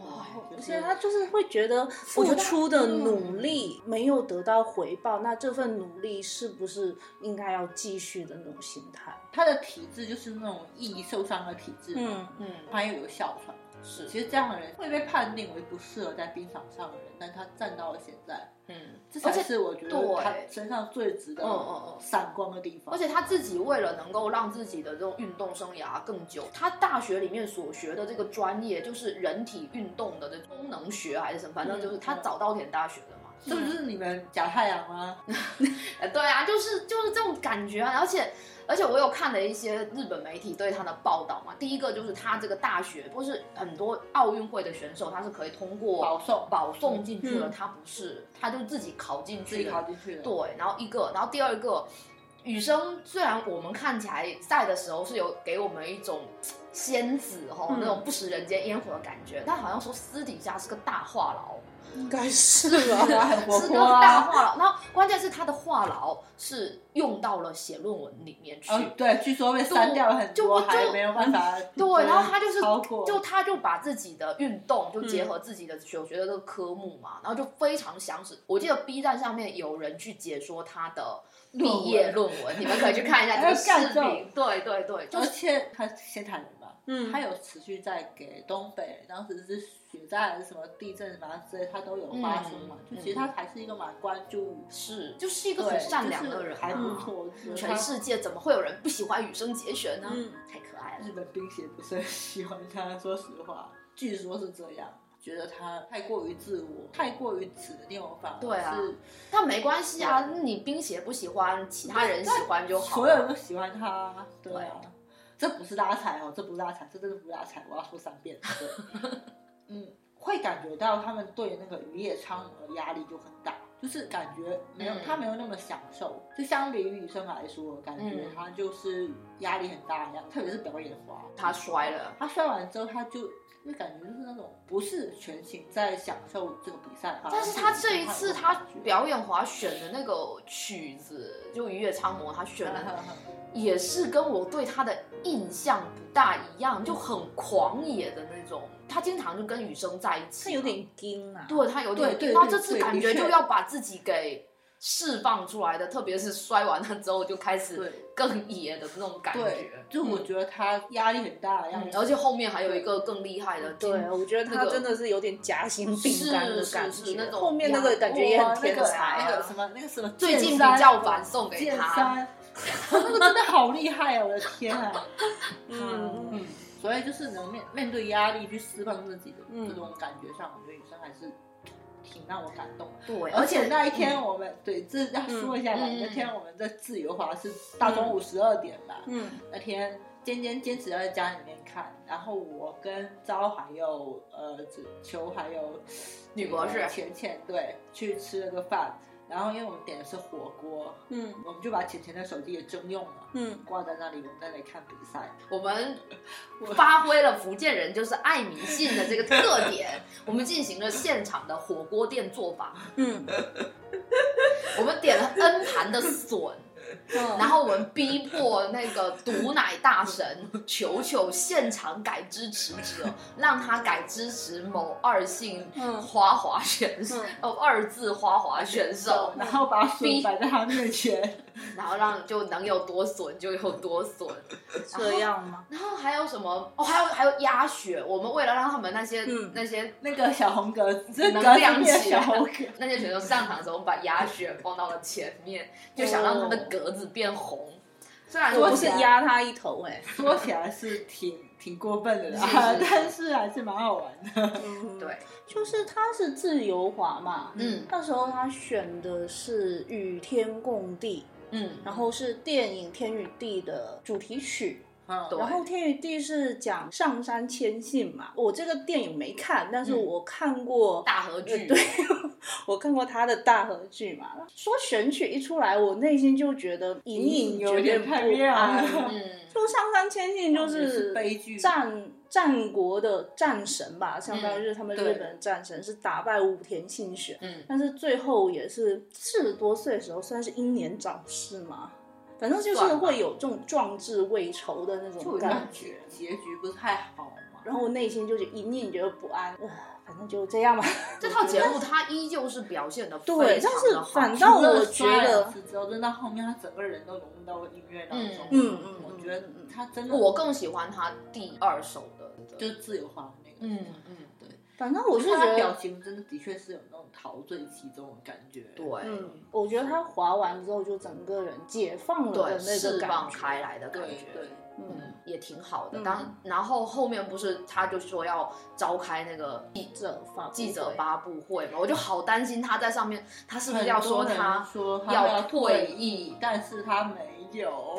S2: 哇，
S3: 而
S2: 就
S3: 且
S2: 是
S3: 他就是会觉得
S1: 我觉
S3: 付
S1: 得
S3: 出的
S1: 嗯
S3: 努力没有得到回报，那这份努力是不是应该要继续的那种心态？
S2: 他的体质就是那种易受伤的体质，，
S3: 嗯
S1: 嗯，
S2: 他又有哮喘。
S1: 是，
S2: 其实这样的人会被判定为不适合在冰场上的人，但他站到了现在，
S1: 嗯，
S2: 这
S1: 而
S2: 才
S1: 且
S2: 是我觉得
S1: 对
S2: 他身上最值得
S1: 嗯嗯嗯
S2: 闪光的地方。
S1: 而且他自己为了能够让自己的这种运动生涯更久，他大学里面所学的这个专业就是人体运动的这种功能学还是什么，反正
S2: 嗯
S1: 就是他早稻田大学的嘛。
S2: 这不是你们假太阳吗？
S1: 呃，对啊，就是就是这种感觉啊，而且而且我有看了一些日本媒体对他的报道嘛，第一个就是他这个大学不是很多奥运会的选手，他是可以通
S2: 保
S1: 过
S2: 送
S1: 保送进去的，
S3: 嗯
S1: 他不是，他就自己考进
S2: 自
S1: 去
S2: 己考
S1: 的，
S2: 进去了，
S1: 对，然后一个，然后第二个，羽生虽然我们看起来赛的时候是有给我们一种仙子吼、
S3: 嗯
S1: 那种不食人间烟火的感觉，但好像说私底下是个大话痨。
S3: 应该是吧。
S2: 对啊， 很活
S1: 是个
S2: 泼啊
S1: 大。话痨，然后关键是他的话痨是用到了写论文里面去。
S2: 哦，对，据说被删掉了很
S1: 就
S2: 多，
S1: 就嗯
S2: 还没有办法。
S1: 对，然后他就是
S2: 超过，嗯
S1: 就他就把自己的运动就结合自己的所学的这个科目嘛，然后就非常详实。我记得 B 站上面有人去解说他的毕业论文，你们可以去看一 下这个
S2: 还有干
S1: 视
S2: 照
S1: 频。对对对，就
S2: 而
S1: 是
S2: 且他先谈人吧，
S3: 嗯
S2: 他有持续在给东北当时是雪灾还是什么地震什么之类，他都有发生嘛。
S1: 嗯
S2: 就其实他还是一个蛮关注，
S1: 是就是一
S2: 一
S1: 个很善良的人、
S2: 还不
S1: 啊。
S2: 错。嗯就是
S1: 全世界怎么会有人不喜欢羽生结弦呢？
S3: 嗯
S1: 太可爱了。
S2: 日本冰鞋不是很喜欢他，说实话，据说是这样。觉得他太过于自我，太过于指的那种反而
S1: 对啊
S2: 是
S1: 但没关系啊，你冰鞋不喜欢，其他人喜欢就好
S2: 所
S1: 了。
S2: 有人都喜欢他，对啊，这不是拉踩哦，这不是拉踩，这真的不是拉踩，我要说三遍， 对，嗯，会感觉到他们对那个渔业苍蝇的压力就很大，就是感觉没有、
S1: 嗯
S2: 他没有那么享受，就相比于女生来说，感觉
S1: 嗯
S2: 他就是压力很大一样，特别是表演滑，
S1: 他摔了，
S2: 他摔完之后他就。就感觉就是那种不是全情在享受这个比赛，啊
S1: 但是他这一次他
S2: 表
S1: 表演滑选的
S2: 嗯
S1: 那个曲子，就《鱼跃苍魔》，他选的也是跟我对他的印象不大一样，就很狂野的那种。他经常就跟雨生在一起，
S3: 是有，点惊啊。
S1: 对他有点，
S2: 对对对
S1: 他这次
S2: 对
S1: 感觉
S2: 的确
S1: 就要把自己给释放出来的，特别是摔完了之后就开始
S2: 对
S1: 更野的那种感
S2: 对
S1: 觉，。
S2: 就我觉得他压力很大的样
S1: 嗯，
S2: 子，
S1: 而且后面还有一个更厉害的，
S3: 对，我觉得他
S1: 那个
S3: 真的是有点夹心饼干的感
S1: 是是是
S3: 觉
S1: 那，种
S3: 后面那个感觉也很天
S2: 那
S3: 才
S2: 个
S1: 啊
S2: 那个什么那个什么，
S1: 最近比
S2: 剑三
S1: 较晚送给
S2: 剑
S1: 他，
S2: 三，那个真的好厉害啊！我的 天啊！
S3: 嗯
S2: 嗯，所以就是能面面对压力去释放自己的
S3: 嗯
S2: 这种感觉上，我觉得女生还是挺让我感动的。
S1: 对，
S2: 而
S1: 而
S2: 且
S1: 且嗯
S2: 那一天我们对这要说一下吧，
S1: 嗯嗯嗯
S2: 那天我们在自由华是大中午十二点吧，
S3: 嗯
S2: 那天坚坚坚持要在家里面看，然后我跟昭还有呃子球还有
S1: 女博士
S2: 浅浅对去吃了个饭，然后因为我们点的是火锅，
S3: 嗯
S2: 我们就把浅浅的手机也征用了，
S3: 嗯，
S2: 挂在那里，我们在那里看比赛。
S1: 我们
S2: 我
S1: 发挥了福建人就是爱迷信的这个特点，我们进行了现场的火锅店做法，
S3: 嗯，
S1: 我们点了 N 盘的笋，
S3: 嗯
S1: 然后我们逼迫那个毒奶大神球球现场改支持者，让他改支持某二姓
S3: 嗯
S1: 花滑选手，哦二字花滑选 手，
S2: 然后把水摆在他面前，
S1: 然后让就能有多笋就有多笋，
S3: 这样吗？
S1: 然后还有什么？哦，还有还有鸭血，我们为了让他们那些、
S3: 嗯
S1: 那些
S2: 那个小红格子，这
S1: 能
S2: 格子
S1: 亮
S2: 变
S1: 起来
S2: 小红格，
S1: 那些选手上场的时候，我们把鸭血放到了前面，就想让他的格子变红。虽然
S3: 我
S1: 说
S3: 不是压他一头哎，
S2: 说起来是挺 挺过分的啦，
S1: 是是是
S2: 但是还是蛮好玩的。
S3: 嗯，
S1: 对，
S3: 就是他是自由滑嘛，
S1: 嗯
S3: 那时候他选的是《与天共地
S1: 嗯》，，
S3: 然后是电影《天与地》的主题曲。
S2: 嗯
S1: 对
S3: 然后《天与地》是讲上山谦信嘛，我这个电影没看，但是
S1: 嗯
S3: 我看过
S1: 大合剧，
S3: 呃对， 我看过他的大合剧嘛。说选曲一出来，我内心就觉得隐隐
S2: 有
S3: 点
S2: 点太
S3: 不
S2: 妙
S3: 安。
S2: 了
S1: 嗯，
S3: 就上山千信就
S2: 哦也
S3: 是
S2: 是悲剧
S3: 战战国的战神吧，相当于是他们日
S2: 嗯对
S3: 本的战神，是打败武田信玄。
S1: 嗯，
S3: 但是最后也是四十多岁的时候，算是英年早逝嘛。反正就
S1: 算
S3: 是
S1: 吧
S3: 会有这种壮志未酬的那
S2: 就
S3: 种
S2: 我
S3: 感
S2: 感
S3: 觉
S2: 觉，结局不是太好嘛，
S3: 然后我内心就是隐隐觉得不安，呃，反正就这样吧。
S1: 这套节目它依旧是表现的非
S3: 对
S1: 常
S3: 但是
S1: 的好，
S3: 反倒
S2: 除了
S3: 我觉得
S2: 摔了之后，真的后面他整个人都融入到音乐当中。
S3: 嗯嗯嗯
S2: 我觉得他真的
S1: 我更喜欢它第二首的，
S2: 就是自由化的那个。
S1: 嗯嗯，
S3: 反正我是觉
S2: 他
S3: 得
S2: 表情真的的确是有那种陶醉其中的感觉。
S1: 对，
S3: 嗯，我觉得他滑完之后就整个人解放了
S1: 对，
S3: 的那个
S1: 释
S3: 感
S1: 放
S3: 觉，
S1: 开来的感
S2: 对
S1: 觉，
S2: 对，
S1: 嗯，也挺好的。
S3: 嗯
S1: 当然后后面不是他就说要召开那个记
S3: 者发布
S1: 记者
S3: 会，
S1: 发布会嘛，我就好担心他在上面，他是不是要说他
S2: 很多人说他
S1: 要
S2: 要
S1: 退
S2: 退
S1: 役？
S2: 但是他没有。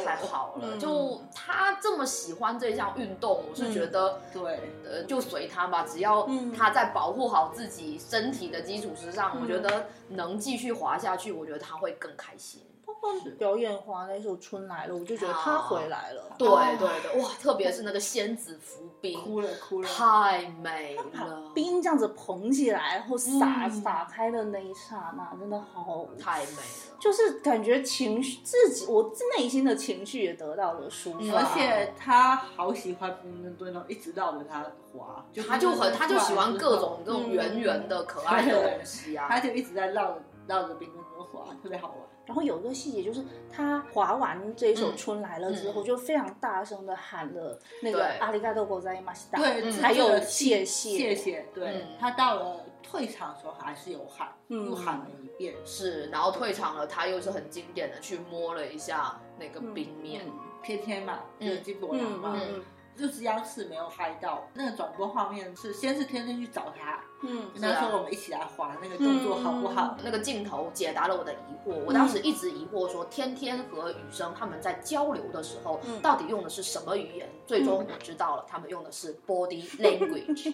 S1: 太好了，
S3: 嗯
S1: 就他这么喜欢这项运动，我是觉得，
S2: 对，
S1: 呃，就随他吧，只要
S3: 嗯
S1: 他在保护好自己身体的基础之上，
S3: 嗯
S1: 我觉得能继续滑下去，我觉得他会更开心。
S3: 包括表演滑那首《春来了》，我就觉得他回来了。
S1: 啊对
S2: 哦
S1: 对对，哇，特别是那个仙子浮冰，
S2: 哭了哭了。
S1: 太美了
S3: 把，冰这样子捧起来，然后撒、
S1: 嗯
S3: 撒开的那一刹那，真的好，
S1: 太美了。
S3: 就是感觉情绪自己，我自内心的情绪也得到了抒
S1: 嗯
S3: 发。
S2: 而且他好喜欢冰墩墩哦，一直绕着他滑，
S1: 他就很，他就喜欢各种这种
S3: 嗯
S1: 圆圆的可爱的东西 啊。
S2: 他就一直在绕绕着冰墩墩滑，特别好玩。
S3: 然后有一个细节就是，他滑完这首
S1: 嗯
S3: 《春来了》之
S1: 嗯
S3: 后，就非常大声的喊了那个
S1: 对
S3: “阿里嘎多国在马西达”，
S2: 对，
S1: 嗯
S2: 这
S3: 还有
S2: 个
S3: 谢
S2: 谢谢，对
S1: 嗯
S2: 他到了退场的时候还是有喊，
S3: 嗯
S2: 又喊了一遍。
S1: 是，然后退场了，他又是很经典的去摸了一下那个
S2: 嗯
S1: 冰面，
S2: 天天嘛，
S1: 嗯
S2: 就是金博
S3: 嗯
S2: 洋嘛，
S3: 嗯
S2: 就是央视没有拍到那个转播画面，是先是天天去找他，
S3: 嗯
S2: 跟
S1: 啊
S2: 他说我们一起来滑
S1: 嗯
S2: 那个动作好不好？
S1: 那个镜头解答了我的疑惑。我当时
S2: 嗯
S1: 一直疑惑说，天天和雨生他们在交流的时候，
S3: 嗯
S1: 到底用的是什么语言？最
S2: 嗯
S1: 终我知道了，他们用的是 body language，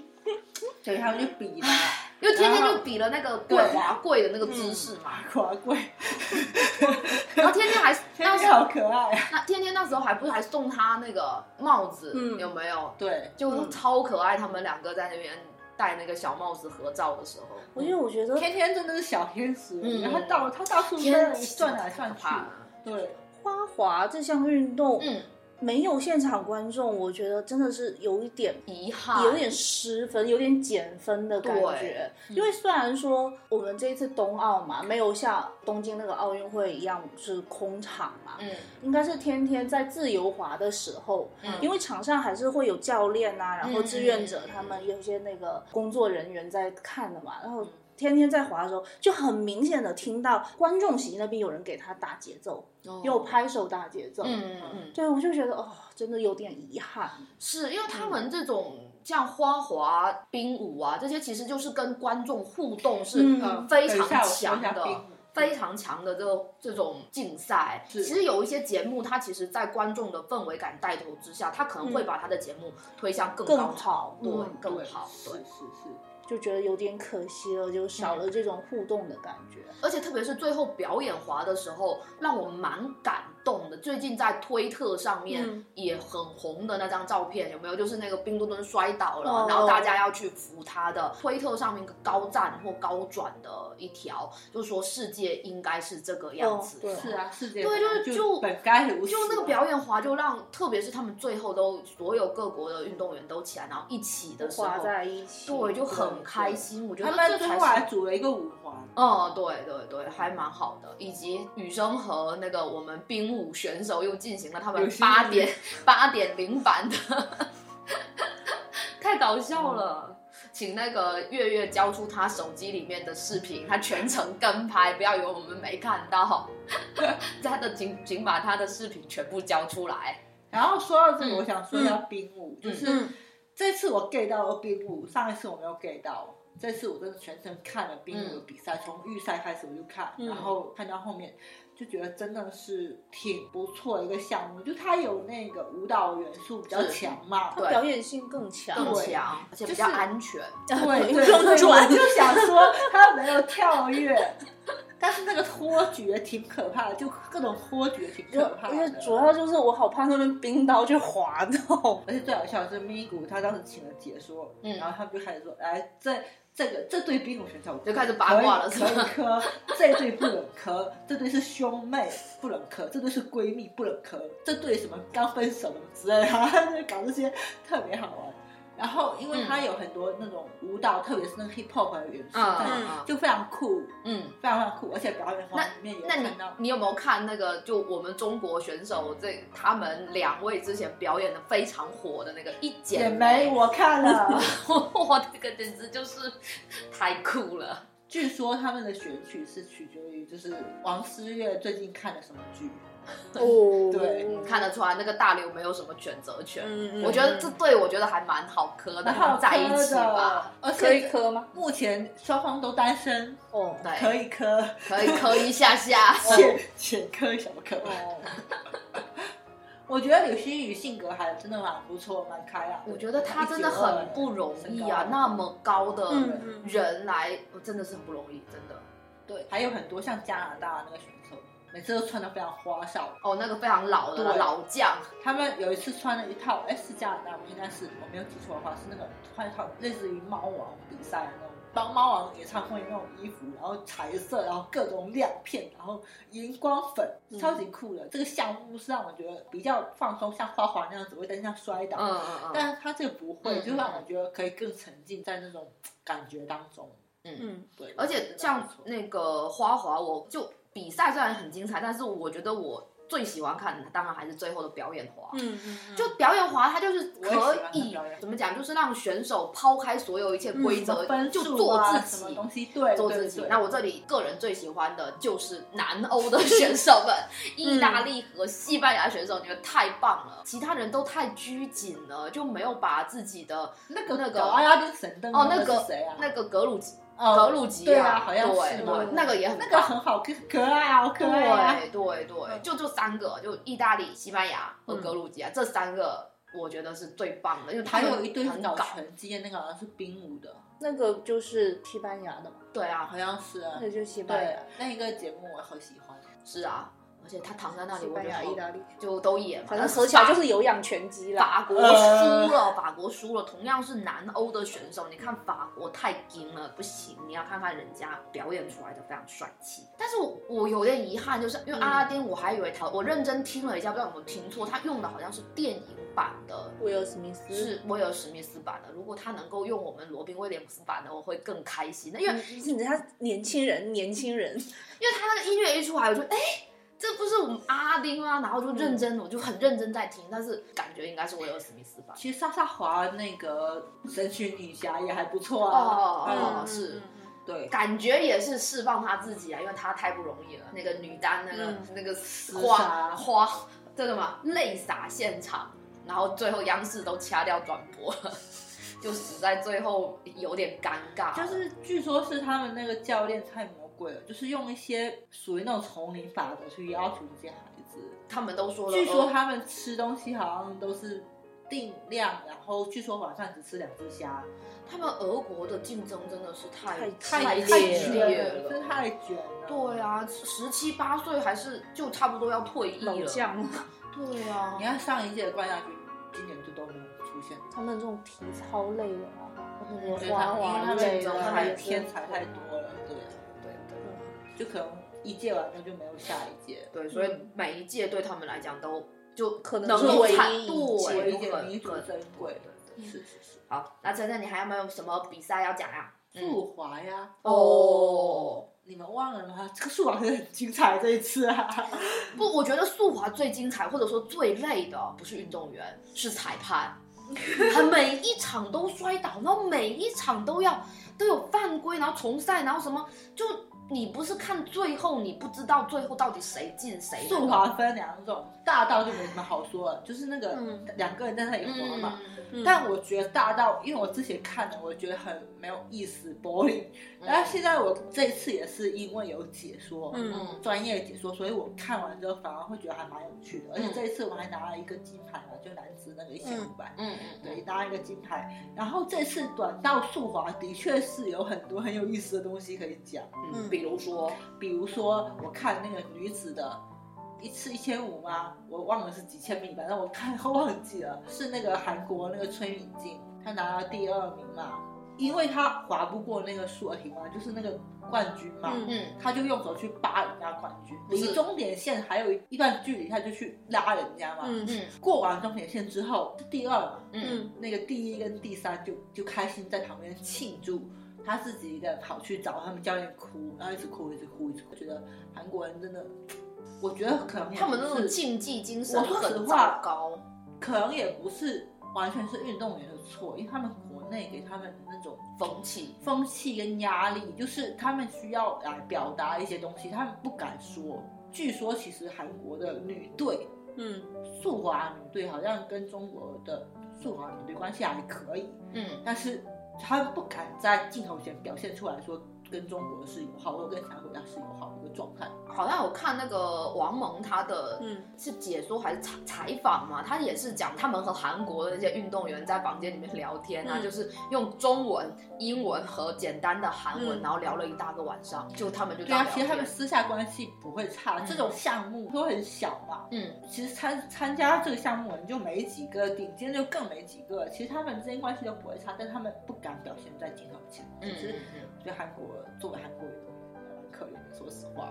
S2: 所以他们就 比了，
S1: 因为天天
S2: 然
S1: 就
S2: 后
S1: 比了那个跪
S2: 对
S1: 滑跪的那个姿势嘛，
S2: 滑跪，
S1: 然后天天还
S2: 嗯 天
S1: 那时
S2: 天
S1: 候
S2: 好可爱啊！
S1: 那天天那时候还不是还送他那个帽子，
S3: 嗯
S1: 有没有？
S2: 对，
S1: 就超可爱，他们两个在那边戴那个小帽子合照的时候，
S3: 我因为我觉得
S2: 天天真的是小天使，
S1: 嗯
S2: 然后到他到处
S1: 天
S2: 转来转去，
S1: 怕，啊
S2: 对，
S3: 花滑这项运动，
S1: 嗯，
S3: 没有现场观众，我觉得真的是有一点
S1: 遗憾，
S3: 有点失分，有点减分的感觉
S1: 对。
S3: 因为虽然说我们这一次冬奥嘛，没有像东京那个奥运会一样是空场嘛，
S1: 嗯
S3: 应该是天天在自由滑的时候，
S1: 嗯
S3: 因为场上还是会有教练啊，然后
S1: 嗯
S3: 志愿者
S1: 嗯
S3: 他们有些那个工作人员在看的嘛，然后。天天在滑的时候，就很明显的听到观众席那边有人给他打节奏，
S1: 哦
S3: 有拍手打节奏。
S1: 嗯嗯嗯，
S3: 对，我就觉得哦，真的有点遗憾。
S1: 是因为他
S2: 嗯
S1: 们这种像花滑、冰舞啊，这些其实就是跟观众互动是呃
S3: 嗯
S2: 嗯
S1: 非
S2: 等一下
S1: 常
S2: 我说一
S1: 强
S2: 下
S1: 的。
S2: 冰舞
S1: 非常强的这种这种竞赛，其
S2: 是
S1: 实有一些节目，它其实，在观众的氛围感带头之下，它
S2: 嗯
S1: 可能会把它的节目推向更
S3: 更
S1: 高
S3: 好
S1: 潮，对
S3: 嗯，
S1: 更好，
S2: 是
S1: 对。
S2: 是是，
S3: 就觉得有点可惜了，就少了这种互动的感觉。
S1: 而且特别是最后表演滑的时候，让我蛮感动的。最近在推特上
S3: 嗯
S1: 面也很红的那张照片，有没有？就是那个冰墩墩摔倒了，
S3: 哦
S1: 然后大家要去扶他的。推特上面一个高赞或高转的一条，就说世界应该是这个样子。
S3: 哦对
S2: 是啊，世界
S1: 对就是
S2: 就
S1: 就
S2: 本该如此啊
S1: 就那个
S3: 啊
S1: 表演滑，就让特别是他们最后都所有各国的运动员都起来，然后一起的时候
S3: 花，在一起，
S1: 对，就很开心。我觉得
S2: 他们
S1: 这
S2: 最
S1: 才
S2: 后
S1: 是
S2: 还组了一个五环，
S1: 哦，对对对，还蛮好的。以及羽生和那个我们冰舞选手又进行了他们
S2: 有新
S1: 八
S2: 意
S1: 点八点零版的，太搞笑了。请那个月月交出他手机里面的视频，他全程跟拍，不要以为我们没看到。 他的请请把他的视频全部交出来。
S2: 然后说到这
S1: 嗯
S2: 个，我想说一下冰舞，就是
S3: 嗯
S2: 这次我 get 到了冰舞，上一次我没有 get 到。这次我真的全程看了冰舞的比赛，从预赛开始我就看，
S3: 嗯
S2: 然后看到后面就觉得真的是挺不错的一个项目，就它有那个舞蹈元素比较
S1: 是
S2: 强 嘛，
S1: 对
S3: 表演性更强，
S1: 更
S2: 对
S1: 强，而且比
S2: 就
S1: 较
S2: 是
S1: 安全。
S2: 对对，
S3: 更
S2: 对我
S3: 准。
S2: 就想说他没有跳跃，但是那个托举也挺可怕的，就各种托举也挺
S3: 就
S2: 可怕
S3: 而且
S2: 的。
S3: 主要就是我好怕那边冰刀去滑到，
S2: 而且最好笑的是咪咕，他当时请了解说，
S1: 嗯
S2: 然后他们就开始说，哎，这这个这对冰舞选手
S1: 就开始八卦了
S2: 可
S1: 是吧
S2: 以可以磕，这对不能磕，这对是兄妹不能磕，这对是闺蜜不能磕，这对什么刚分手什么之类的， 然后他就搞这些特别好玩。然后，因为他有很多那种舞蹈，特别是那个 hip hop 的元素
S1: 嗯
S2: 在
S1: 嗯
S2: 里面
S1: 嗯
S2: 就非常酷，
S1: 嗯。
S2: 非常非常酷，而且表演方面也
S1: 那你
S2: 看到，
S1: 你有没有看那个？就我们中国选手这他们两位之前表演的非常火的那个一
S2: 也
S1: 剪
S2: 没我看了。
S1: 哇，这个简直就是太酷了。
S2: 据说他们的选曲是取决于就是王诗玥最近看了什么剧，
S3: 哦
S2: 对
S1: 嗯看得出来那个大刘没有什么选择权。
S3: 嗯
S1: 我觉得这对我觉得还蛮好磕的，
S2: 然
S1: 他
S2: 后
S1: 们在一起吧，，
S2: 而
S3: 可以
S2: 且
S3: 磕吗？
S2: 目前双方都单身，
S3: 哦，
S2: 可
S1: 对，哦
S2: 以磕，
S1: 可以磕一下下。
S2: 浅浅磕小磕。
S3: 哦，
S2: 我觉得柳星宇性格还真的蛮不错，蛮开朗的。
S1: 我觉得他真的很不容易啊，那么高的
S3: 嗯嗯
S1: 人来，哦真的是很不容易，真的。
S2: 对，还有很多像加拿大那个选手，每次都穿的非常花哨。
S1: 哦，那个非常老的
S2: 对
S1: 老将，
S2: 他们有一次穿了一套，哎，是加拿大吗？应该是，我没有记错的话，是那个穿一套类似于猫王比赛的那种，帮猫王演唱会那种衣服，然后彩色，然后各种亮片，然后荧光粉，
S3: 嗯
S2: 超级酷的。这个项目是让我觉得比较放松，像花滑那样子，会单向摔倒，
S1: 嗯嗯嗯。
S2: 但是他这个不会，
S1: 嗯
S2: 就让我觉得可以更沉浸在那种感觉当中。
S3: 嗯，
S2: 对，
S1: 而
S2: 我觉
S1: 且
S2: 得
S1: 像
S2: 不错
S1: 那个花滑，我就比赛虽然很精彩，但是我觉得我最喜欢看的，当然还是最后的表演滑。
S3: 嗯嗯
S1: 就表演滑，它就是
S2: 我也喜欢
S1: 可
S2: 看
S1: 以
S2: 表演嗯
S1: 怎么讲，就是让选手抛开所有一切规
S2: 什
S1: 则
S2: 么，分
S1: 就
S2: 数
S1: 做
S2: 啊
S1: 自
S2: 什么
S1: 己，
S2: 东西，对，
S1: 做
S2: 对
S1: 自己
S2: 对。
S1: 那我这里个人最喜欢的就是南欧的选手 们，意大利和西班牙选手，你们太棒了，其他人都太拘谨了，就没有把自己的
S2: 那个
S1: 那个
S2: 搞阿拉丁神灯
S1: 哦那
S2: 个
S1: 个
S2: 是谁啊？
S1: 那个格鲁吉
S2: 哦
S1: 格鲁吉
S2: 对
S1: 亚，
S2: 啊好像
S1: 对
S2: 是
S1: 对
S2: 嘛
S1: 那个也很
S2: 那个
S1: 棒
S2: 很好，可可爱啊，好可爱啊。
S1: 对对对，
S2: 嗯
S1: 就这三个，就意大利、西班牙和
S2: 嗯
S1: 格鲁吉亚、这三个，我觉得是最棒的，因为他
S2: 还
S1: 们
S2: 有一对
S1: 很
S2: 是
S1: 搞
S2: 搞。拳击的，那个好像是冰舞的，
S3: 那个就是西班牙的嘛，
S1: 对啊，
S2: 好像是啊
S3: 那。就是西班
S2: 对
S3: 牙。，
S2: 那一个节目我好喜欢。
S1: 是啊，而且他躺在那里，
S3: 西
S1: 我
S3: 班
S1: 觉
S3: 牙、意
S1: 得
S3: 大利，
S1: 就都野嘛。
S3: 反正合起来就是是有氧拳击啦。
S1: 法国输
S2: 呃
S1: 了，法国输了。同样是南欧的选手，你看法国太硬了，不行。你要看看人家表演出来的非常帅气。但是我我有点遗憾，就是因为
S3: 嗯
S1: 阿拉丁，我还以为他，我认真听了一下，不知道有没有听错，他用的好像是电影版的
S3: 威尔史密斯
S2: 嗯
S1: 是威尔史密斯版的。如果他能够用我们罗宾威廉姆斯版的，我会更开心的，因为、
S3: 嗯人家年轻人，年轻人，
S1: 因为他那个音乐一出来，我就哎。这不是我们阿拉丁吗？然后就
S2: 嗯
S1: 认真，我就很认真在听，但是感觉应该是威尔史密斯版。
S2: 其实莎莎华那个神奇女侠也还不错
S1: 哦
S2: 啊。
S1: 哦
S2: 嗯，
S1: 是
S2: 对，
S1: 感觉也是释放他自己啊，因为他太不容易了。那个女单，那个、
S3: 嗯
S1: 那个
S2: 杀
S1: 花花，这个嘛泪洒现场，然后最后央视都掐掉转播了， 就死在最后有点尴尬了。
S2: 就是据说是他们那个教练太魔鬼了，就是用一些属于那种丛林法则去要求这些孩子。
S1: 他们都说了，
S2: 据说
S1: 哦
S2: 他们吃东西好像都是定量，然后据说晚上只吃两只虾，
S1: 他们俄国的竞争真的是太
S3: 太
S1: 太
S2: 太
S3: 烈
S1: 激
S2: 卷
S1: 烈
S2: 了，真
S1: 了。
S2: 的太卷了。
S1: 对啊，十七八岁还是就差不多要退役
S3: 老
S1: 了。
S3: 将，
S1: 对啊
S2: 你，看上一届的冠亚军，今年就都没有出现，
S3: 他们这种体操类的啊，或者
S1: 对
S3: 是
S2: 因为
S3: 花
S2: 他因为
S3: 滑
S2: 他
S3: 类
S2: 们
S3: 的
S2: 中
S3: 啊，
S2: 他们
S3: 也是
S2: 天才太多了，对，啊
S1: 对对。
S2: 就可能一届完了就没有下一届。
S1: 对，所以每一届对他们来讲都就
S3: 可能
S1: 能
S3: 是
S1: 够
S3: 唯
S1: 产
S3: 一一届
S1: 对，有
S2: 唯一一届
S1: 可能
S2: 弥足
S1: 对
S2: 珍贵
S1: 对对对
S2: 是是是，
S1: 好，那晨晨，你还有没有什么比赛要讲呀、嗯，
S2: 速滑呀。
S1: 哦，
S2: 你们忘了吗？这个速滑是很精彩这一次 啊！
S1: 嗯不，我觉得速滑最精彩，或者说最累的，不是运动员，是裁判。他每一场都摔倒，然后每一场都要都有犯规，然后重赛，然后什么，就你不是看最后，你不知道最后到底谁进谁出
S2: 速滑分两种，大道就没什么好说了，就是那个、
S3: 嗯
S2: 两个人在那里滑嘛。
S1: 嗯，
S3: 嗯
S2: 但我觉得大道，因为我之前看的，我觉得很没有意思，boring。但
S1: 嗯
S2: 是现在我这次也是因为有解说，
S3: 嗯
S1: 嗯
S2: 专业解说，所以我看完之后反而会觉得还蛮有趣的。而且这一次我还拿了一个金牌嘛，就男子那个一千五百，
S1: 嗯嗯，
S2: 对，拿了一个金牌。然后这次短道速滑的确是有很多很有意思的东西可以讲，
S1: 嗯，比如说，
S2: 比如说我看那个女子的。一次一千五吗？我忘了是几千米，反正我看后忘记了。是那个韩国那个崔敏静，她拿了第二名嘛，因为她滑不过那个舒尔廷嘛，就是那个冠军嘛。
S3: 嗯
S1: 嗯，
S2: 他就用手去扒人家冠军，
S1: 不是
S2: 离终点线还有一一段距离，他就去拉人家嘛。
S3: 嗯
S1: 嗯
S2: 过完终点线之后，第二嘛，
S1: 嗯
S3: 嗯
S2: 那个第一跟第三就就开心在旁边庆祝，他自己一个人跑去找他们教练哭，然后一直哭一直哭一直哭，觉得韩国人真的，我觉得可能也
S1: 他们
S2: 不
S1: 那种
S2: 是
S1: 竞技精神
S2: 我说实
S1: 很
S2: 话
S1: 糟糕。
S2: 可能也不是完全是运动员的错，因为他们国内给他们的那种
S1: 风气，
S2: 风气跟压力，就是他们需要来表达一些东西，他们不敢说。据说其实韩国的女队
S3: 嗯
S2: 速滑女队好像跟中国的速滑女队关系还可以，
S1: 嗯
S2: 但是他们不敢在镜头前表现出来说跟中国是友好，或者跟其他国家是友好的一个状态。，
S1: 好像我看那个王蒙他的。
S3: 嗯
S1: 是解说还是采采访嘛？他也是讲他们和韩国的那些运动员在房间里面聊天啊，
S3: 嗯
S1: 就是用中文、英文和简单的韩文，
S3: 嗯
S1: 然后聊了一大个晚上，就他们就
S2: 对啊
S1: 这，样
S2: 其实他们
S1: 聊天
S2: 私下关系不会差，
S1: 嗯
S2: 这种项目都很小嘛，
S1: 嗯
S2: 其实参参加这个项目人就没几个，顶尖就更没几个。其实他们之间关系都不会差，但他们不敢表现在镜头前。
S1: 嗯嗯
S2: 其实对韩国作为韩国人蛮可怜的，说实话。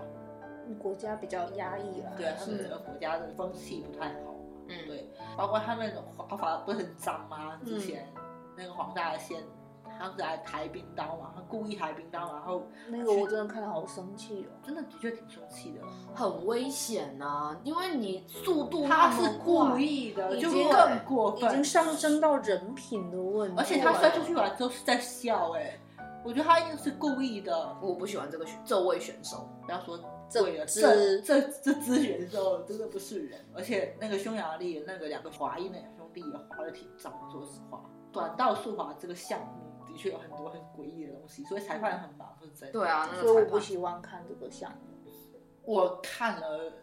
S3: 国家比较压抑了，
S2: 对啊，他们
S1: 是
S2: 整个国家的风气不太好嘛。
S1: 嗯嗯，
S2: 对包括他们华法不是很脏吗？之前、那个黄大仙，他是来抬冰刀嘛，他故意抬冰刀，然后
S3: 那个我真的看了好生气哦。
S2: 真的的确挺生气的。
S1: 很危险呐、因为你速度
S2: 他
S1: 那
S2: 是
S1: 么
S2: 故
S1: 快，
S2: 意的，
S3: 已
S2: 就
S3: 经
S2: 更过
S3: 已
S2: 分，
S3: 经上升到人品的问题了，
S2: 而且他摔出去完之后是在笑、哎，我觉得他一定是故意的。
S1: 我不喜欢这个选这位选手，
S2: 不要说
S3: 这
S2: 为了
S3: 只
S2: 这这这只选手真的不是人，而且那个匈牙利那个两个华裔那两兄弟也滑的挺脏的，说实话。短道速滑这个项目的确有很多很诡异的东西，所以裁判很忙，是真的。
S1: 对啊，那
S3: 所
S1: 个
S3: 以我
S1: 裁
S3: 不
S1: 判，
S3: 喜欢看这个项目。
S2: 我看了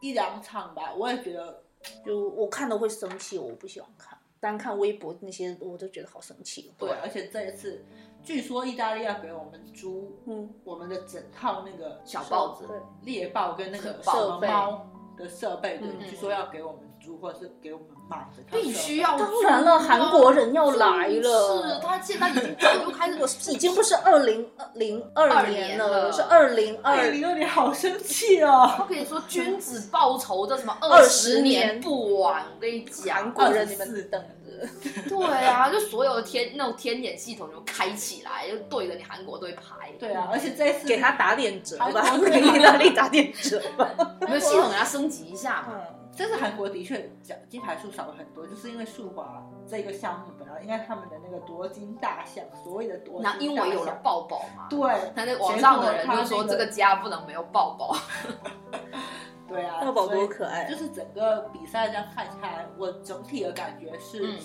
S2: 一两场吧，我也觉得
S3: 就我看了会生气，我不喜欢看。单看微博那些，我都觉得好生气哦。
S2: 对，而且这一次，据说意大利要给我们租
S3: 嗯，
S2: 我们的整套那个
S1: 小豹子
S3: 对，
S2: 猎豹跟那个
S1: 设
S2: 小
S3: 备
S2: 猫的设备，对，
S1: 嗯
S2: 据说要给我们租或者是给我们买的，
S1: 必须要租啊。
S3: 当然了，韩国人要来
S1: 是
S3: 了。
S1: 他现在已经早就开始
S3: 我 已经不是二零零
S1: 二
S3: 二
S1: 年
S3: 年
S1: 了
S3: 了，是二零
S2: 二
S3: 二
S2: 零二零好生气哦，
S1: 我跟你说，君子报仇这什么二
S3: 二
S1: 十
S3: 十
S1: 年
S3: 年
S1: 不晚，我跟你
S3: 韩
S1: 讲。
S3: 国人，你
S2: 24
S3: 们等着。
S1: 对啊，就所有的天那种天眼系统就开起来，就对着你韩国队排。
S2: 对啊，而且这一次
S3: 给他打点折吧
S2: 韩，国
S3: 给意大利打点折吧。
S1: 我们系统给它升级一下嘛。
S3: 嗯，
S2: 这次韩国的确奖金牌数少了很多，就是因为速滑这个项目本来应该他们的那个夺金大项，所谓的夺金大
S1: 那
S2: 项，
S1: 因为有了抱抱嘛，
S2: 嗯对
S1: 那那网上的人就
S2: 结
S1: 说
S2: 果他那
S1: 这
S2: 个
S1: 个家不能没有抱抱。
S2: 对啊，
S3: 大宝
S2: 所
S3: 多
S2: 以
S3: 可爱
S2: 就。是整个比赛这样看下来，我整体的感觉是，
S1: 嗯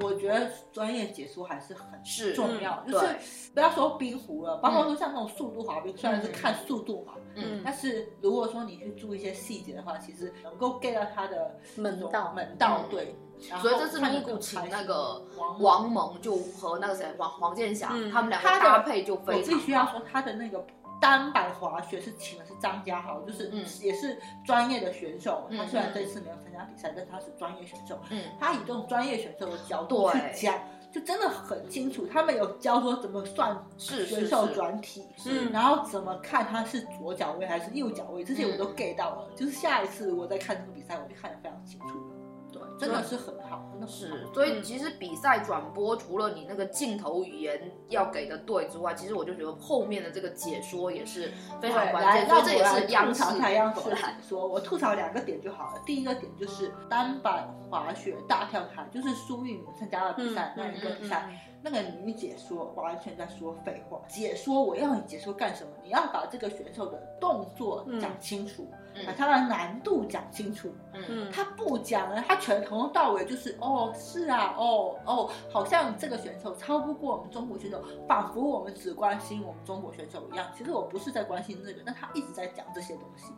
S2: 我觉得专业解说还是很
S1: 是
S2: 重要，
S1: 嗯
S2: 就是
S1: 对
S2: 不要说冰壶了，包括说像那种速度滑冰，虽然是看速度嘛，
S1: 嗯
S2: 但是如果说你去注意一些细节的话，其实能够 get 到它的
S3: 门道
S2: 那种门道
S1: 嗯
S2: 对。然后
S1: 所以这次
S2: 看
S1: 咪
S2: 得
S1: 咕
S2: 更
S1: 请
S2: 开心
S1: 那个
S2: 王
S1: 王蒙就和那个谁王黄健翔，
S3: 嗯
S1: 他们两个
S2: 嗯他的
S1: 搭配就
S2: 我
S1: 非常
S2: 必须要说，他的那个单板滑雪是请的是张家豪，就是
S1: 嗯
S2: 也是专业的选手。
S1: 嗯
S2: 他虽然这次没有参加比赛，但他是专业选手。
S1: 嗯
S2: 他以这种专业选手的角度去
S1: 对
S2: 讲，就真的很清楚。他们有教说怎么算
S1: 是
S2: 选
S1: 是
S2: 手
S1: 是嗯
S2: 转体，
S3: 是
S2: 然后怎么看他是左脚位还是右脚位，这些我
S1: 嗯
S2: 都 get 到了。就是下一次我再看这个比赛，我就看得非常清楚了。对，真的是很好，真的很好
S1: 嗯是，所以其实比赛转播除了你那个镜头语言要给的对之外，其实我就觉得后面的这个解说也是非常
S2: 对，
S1: 关
S2: 来，
S1: 键，所
S2: 让
S1: 以这也
S2: 我
S1: 是
S2: 来吐
S1: 央视
S2: 槽一下央视
S1: 过来。
S2: 说，我吐槽两个点就好了。第一个点就是单板滑雪大跳台，就是苏玉明参加了比赛、
S3: 嗯
S2: 那一个
S1: 嗯
S2: 比赛，那个女解说完全在说废话。解说我要你解说干什么？你要把这个选手的动作讲清楚，
S1: 嗯
S2: 把他的难度讲清楚。
S1: 嗯
S3: 嗯，
S2: 他不讲了，他全从头到尾就是哦，是啊，哦哦，好像这个选手超不过我们中国选手，仿佛我们只关心我们中国选手一样。其实我不是在关心这个，但他一直在讲这些东西，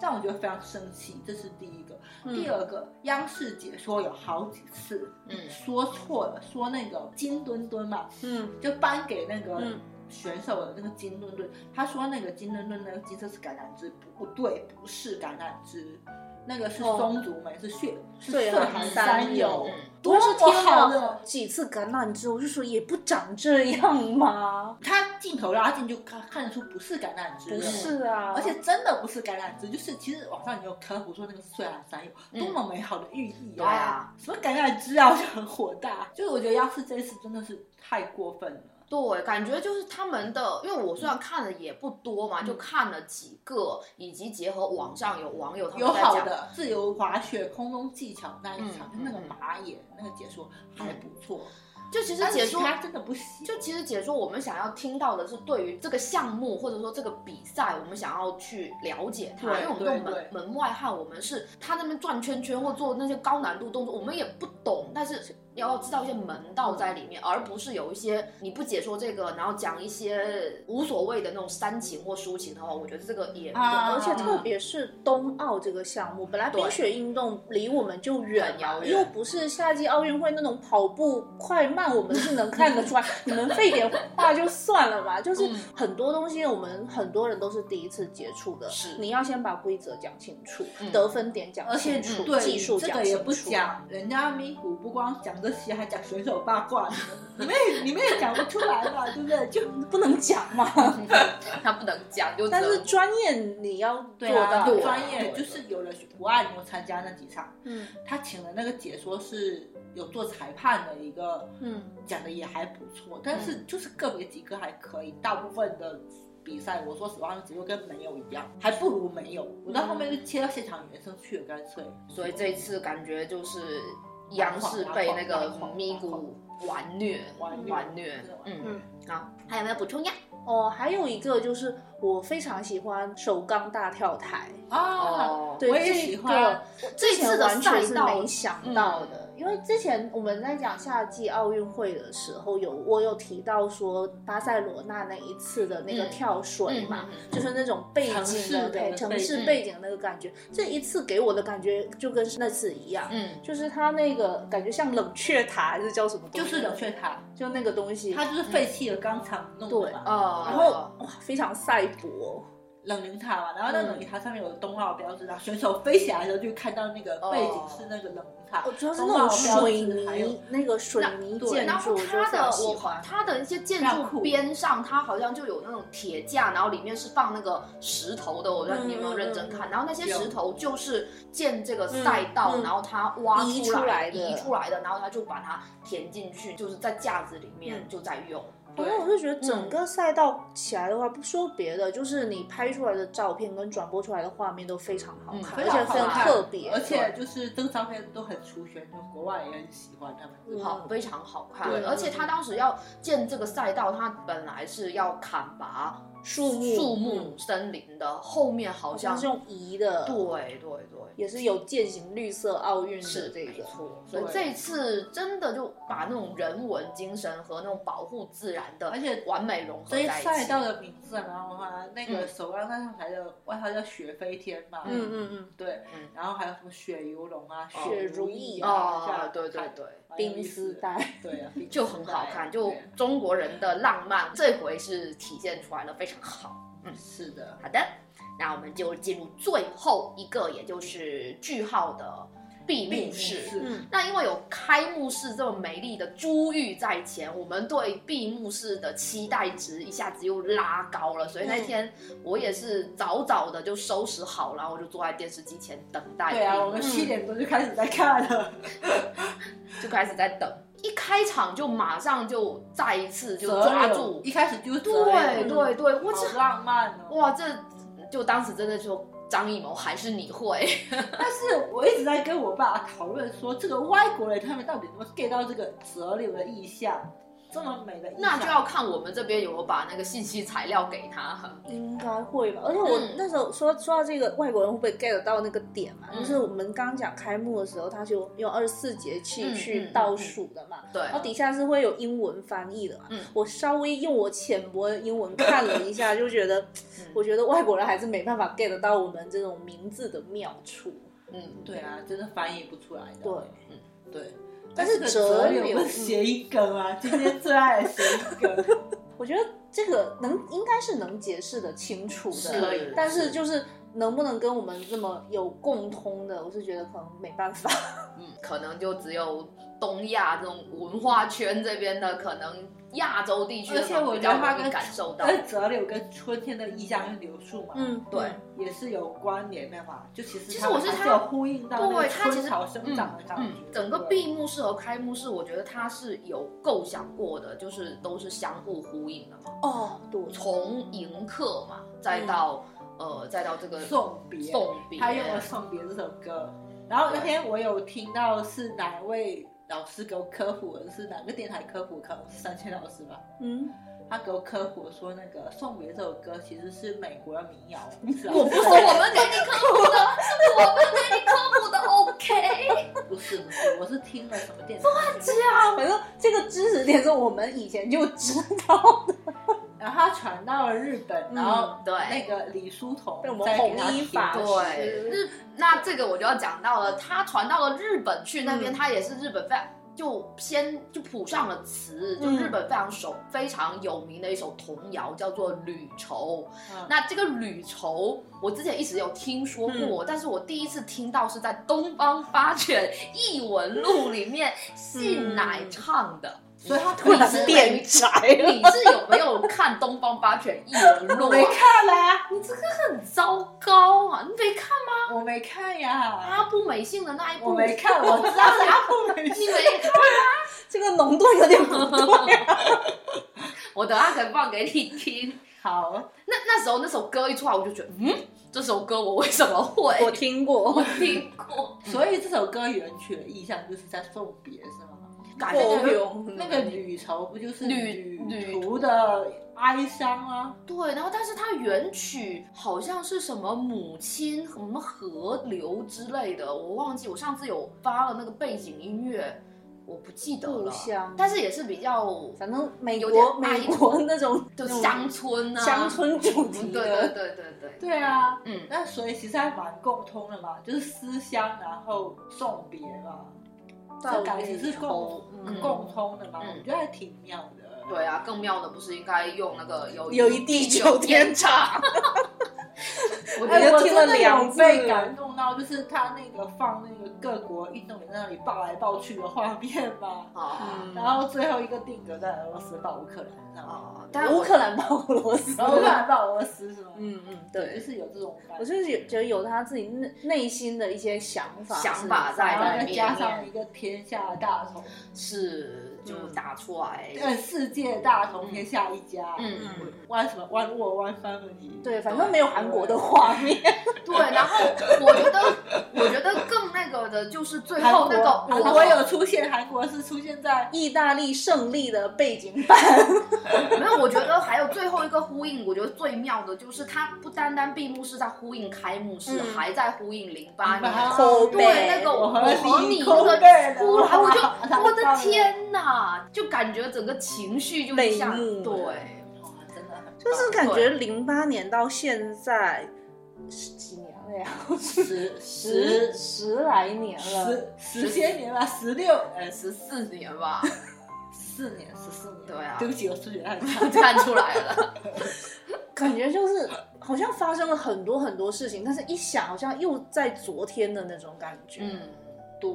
S2: 让我觉得非常生气。这是第一个，
S3: 嗯
S2: 第二个，央视解说有好几次，
S1: 嗯
S2: 说错了，说那个金墩墩嘛，
S3: 嗯
S2: 就颁给那个
S3: 嗯
S2: 选手的那个金墩墩，他说那个金墩墩那个金色是橄榄枝，不对，不是橄榄枝，那个是
S3: 哦
S2: 松竹梅，是血，是
S3: 岁
S2: 岁
S3: 寒
S2: 寒
S3: 三
S2: 友
S3: 友，
S1: 嗯
S2: 多
S3: 我是
S2: 么
S3: 听
S2: 好
S3: 了
S2: 的。
S3: 几次橄榄枝，我就说也不长这样吗？
S2: 他镜头拉近就看看得出不是橄榄枝了，
S3: 不是啊，
S2: 而且真的不是橄榄枝，就是其实网上也有科普说那个是岁寒三友，
S1: 嗯
S2: 多么美好的寓意
S1: 对啊
S2: 什么橄榄枝啊，我就很火大。就是我觉得央视这一次真的是太过分了。
S1: 对，感觉就是他们的，因为我虽然看的也不多嘛，
S2: 嗯
S1: 就看了几个，以及结合网上有网友他
S2: 有
S1: 们在
S2: 好
S1: 讲，
S2: 的自由滑雪空中技巧那一场，
S1: 嗯
S2: 就那个马野那个解说还不错，
S1: 就其实
S2: 但
S1: 解
S2: 是其
S1: 说
S2: 他真的不行。
S1: 就其实解说，我们想要听到的是对于这个项目或者说这个比赛，我们想要去了解它，因
S2: 对
S1: 为我们这种
S2: 对
S1: 门门外汉，我们是他那边转圈圈或做那些高难度动作，我们也不懂，但是要知道一些门道在里面，而不是有一些你不解说这个，然后讲一些无所谓的那种煽情或抒情的话，我觉得这个也
S2: 啊
S3: 而且特别是冬奥这个项目，本来
S1: 对
S3: 冰雪运动离我们就远
S1: 很遥远
S3: 又不是夏季奥运会那种跑步快慢，我们是能看得出来。你们费点话就算了吧，就是
S1: 嗯
S3: 很多东西我们很多人都是第一次接触的，
S1: 是
S3: 你要先把规则讲清楚，
S1: 嗯
S3: 得分点讲
S2: 而且
S3: 清楚，
S2: 嗯对
S3: 技术
S2: 这
S3: 讲
S2: 个
S3: 清
S2: 也
S3: 楚。
S2: 不讲，人家咪咕不光讲这些，还讲选手八卦，你们也你们也讲不出来嘛，对不对？就
S3: 不能讲嘛，
S1: 他不能讲，就只
S3: 但是
S1: 能
S3: 专业你要做
S2: 啊
S3: 到
S1: 对
S2: 专业
S3: 对
S2: 就是有了国外牛参加那几场，
S3: 嗯
S2: 他请的那个解说是有做裁判的一个，
S3: 嗯，
S2: 讲的也还不错，但是就是个别几个还可以，大部分的比赛，我说实话，只会跟没有一样，还不如没有。我到后面就
S3: 嗯
S2: 切到现场原声去了，干脆。
S1: 所以这一次感觉就是央视被那个咪咕玩虐，
S2: 玩虐
S1: 玩虐，嗯
S3: 嗯，
S1: 好，还有没有补充呀？
S3: 哦，还有一个就是我非常喜欢首钢大跳台，
S2: 啊，
S1: 哦，
S3: 对
S2: 我也
S3: 这
S2: 喜
S3: 个
S2: 欢啊
S3: 我之前完全是没想到
S2: 嗯
S1: 这次的赛
S3: 的。因为之前我们在讲夏季奥运会的时候有，我有提到说巴塞罗那那一次的那个
S1: 嗯
S3: 跳水嘛，
S1: 嗯嗯嗯
S3: 就是那种背
S2: 城
S3: 景
S2: 市
S3: 的
S2: 的
S3: 对
S2: 背
S3: 城市
S1: 景
S3: 背景的那个感觉，这一次给我的感觉就跟那次一样，
S1: 嗯，
S3: 就是它那个感觉像冷却塔还是叫什么东
S2: 就
S3: 西，
S2: 是冷却塔，
S3: 就那个东西，
S2: 它就是废弃的钢厂弄
S3: 嗯对
S2: 的嘛，
S1: 哦，
S3: 然后哇非常赛博，
S2: 冷凝塔嘛，然后那
S3: 嗯
S2: 冷凝塔上面有冬奥标志，然后选手飞起来的时候就看到那个
S1: 哦
S2: 背景是那个冷凝塔，
S3: 哦，主要是
S2: 冬
S3: 那
S2: 奥
S3: 种
S2: 标
S3: 水
S2: 志还有
S3: 泥那个水泥建
S1: 然
S3: 筑，
S1: 后
S3: 我就
S1: 它
S3: 非常
S1: 的
S3: 喜
S1: 我好
S3: 欢。
S1: 它的一些建
S2: 非常
S1: 筑
S2: 酷
S1: 边上，它好像就有那种铁架，然后里面是放那个石头的，我不知道你有
S3: 嗯
S1: 没有认真看。然后那些
S2: 有
S1: 石头就是建这个赛道，
S3: 嗯嗯
S1: 然后它挖
S3: 移
S1: 出
S3: 出来的
S1: 移出来的，然后它就把它填进去，就是在架子里面
S3: 嗯
S1: 就在用。
S3: 反
S2: 对
S3: 正我就觉得整个赛道起来的话，不说别的，就是你拍出来的照片跟转播出来的画面都非常好看，
S1: 嗯
S3: 而且
S2: 常
S3: 非
S2: 好
S3: 常
S2: 看
S3: 特别，
S2: 而且就是这个照片都很出圈，就国外也很喜欢他们。
S3: 嗯
S1: 好，非常好看
S3: 对。
S1: 而且他当时要建这个赛道，他本来是要砍拔
S3: 树木嗯
S1: 树木森林的，后面好
S3: 好
S1: 像
S3: 像是用移的，
S1: 对对对，
S3: 也是有践行绿色奥运的
S1: 是
S3: 这
S1: 没
S3: 个，
S1: 错。所以
S2: 对
S1: 这次真的就把那种人文精神和那种保护自然的
S2: 而且
S1: 完美融合
S2: 所
S1: 在
S2: 以
S1: 一起。
S2: 赛道的名字蛮好看的，那个
S1: 嗯
S2: 首钢站上台的外号叫雪飞天嘛，
S3: 嗯嗯嗯，
S2: 对
S1: 嗯，
S2: 然后还有什么雪游龙啊、
S1: 哦
S2: 雪如意啊，这
S1: 哦
S2: 样，
S1: 对对
S2: 看，
S1: 对。
S2: 蛮有意
S3: 冰
S2: 思
S3: 丝
S2: 的，
S3: 带，
S2: 对啊，冰丝
S1: 就很好
S2: 带
S1: 看，就
S2: 对
S1: 中国人的浪漫，这回是体现出来了，非常好。
S2: 是的，
S1: 好的，那我们就进入最后一个，也就是句号的闭幕式。
S3: 嗯，
S1: 那因为有开幕式这么美丽的珠玉在前，我们对闭幕式的期待值一下子又拉高了，所以那
S2: 嗯
S1: 天我也是早早的就收拾好，然后我就坐在电视机前等待闭幕。
S2: 对啊，我们七点多就开始在看了，
S1: 就开始在等，一开场就马上就再一次就
S2: 折
S1: 抓
S2: 柳
S1: 住，
S2: 一开始就是折柳
S1: 对
S2: 嗯
S1: 对对，我这
S2: 好浪漫哦。
S1: 哇这就当时真的说张艺谋还是你会。
S2: 但是我一直在跟我爸讨论说，这个外国人他们到底怎么 get 到这个折柳的意象，这么美的意象，
S1: 那就要看我们这边有没有把那个信息材料给他。
S3: 应该会吧。而且我
S1: 嗯
S3: 那时候说说到这个外国人会不会 get 到那个点嘛？
S1: 嗯
S3: 就是我们刚讲开幕的时候，他就用二十四节气
S1: 嗯
S3: 去
S1: 嗯
S3: 倒
S1: 嗯
S3: 数的嘛，
S1: 对，
S3: 然后底下是会有英文翻译的嘛。
S1: 嗯
S3: 我稍微用我浅薄的英文看了一下，就觉得，
S1: 嗯
S3: 我觉得外国人还是没办法 get 到我们这种名字的妙处。
S1: 嗯，
S2: 对啊，真的翻译不出来的。嗯
S3: 对，
S2: 对，
S3: 但
S2: 但
S3: 是
S2: 是
S3: 折
S2: 折
S3: 柳
S2: 柳
S1: 嗯
S2: 不是谐音 梗啊，今天最爱的谐音梗。
S3: 我觉得这个能应该是能解释的清楚的，
S1: 是可以
S3: 但是就是能不能跟我们这么有共通的，我是觉得可能没办法。
S1: 嗯，可能就只有东亚这种文化圈这边的，可能亚洲地区的
S2: 而且我
S1: 比
S2: 觉
S1: 较
S2: 得它
S1: 容易
S2: 跟呃
S1: 感受到。
S2: 但是折柳跟春天的意象是柳树嘛，，
S1: 对，
S3: 嗯
S2: 也是有关联的嘛。就其实
S1: 嗯其实
S2: 它们
S1: 我是
S2: 还是
S1: 它
S2: 有呼应到那
S1: 对它
S2: 个
S1: 其
S2: 春
S1: 实
S2: 草生长的感觉
S1: 嗯。，整个
S2: 对
S1: 闭幕式和开幕式，我觉得它是有构想过的，就是都是相互呼应的嘛。
S3: 哦，对，
S1: 从迎客嘛，再到、呃，再到这个
S2: 送别，
S1: 送别，
S2: 他用了《送别》这首歌。然后那天我有听到是哪位老师给我科普的，是哪个电台科普？可能是三千老师吧。
S3: 嗯，
S2: 他给我科普说，那个《送别》这首歌其实是美国的 民谣。
S1: 我
S2: 我
S1: 不是我们给你科普的，是我们给你科普的，OK？
S2: 不是不是，我是听了什么电台？
S3: 反正这个知识点是我们以前就知道的，
S2: 然后他传到了日本，然后
S1: 对，
S2: 那个李书桐
S3: 被我们
S2: 再给
S3: 红
S2: 他
S3: 衣
S2: 听
S3: 法
S2: 过
S1: 对，
S3: 是
S1: 日那这个我就要讲到了，他传到了日本去那边，
S3: 嗯
S1: 他也是日本非常就先就谱上了词，就
S3: 嗯
S1: 日本非常首非常有名的一首童谣叫做《旅愁》。
S2: 嗯
S1: 那这个《旅愁》，我之前一直有听说
S2: 嗯
S1: 过，但是我第一次听到是在《东方发卷异闻录》里面信乃唱的。
S2: 嗯所以他
S1: 你
S2: 突
S3: 突然
S1: 是
S3: 变宅了。
S1: 你是有没有看《东方八犬异闻录》
S2: 没
S1: 啊？
S2: 看啦，
S1: 很糟糕啊！你没看
S2: 我没看呀，
S1: 阿布美幸的那一部？
S2: 我没看，我知道是阿布没
S1: 你
S2: 看。
S1: 没看？
S3: 这个浓度有点不对、啊。
S1: 我等下可以放给你听。
S2: 好，
S1: 那那时候那首歌一出来，我就觉得，嗯，这首歌我为什么会？
S3: 我听过，
S1: 听过。
S2: 所以这首歌原曲的意象就是在送别，是吗？
S1: 感
S2: 那
S3: 够
S1: 觉
S3: 用
S2: 那个嗯旅愁不就是
S1: 旅旅
S2: 途的哀伤啊？
S1: 对，然后但是它原曲好像是什么母亲、什么河流之类的，我忘记。我上次有发了那个背景音乐，我不记得
S3: 故
S1: 了。
S3: 乡，
S1: 但是也是比较
S3: 反正美
S1: 有
S3: 国
S1: 点哀
S3: 美国那种
S1: 就
S3: 那种
S1: 乡村啊，嗯
S3: 乡村主
S1: 对
S3: 题
S1: 对
S3: 的，
S1: 对对对，
S2: 对啊，
S1: 嗯，
S2: 那所以其实还蛮共通的嘛，就是思乡然后送别嘛，
S3: 到
S2: 这感情是共
S3: 嗯
S2: 共通的嘛，
S1: 嗯
S2: 我觉得还挺妙的。
S1: 对啊，更妙的不是应该用那个有
S3: 有一地久天长，
S1: 我觉
S2: 哎，
S1: 得
S2: 我
S3: 听
S2: 真
S3: 了
S2: 的
S3: 两
S2: 有
S3: 次
S2: 被感动到，就是他那个放那个各国运动员在那里抱来抱去的画面嘛，
S1: 啊
S2: 然后最后一个定格在俄罗斯抱乌克兰上，
S1: 啊，但
S3: 乌
S1: 我
S3: 克兰抱俄罗斯，
S2: 然后乌克兰抱俄罗斯是吗？
S3: 嗯嗯，
S2: 就
S3: 对，
S2: 是有这种感
S3: 我
S2: 觉，
S3: 就是有觉得有他自己内内心的一些想法是，
S1: 想法在
S2: 然后
S1: 那
S2: 再
S1: 里面
S2: 加上一个天下大同，
S1: 是就
S2: 嗯
S1: 打出来，
S2: 呃，世界大同，天下一家，
S1: 嗯
S3: 嗯
S2: 弯什么弯握弯 family，
S3: 对，反正没有韩国的画面，
S1: 对，然后我觉得，我觉得更那个的就是最
S2: 韩
S1: 后
S2: 国
S1: 那个
S2: 韩国有出现，韩国是出现在
S3: 意大利胜利的背景板，
S1: 没有，我觉得还有最后一个呼应，我觉得最妙的就是它不单单闭幕式在呼应开幕式，
S3: 嗯
S1: 还在呼应零八年。
S2: 08
S3: 口
S1: 对
S3: 碑
S1: 那个
S2: 我
S1: 我
S2: 和
S1: 和
S2: 你
S1: 你那个
S2: 空背的
S1: 出来，哎 我就
S2: 哇
S1: 我的天哪，就感觉整个情绪就一下
S3: 泪目
S1: 对，
S2: 哇真的很棒
S3: 就是感觉零八年到现在十几年了呀，
S2: 十
S3: 十
S2: 十
S3: 十来年了，
S2: 十十些年吧，十六呃十
S1: 十四年吧，
S2: 四年十四年，
S1: 对啊
S2: 对不起，我数学太差。
S1: 看出来了，
S3: 感觉就是好像发生了很多很多事情，但是一想好像又在昨天的那种感觉。
S1: 嗯
S2: 对，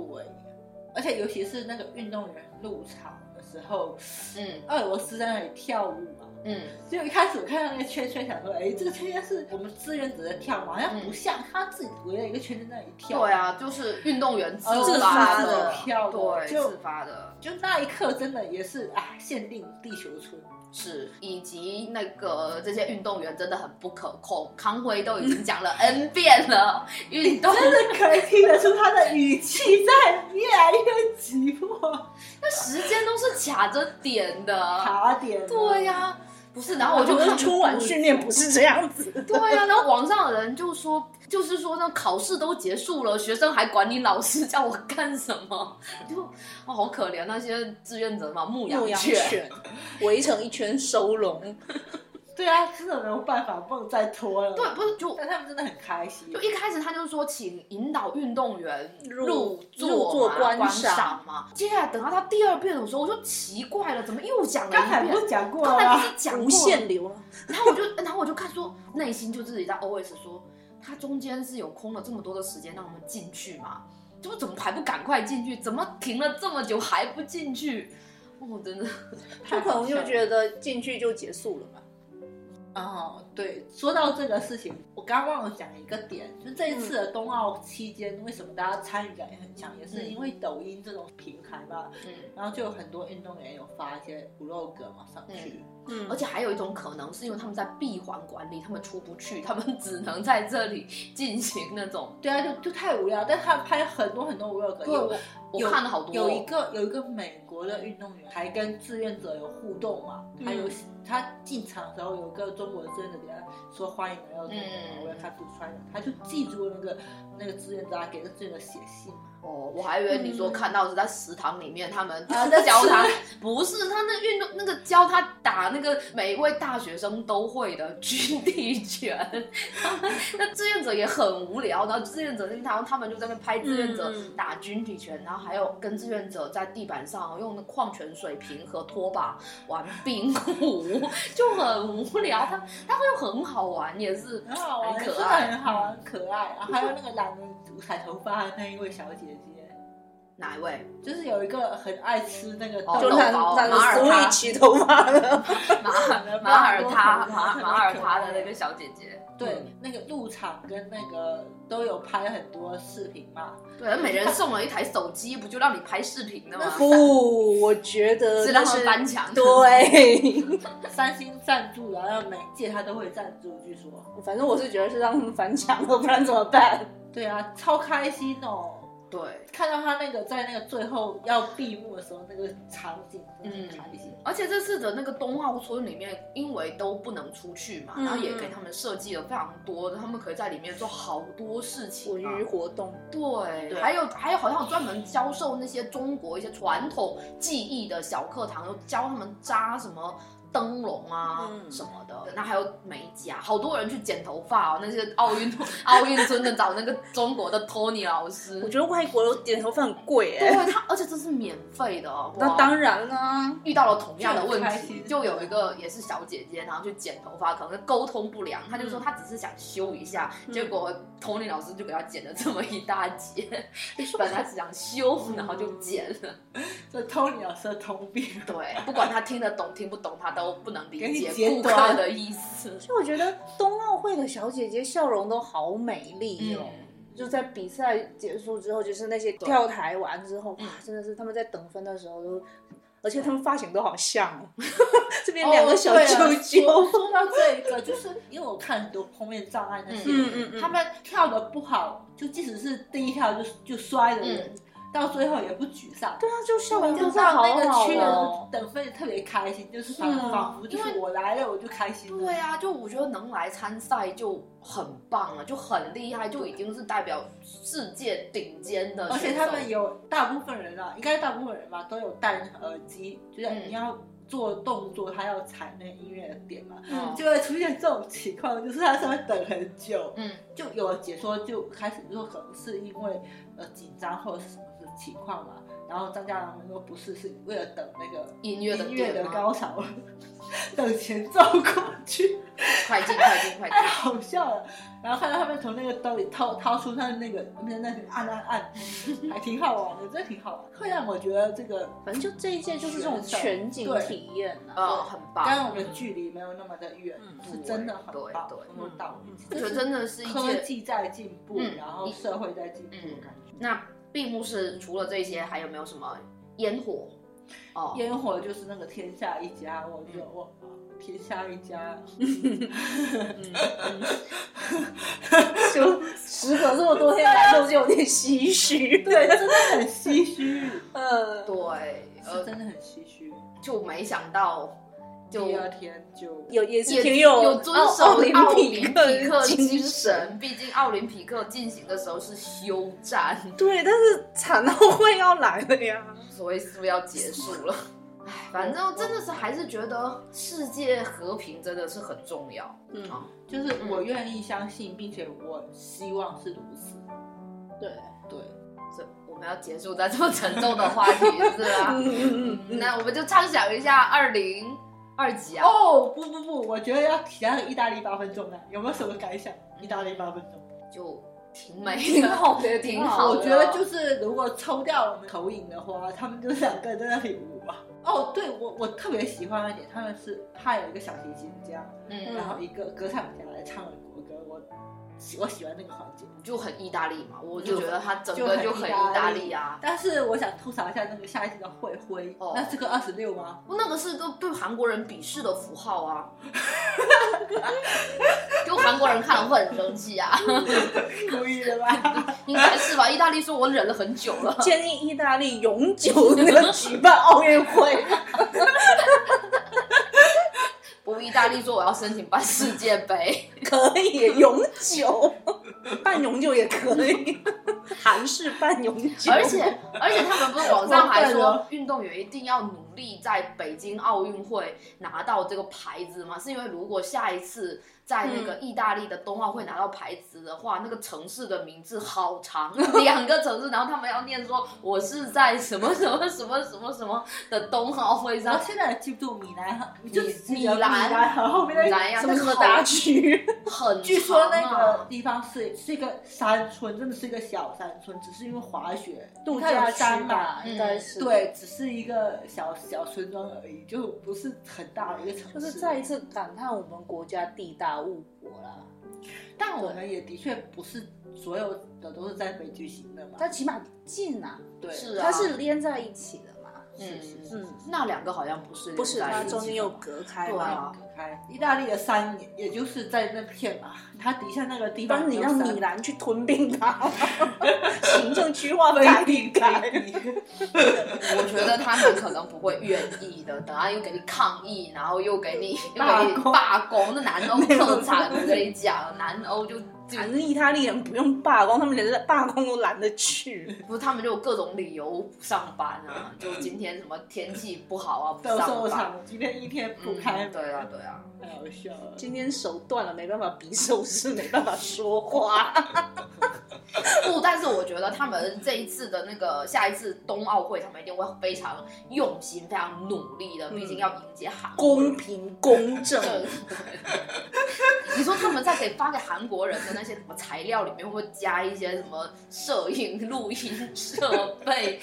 S2: 而且尤其是那个运动员入场的时候，
S1: 嗯
S2: 俄罗斯在那里跳舞嘛。
S1: 嗯，
S2: 就一开始我看到那个圈圈，想说，哎，这个圈圈是我们志愿者在跳嘛？好像不像，他自己围了一个圈圈在那里跳。
S1: 对，啊，就是运动员
S2: 呃
S1: 自
S3: 自
S1: 发
S3: 发
S1: 的
S3: 的
S2: 跳的
S1: 对，
S2: 就
S1: 自发的。
S2: 就那一刻真的也是啊，限定地球村。
S1: 是，以及那个这些运动员真的很不可控，康辉都已经讲了 N 遍了，运动
S2: 真的可以听得出他的语气在越来越急迫，
S1: 那时间都是卡着点的，
S2: 卡点了。
S1: 对呀、不是，然后我就
S3: 就是
S1: 看
S3: 春晚训练不是这样 子的，
S1: 对啊呀、然后网上的人就说， 就是说那考试都结束了，学生还管你老师叫我干什么， 就哦好可怜那些志愿者嘛，牧
S3: 牧
S1: 羊
S3: 羊
S1: 犬，
S3: 犬围成一圈收容，
S2: 对啊，真的没有办法，不能再拖了。
S1: 对，，不是就
S2: 但他们真的很开心。
S1: 就一开始他就说，请引导运动员
S3: 入
S1: 座
S3: 入座
S1: 嘛
S3: 观
S1: 观
S3: 赏
S1: 嘛。接下来等到他第二遍的时候，我就奇怪了，怎么又讲了
S2: 刚才
S1: 一
S2: 不
S1: 遍？
S2: 是讲过了
S1: 刚才不
S2: 吗？
S1: 是讲过
S3: 无限流了。
S1: 然后我就，然后我就看说，内心就自己在 OS 说，他中间是有空了这么多的时间让我们进去嘛？就怎么还不赶快进去？怎么停了这么久还不进去？我真的，
S3: 他可能就觉得进去就结束了嘛。
S2: 哦，对，说到这个事情，我刚忘了讲一个点，就这一
S1: 嗯
S2: 次的冬奥期间，为什么大家参与感也很强，也是因为抖音这种平台吧，
S1: 嗯，
S2: 然后就有很多运动员有发一些 vlog 嘛上去，
S3: 嗯
S1: 而且还有一种可能是因为他们在闭环管理，他们出不去，他们只能在这里进行那种。
S2: 对啊，就就太无聊，但是他拍很多很多 vlog，
S1: 对，
S2: 有
S1: 我我
S2: 有
S1: 看了好多哦、
S2: 有一个有一个美国的运动员还跟志愿者有互动嘛，
S3: 嗯
S2: 还有、他进场的时候有一个中国的志愿者给他说欢迎来到中国嘛，
S1: 嗯
S2: 我要看不穿的，他就记住那个那个志愿者，他给那志愿者写信嘛。
S1: 哦，我还以为你说
S3: 嗯
S1: 看到是在食堂里面，他们
S2: 啊
S1: 嗯在教
S2: 在
S1: 他，不是他那运动那个教他打那个每一位大学生都会的军地拳， 他们那志愿者也很无聊，然后志愿者那他他们就在那边拍志愿者
S3: 嗯
S1: 打军体拳，然后还有跟志愿者在地板上用那矿泉水瓶和拖把玩冰壶，就很无聊，他他会很好玩，也是
S2: 很好玩，
S1: 很
S2: 真
S1: 可
S2: 的
S1: 爱嗯
S2: 很好玩，很可爱。然后还有那个染了彩头发的那一位小姐姐，
S1: 哪一位？
S2: 就是有一个很爱吃那个
S1: 哦
S3: 就
S2: 豆
S3: 染
S1: 豆包
S3: 染
S1: 马耳他
S3: switch 头发 了，
S1: 马尔 马耳他马马耳他的那个小姐姐。
S2: 对那个入场跟那个都有拍很多视频 嘛，
S1: 对，每人送了一台手机，不就让你拍视频的吗？
S3: 不，我觉得
S1: 是让
S3: 那
S1: 他们
S3: 是
S1: 翻墙。，
S3: 对，
S2: 三星赞助，然后每届他都会赞助，据说。
S3: 反正我是觉得是让他们翻墙了，不然怎么办？
S2: 对啊，超开心哦！
S1: 对，
S2: 看到他那个在那个最后要闭幕的时候那个场景，
S1: 嗯
S2: 嗯，开心。
S1: 而且这次的那个冬奥村里面，因为都不能出去嘛，
S3: 嗯
S1: 然后也给他们设计了非常多的，他们可以在里面做好多事
S3: 文
S1: 情啊、
S3: 娱活动，
S1: 对，
S2: 对
S1: 还有还有好像有专门教授那些中国一些传统技艺的小课堂，有教他们扎什么。灯笼啊
S3: 嗯
S1: 什么的，那还有美甲，好多人去剪头发哦。那些奥运 奥运村的找那个中国的 Tony 老师
S3: 我，觉得外国有点头发很贵哎、
S1: 对他，而且这是免费的哦。
S3: 那
S1: 哇
S3: 当然啦、
S1: 遇到了同样的问
S2: 就很开
S1: 题，
S2: 心
S1: 就有一个也是小姐姐，然后去剪头发，可能沟通不良，她就说她只是想修一下，
S3: 嗯
S1: 结果 Tony 老师就给她剪了这么一大 截，本来只想
S3: 嗯
S1: 修，然后就剪了。
S2: 这偷你老师的通病，
S1: 对，不管她听得懂听不懂，她都不能
S2: 给
S1: 理
S2: 你
S1: 解
S2: 截
S1: 顾
S2: 断
S1: 客的意思。
S3: 所以我觉得冬奥会的小姐姐笑容都好美丽哦。
S1: 嗯
S3: 就在比赛结束之后，就是那些跳台完之后，哇，真的是他们在等分的时候都，而且他们发型都好像哦， 这边两个小
S1: 啊
S3: 揪
S2: 说
S3: 揪，
S2: 说到这个，就是因为我看很多剖面障碍那些人，
S1: 嗯
S3: 嗯嗯
S2: 他们跳的不好，就即使是第一跳就就摔的人，到最后也不沮丧。
S3: 对啊，就笑容都
S2: 就是到
S3: 好
S2: 那个
S3: 好
S2: 区
S3: 哦
S2: 的。等分特别开心，就是仿
S3: 是啊
S2: 仿佛就是我来了我就开心了。
S1: 对啊，就我觉得能来参赛就很棒啊了，就很厉害，就已经是代表世界顶尖的
S2: 而
S1: 选手。
S2: 且他们有大部分人啊，应该大部分人吧，都有戴耳机，就是
S1: 嗯
S2: 你要做动作，他要踩那个音乐的点嘛，
S1: 嗯
S2: 就会出现这种情况，就是他上面等很久，
S1: 嗯
S2: 就有的解说就开始说可能是因为呃紧张或者是什么的情况嘛，然后张家长说不是，是为了等那个
S1: 音乐的
S2: 音乐
S1: 点
S2: 的
S1: 吗
S2: 高潮，等前奏过去。
S1: 快进快进 快进
S2: 太。好笑了。然后看到他们从那个兜里掏掏出他的那个那那那按按按，还挺好玩的，真的挺好玩。会让我觉得这个
S3: 反正就这一届就是这种全景体验啊，
S1: 呃，很棒。
S2: 跟我们的距离没有那么的远，
S3: 嗯
S2: 是真的很棒，
S1: 对对
S2: 很有道理。
S1: 我觉得真的是一
S2: 科
S1: 件。
S2: 技在进步，
S1: 嗯
S2: 然后社会在进步，
S1: 嗯
S2: 感觉。
S1: 那闭幕式除了这些，还有没有什么烟火？哦，
S2: 烟火就是那个天下一家，我就我天下一家，
S1: 嗯
S3: 嗯 就时隔这么多
S1: 啊
S3: 天来之后就有点唏嘘。
S2: 对，真的很唏嘘，
S3: 嗯，
S1: 对，
S2: 是
S1: 呃，
S2: 真的很唏嘘。
S1: 就没想到，就
S2: 第二天就
S3: 有也是
S1: 也
S3: 挺
S1: 有遵守
S3: 奥林
S1: 奥
S3: 匹
S1: 林匹克
S3: 克
S1: 精
S3: 神。
S1: 神，毕竟奥林匹克进行的时候是休战，
S3: 对，但是残奥会要来了呀。
S1: 所以是不是要结束了？唉， 反正真的是还是觉得世界和平真的是很重要。
S3: 嗯
S1: 啊，
S2: 就是我愿意相信，并且我希望是如此。
S3: 对，
S2: 对，
S1: 所以我们要结束在这么沉重的话题，是吧？
S3: 嗯嗯嗯，
S1: 那我们就畅想一下二零二几啊。
S2: 哦，不不不，我觉得要提到意大利八分钟啊，有没有什么感想？意大利八分钟，
S1: 就挺美的，
S3: 挺好的
S1: 挺
S3: 好
S1: 好的。
S2: 我
S3: 的
S2: 觉得就是如果抽掉我们投影的话，他们就两个人在那里舞吧。哦，对我我特别喜欢一点，他们是派有一个小提琴家，
S1: 嗯，
S2: 然后一个歌唱家来唱了国歌，我喜我喜欢那个环节。
S1: 就很意大利嘛，我就觉得它整
S2: 就
S1: 个
S2: 很
S1: 就很
S2: 意大
S1: 意大
S2: 利
S1: 利啊。
S2: 但是我想吐槽一下那个下一集的会徽，
S1: 哦
S2: 那是个二十六吗？
S1: 那个是个对韩国人鄙视的符号啊，就韩国人看了会很生气啊，
S2: 故意的吧？
S1: 应该是吧？意大利说我忍了很久 了，
S3: 建议意大利永久的举办奥运会。
S1: 不过意大利说我要申请办世界 杯，
S3: 可以永 久，半永久也可以，韩式半永久。
S1: 而且而且他们不是网上还
S2: 过分
S1: 说
S2: 了
S1: 运动员一定要努力在北京奥运会拿到这个牌子吗？是因为如果下一次在那
S2: 嗯
S1: 个意大利的冬奥会拿到牌子的话，那个城市的名字好长， 两个城市，然后他们要念说我是在什么什么什么什么什么的冬奥会
S2: 然
S1: 上
S2: 后。现在记不住米兰，就
S1: 米
S2: 记得
S1: 米
S2: 米
S1: 兰
S2: 兰，啊然后后面那个
S1: 来呀，
S3: 什么什么
S1: 大
S3: 大区，
S1: 很、啊
S2: 据说那个，地方是是一个山村，真的是一个小山村，只是因为滑雪
S3: 度
S2: 它
S3: 假
S2: 有山
S3: 区吧
S2: 嘛，，
S1: 嗯
S3: 应该是。
S2: 对，只是一个小小村庄而已，就不是很大的一个城市。
S3: 就是再一次感叹我们国家地大物博啦，
S2: 但我们也的确不是所有的都是在北举行的嘛，
S3: 它起码近啊，
S2: 对，
S1: 是啊
S3: 它是连在一起的嘛。
S2: 是是是，
S3: 嗯
S1: 那两个好像不是
S3: 不是
S1: 连在
S3: 它
S1: 一起
S3: 中间有
S1: 的
S3: 隔开
S1: 对
S3: 嘛？
S1: 啊
S2: 隔开意大利的山，也就是在那片嘛，它底下那个地
S3: 不然
S2: 方
S3: 你
S2: 有
S3: 让
S2: 山，
S3: 米兰去吞并 它，行政区划改
S2: 非
S3: 一
S2: 地
S3: 改。
S2: 非地，
S1: 我觉得他们可能不会愿意的，等下又给你抗议，然后又给你 又
S2: 罢
S1: 给
S2: 工
S1: 你罢工，那 南欧特产，我跟你讲，南欧就就
S3: 反正意大利人不用罢工，他们连罢工都懒得去。
S1: 不是他们就有各种理由不上班 啊，就今天什么天气不好啊，不
S2: 斗兽
S1: 上班。
S2: 场今天一天不
S1: 嗯
S2: 开，
S1: 对啊，对啊，
S2: 太好笑了。
S3: 今天手断了，没办法比手势，没办法说话。
S1: 不，但是我觉得他们这一次的那个下一次冬奥会，他们一定会非常用心、非常努力的，毕竟要迎接韩国人
S3: 公平公正，
S1: 对 你说他们在给发给韩国人的那些什么材料里面，会不会加一些什么摄影、录音设 备，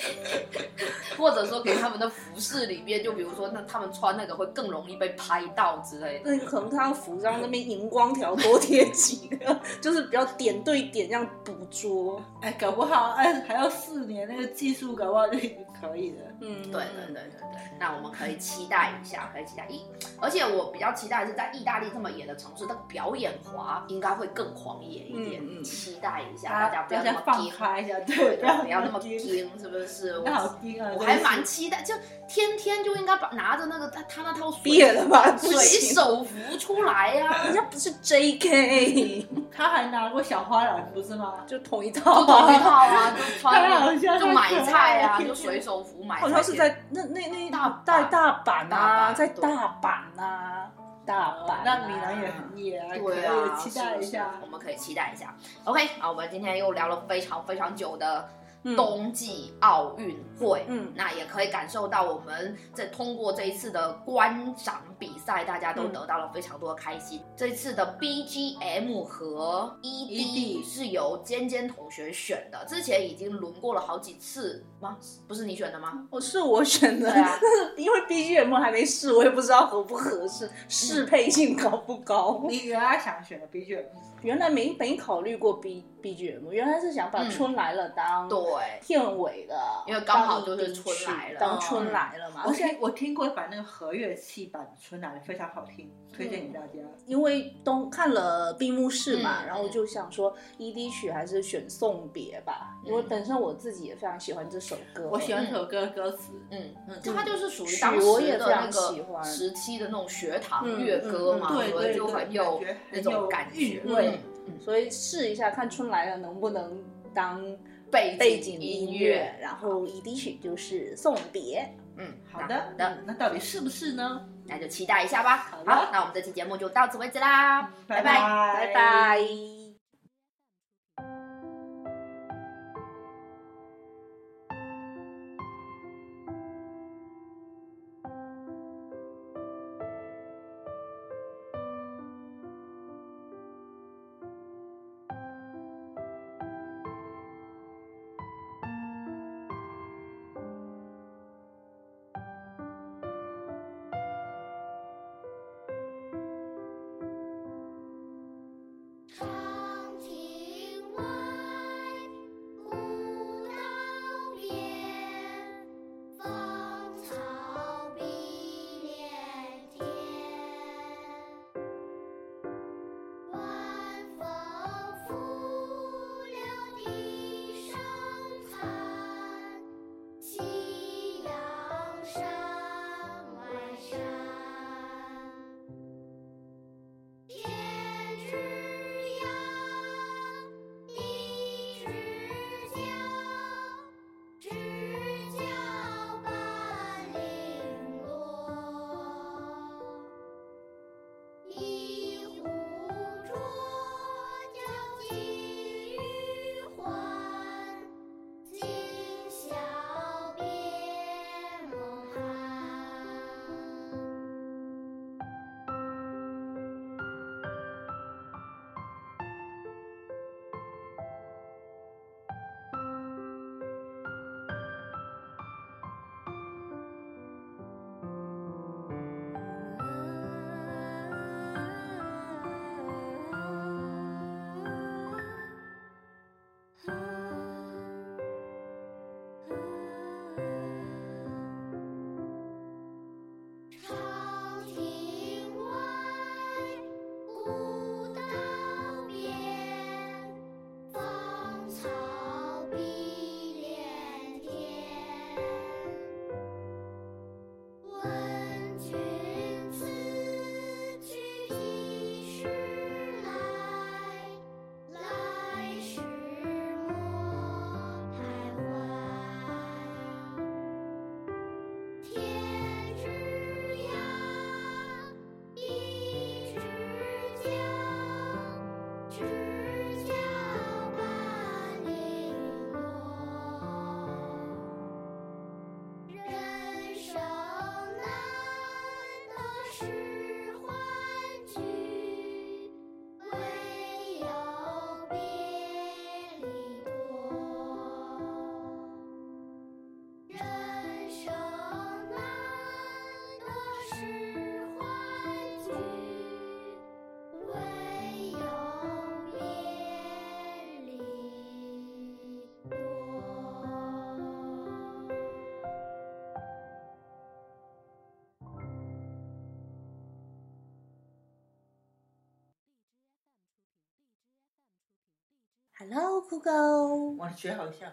S1: 或者说给他们的服饰里面，就比如说那他们穿那个会更容易被拍到之类的。
S3: 那可能他服装那边荧光条多贴几个， 就是比较点对点这样捕捉。
S2: 哎，搞不好哎还要四年，那个技术搞不好就已经可以了。
S3: 嗯，
S1: 对对对对对，那我们可以期待一下，可以期待一，而且我比较期待是在意大利这么野的城市，那个表演滑应该会更狂野一点，
S3: 嗯嗯
S1: 期待一下大
S2: 大
S1: 家
S2: 家
S1: 不要那
S2: 大家
S1: 么
S2: 放
S1: 惊，
S2: 开一下，
S1: 对
S2: 对，
S1: 对，不要那
S2: 那
S1: 么
S2: 惊，
S1: 惊，是不是？
S2: 那
S1: 我
S2: 好惊啊！
S1: 我
S2: 真
S1: 还
S2: 是
S1: 蛮期待，就天天就应该把拿着那个他他那套水
S3: 毕业了吧？不
S1: 水
S3: 行，
S1: 手服出来呀、
S3: 人家不是 J.K.，
S2: 他还拿过小花篮，不是吗？
S3: 就同一
S1: 就
S3: 套
S1: 同一
S3: 啊。
S1: 套啊，就穿
S2: 太好笑了
S1: 就买菜啊，
S2: 太可爱了
S1: 就水手服买菜。
S3: 好像是在那那那
S1: 大阪
S3: 在大阪
S1: 大
S3: 啊，
S1: 阪
S3: 在
S1: 对
S3: 大阪啊，大阪啊。
S2: 哦那米兰也很野啊，可
S1: 对啊，
S2: 以期待一
S1: 是
S2: 下
S1: 不是。我们可以期待一下。OK，啊，我们今天又聊了非常非常久的
S3: 嗯
S1: 冬季奥运会，
S3: 嗯
S1: 那也可以感受到我们这通过这一次的观赏比赛，大家都
S3: 嗯
S1: 得到了非常多的开心。这次的 BGM 和 ED
S2: ED
S1: 是由尖尖同学选的，之前已经轮过了好几次吗？不是你选的吗？
S3: 我哦是我选的，
S1: 对啊
S3: 因为 BGM 还没试，我也不知道合不合
S1: 嗯
S3: 适，适配性高不高。
S2: 你原来想选的 BGM，
S3: 原来没没考虑过 B BGM，原来是想把
S1: 嗯
S3: 《春来了》当
S1: 对，
S3: 片尾的，
S1: 因为刚好就是
S3: 当
S1: 春来
S3: 一定曲
S1: 了嗯哦
S3: 当春来了嘛。
S2: 我
S3: 而且
S2: 听我听过一版那个和乐器版的《春来了》，非常好听，推荐给大家。
S3: 因为冬看了闭幕式嘛，
S1: 嗯
S3: 然后就想说 ED 曲还是选送别吧，因为
S1: 嗯
S3: 本身我自己也非常喜欢这首歌。
S2: 我喜欢这首歌的歌词，
S1: 嗯，
S2: 嗯，
S1: 就它就是属于
S3: 曲
S1: 当
S3: 我
S1: 时
S3: 也
S1: 的
S3: 非
S1: 那
S3: 常喜
S1: 个
S3: 欢
S1: 时期的那种学堂
S3: 嗯
S1: 乐歌嘛，
S3: 嗯
S2: 对
S1: 所以
S2: 对
S1: 就
S2: 对
S1: 很有
S2: 感觉
S1: 那种感
S2: 很有
S1: 觉
S2: 韵。味
S1: 嗯嗯
S3: 所以试一下看春来了能不能当
S1: 背
S3: 背景
S1: 景
S3: 音
S1: 音
S3: 乐
S1: 乐，，
S3: 然后 ED 曲就是送别。
S1: 嗯，
S2: 好的，
S1: 那
S2: 那到底是不是呢？
S1: 那就期待一下吧。好
S2: 好，的
S1: 那我们这期节目就到此为止啦，拜
S2: 拜
S3: 拜拜。
S4: 「あ是欢聚，唯有别离多。人生难得是欢聚，唯有别离多。
S3: Hello，酷狗，
S2: 我学好像，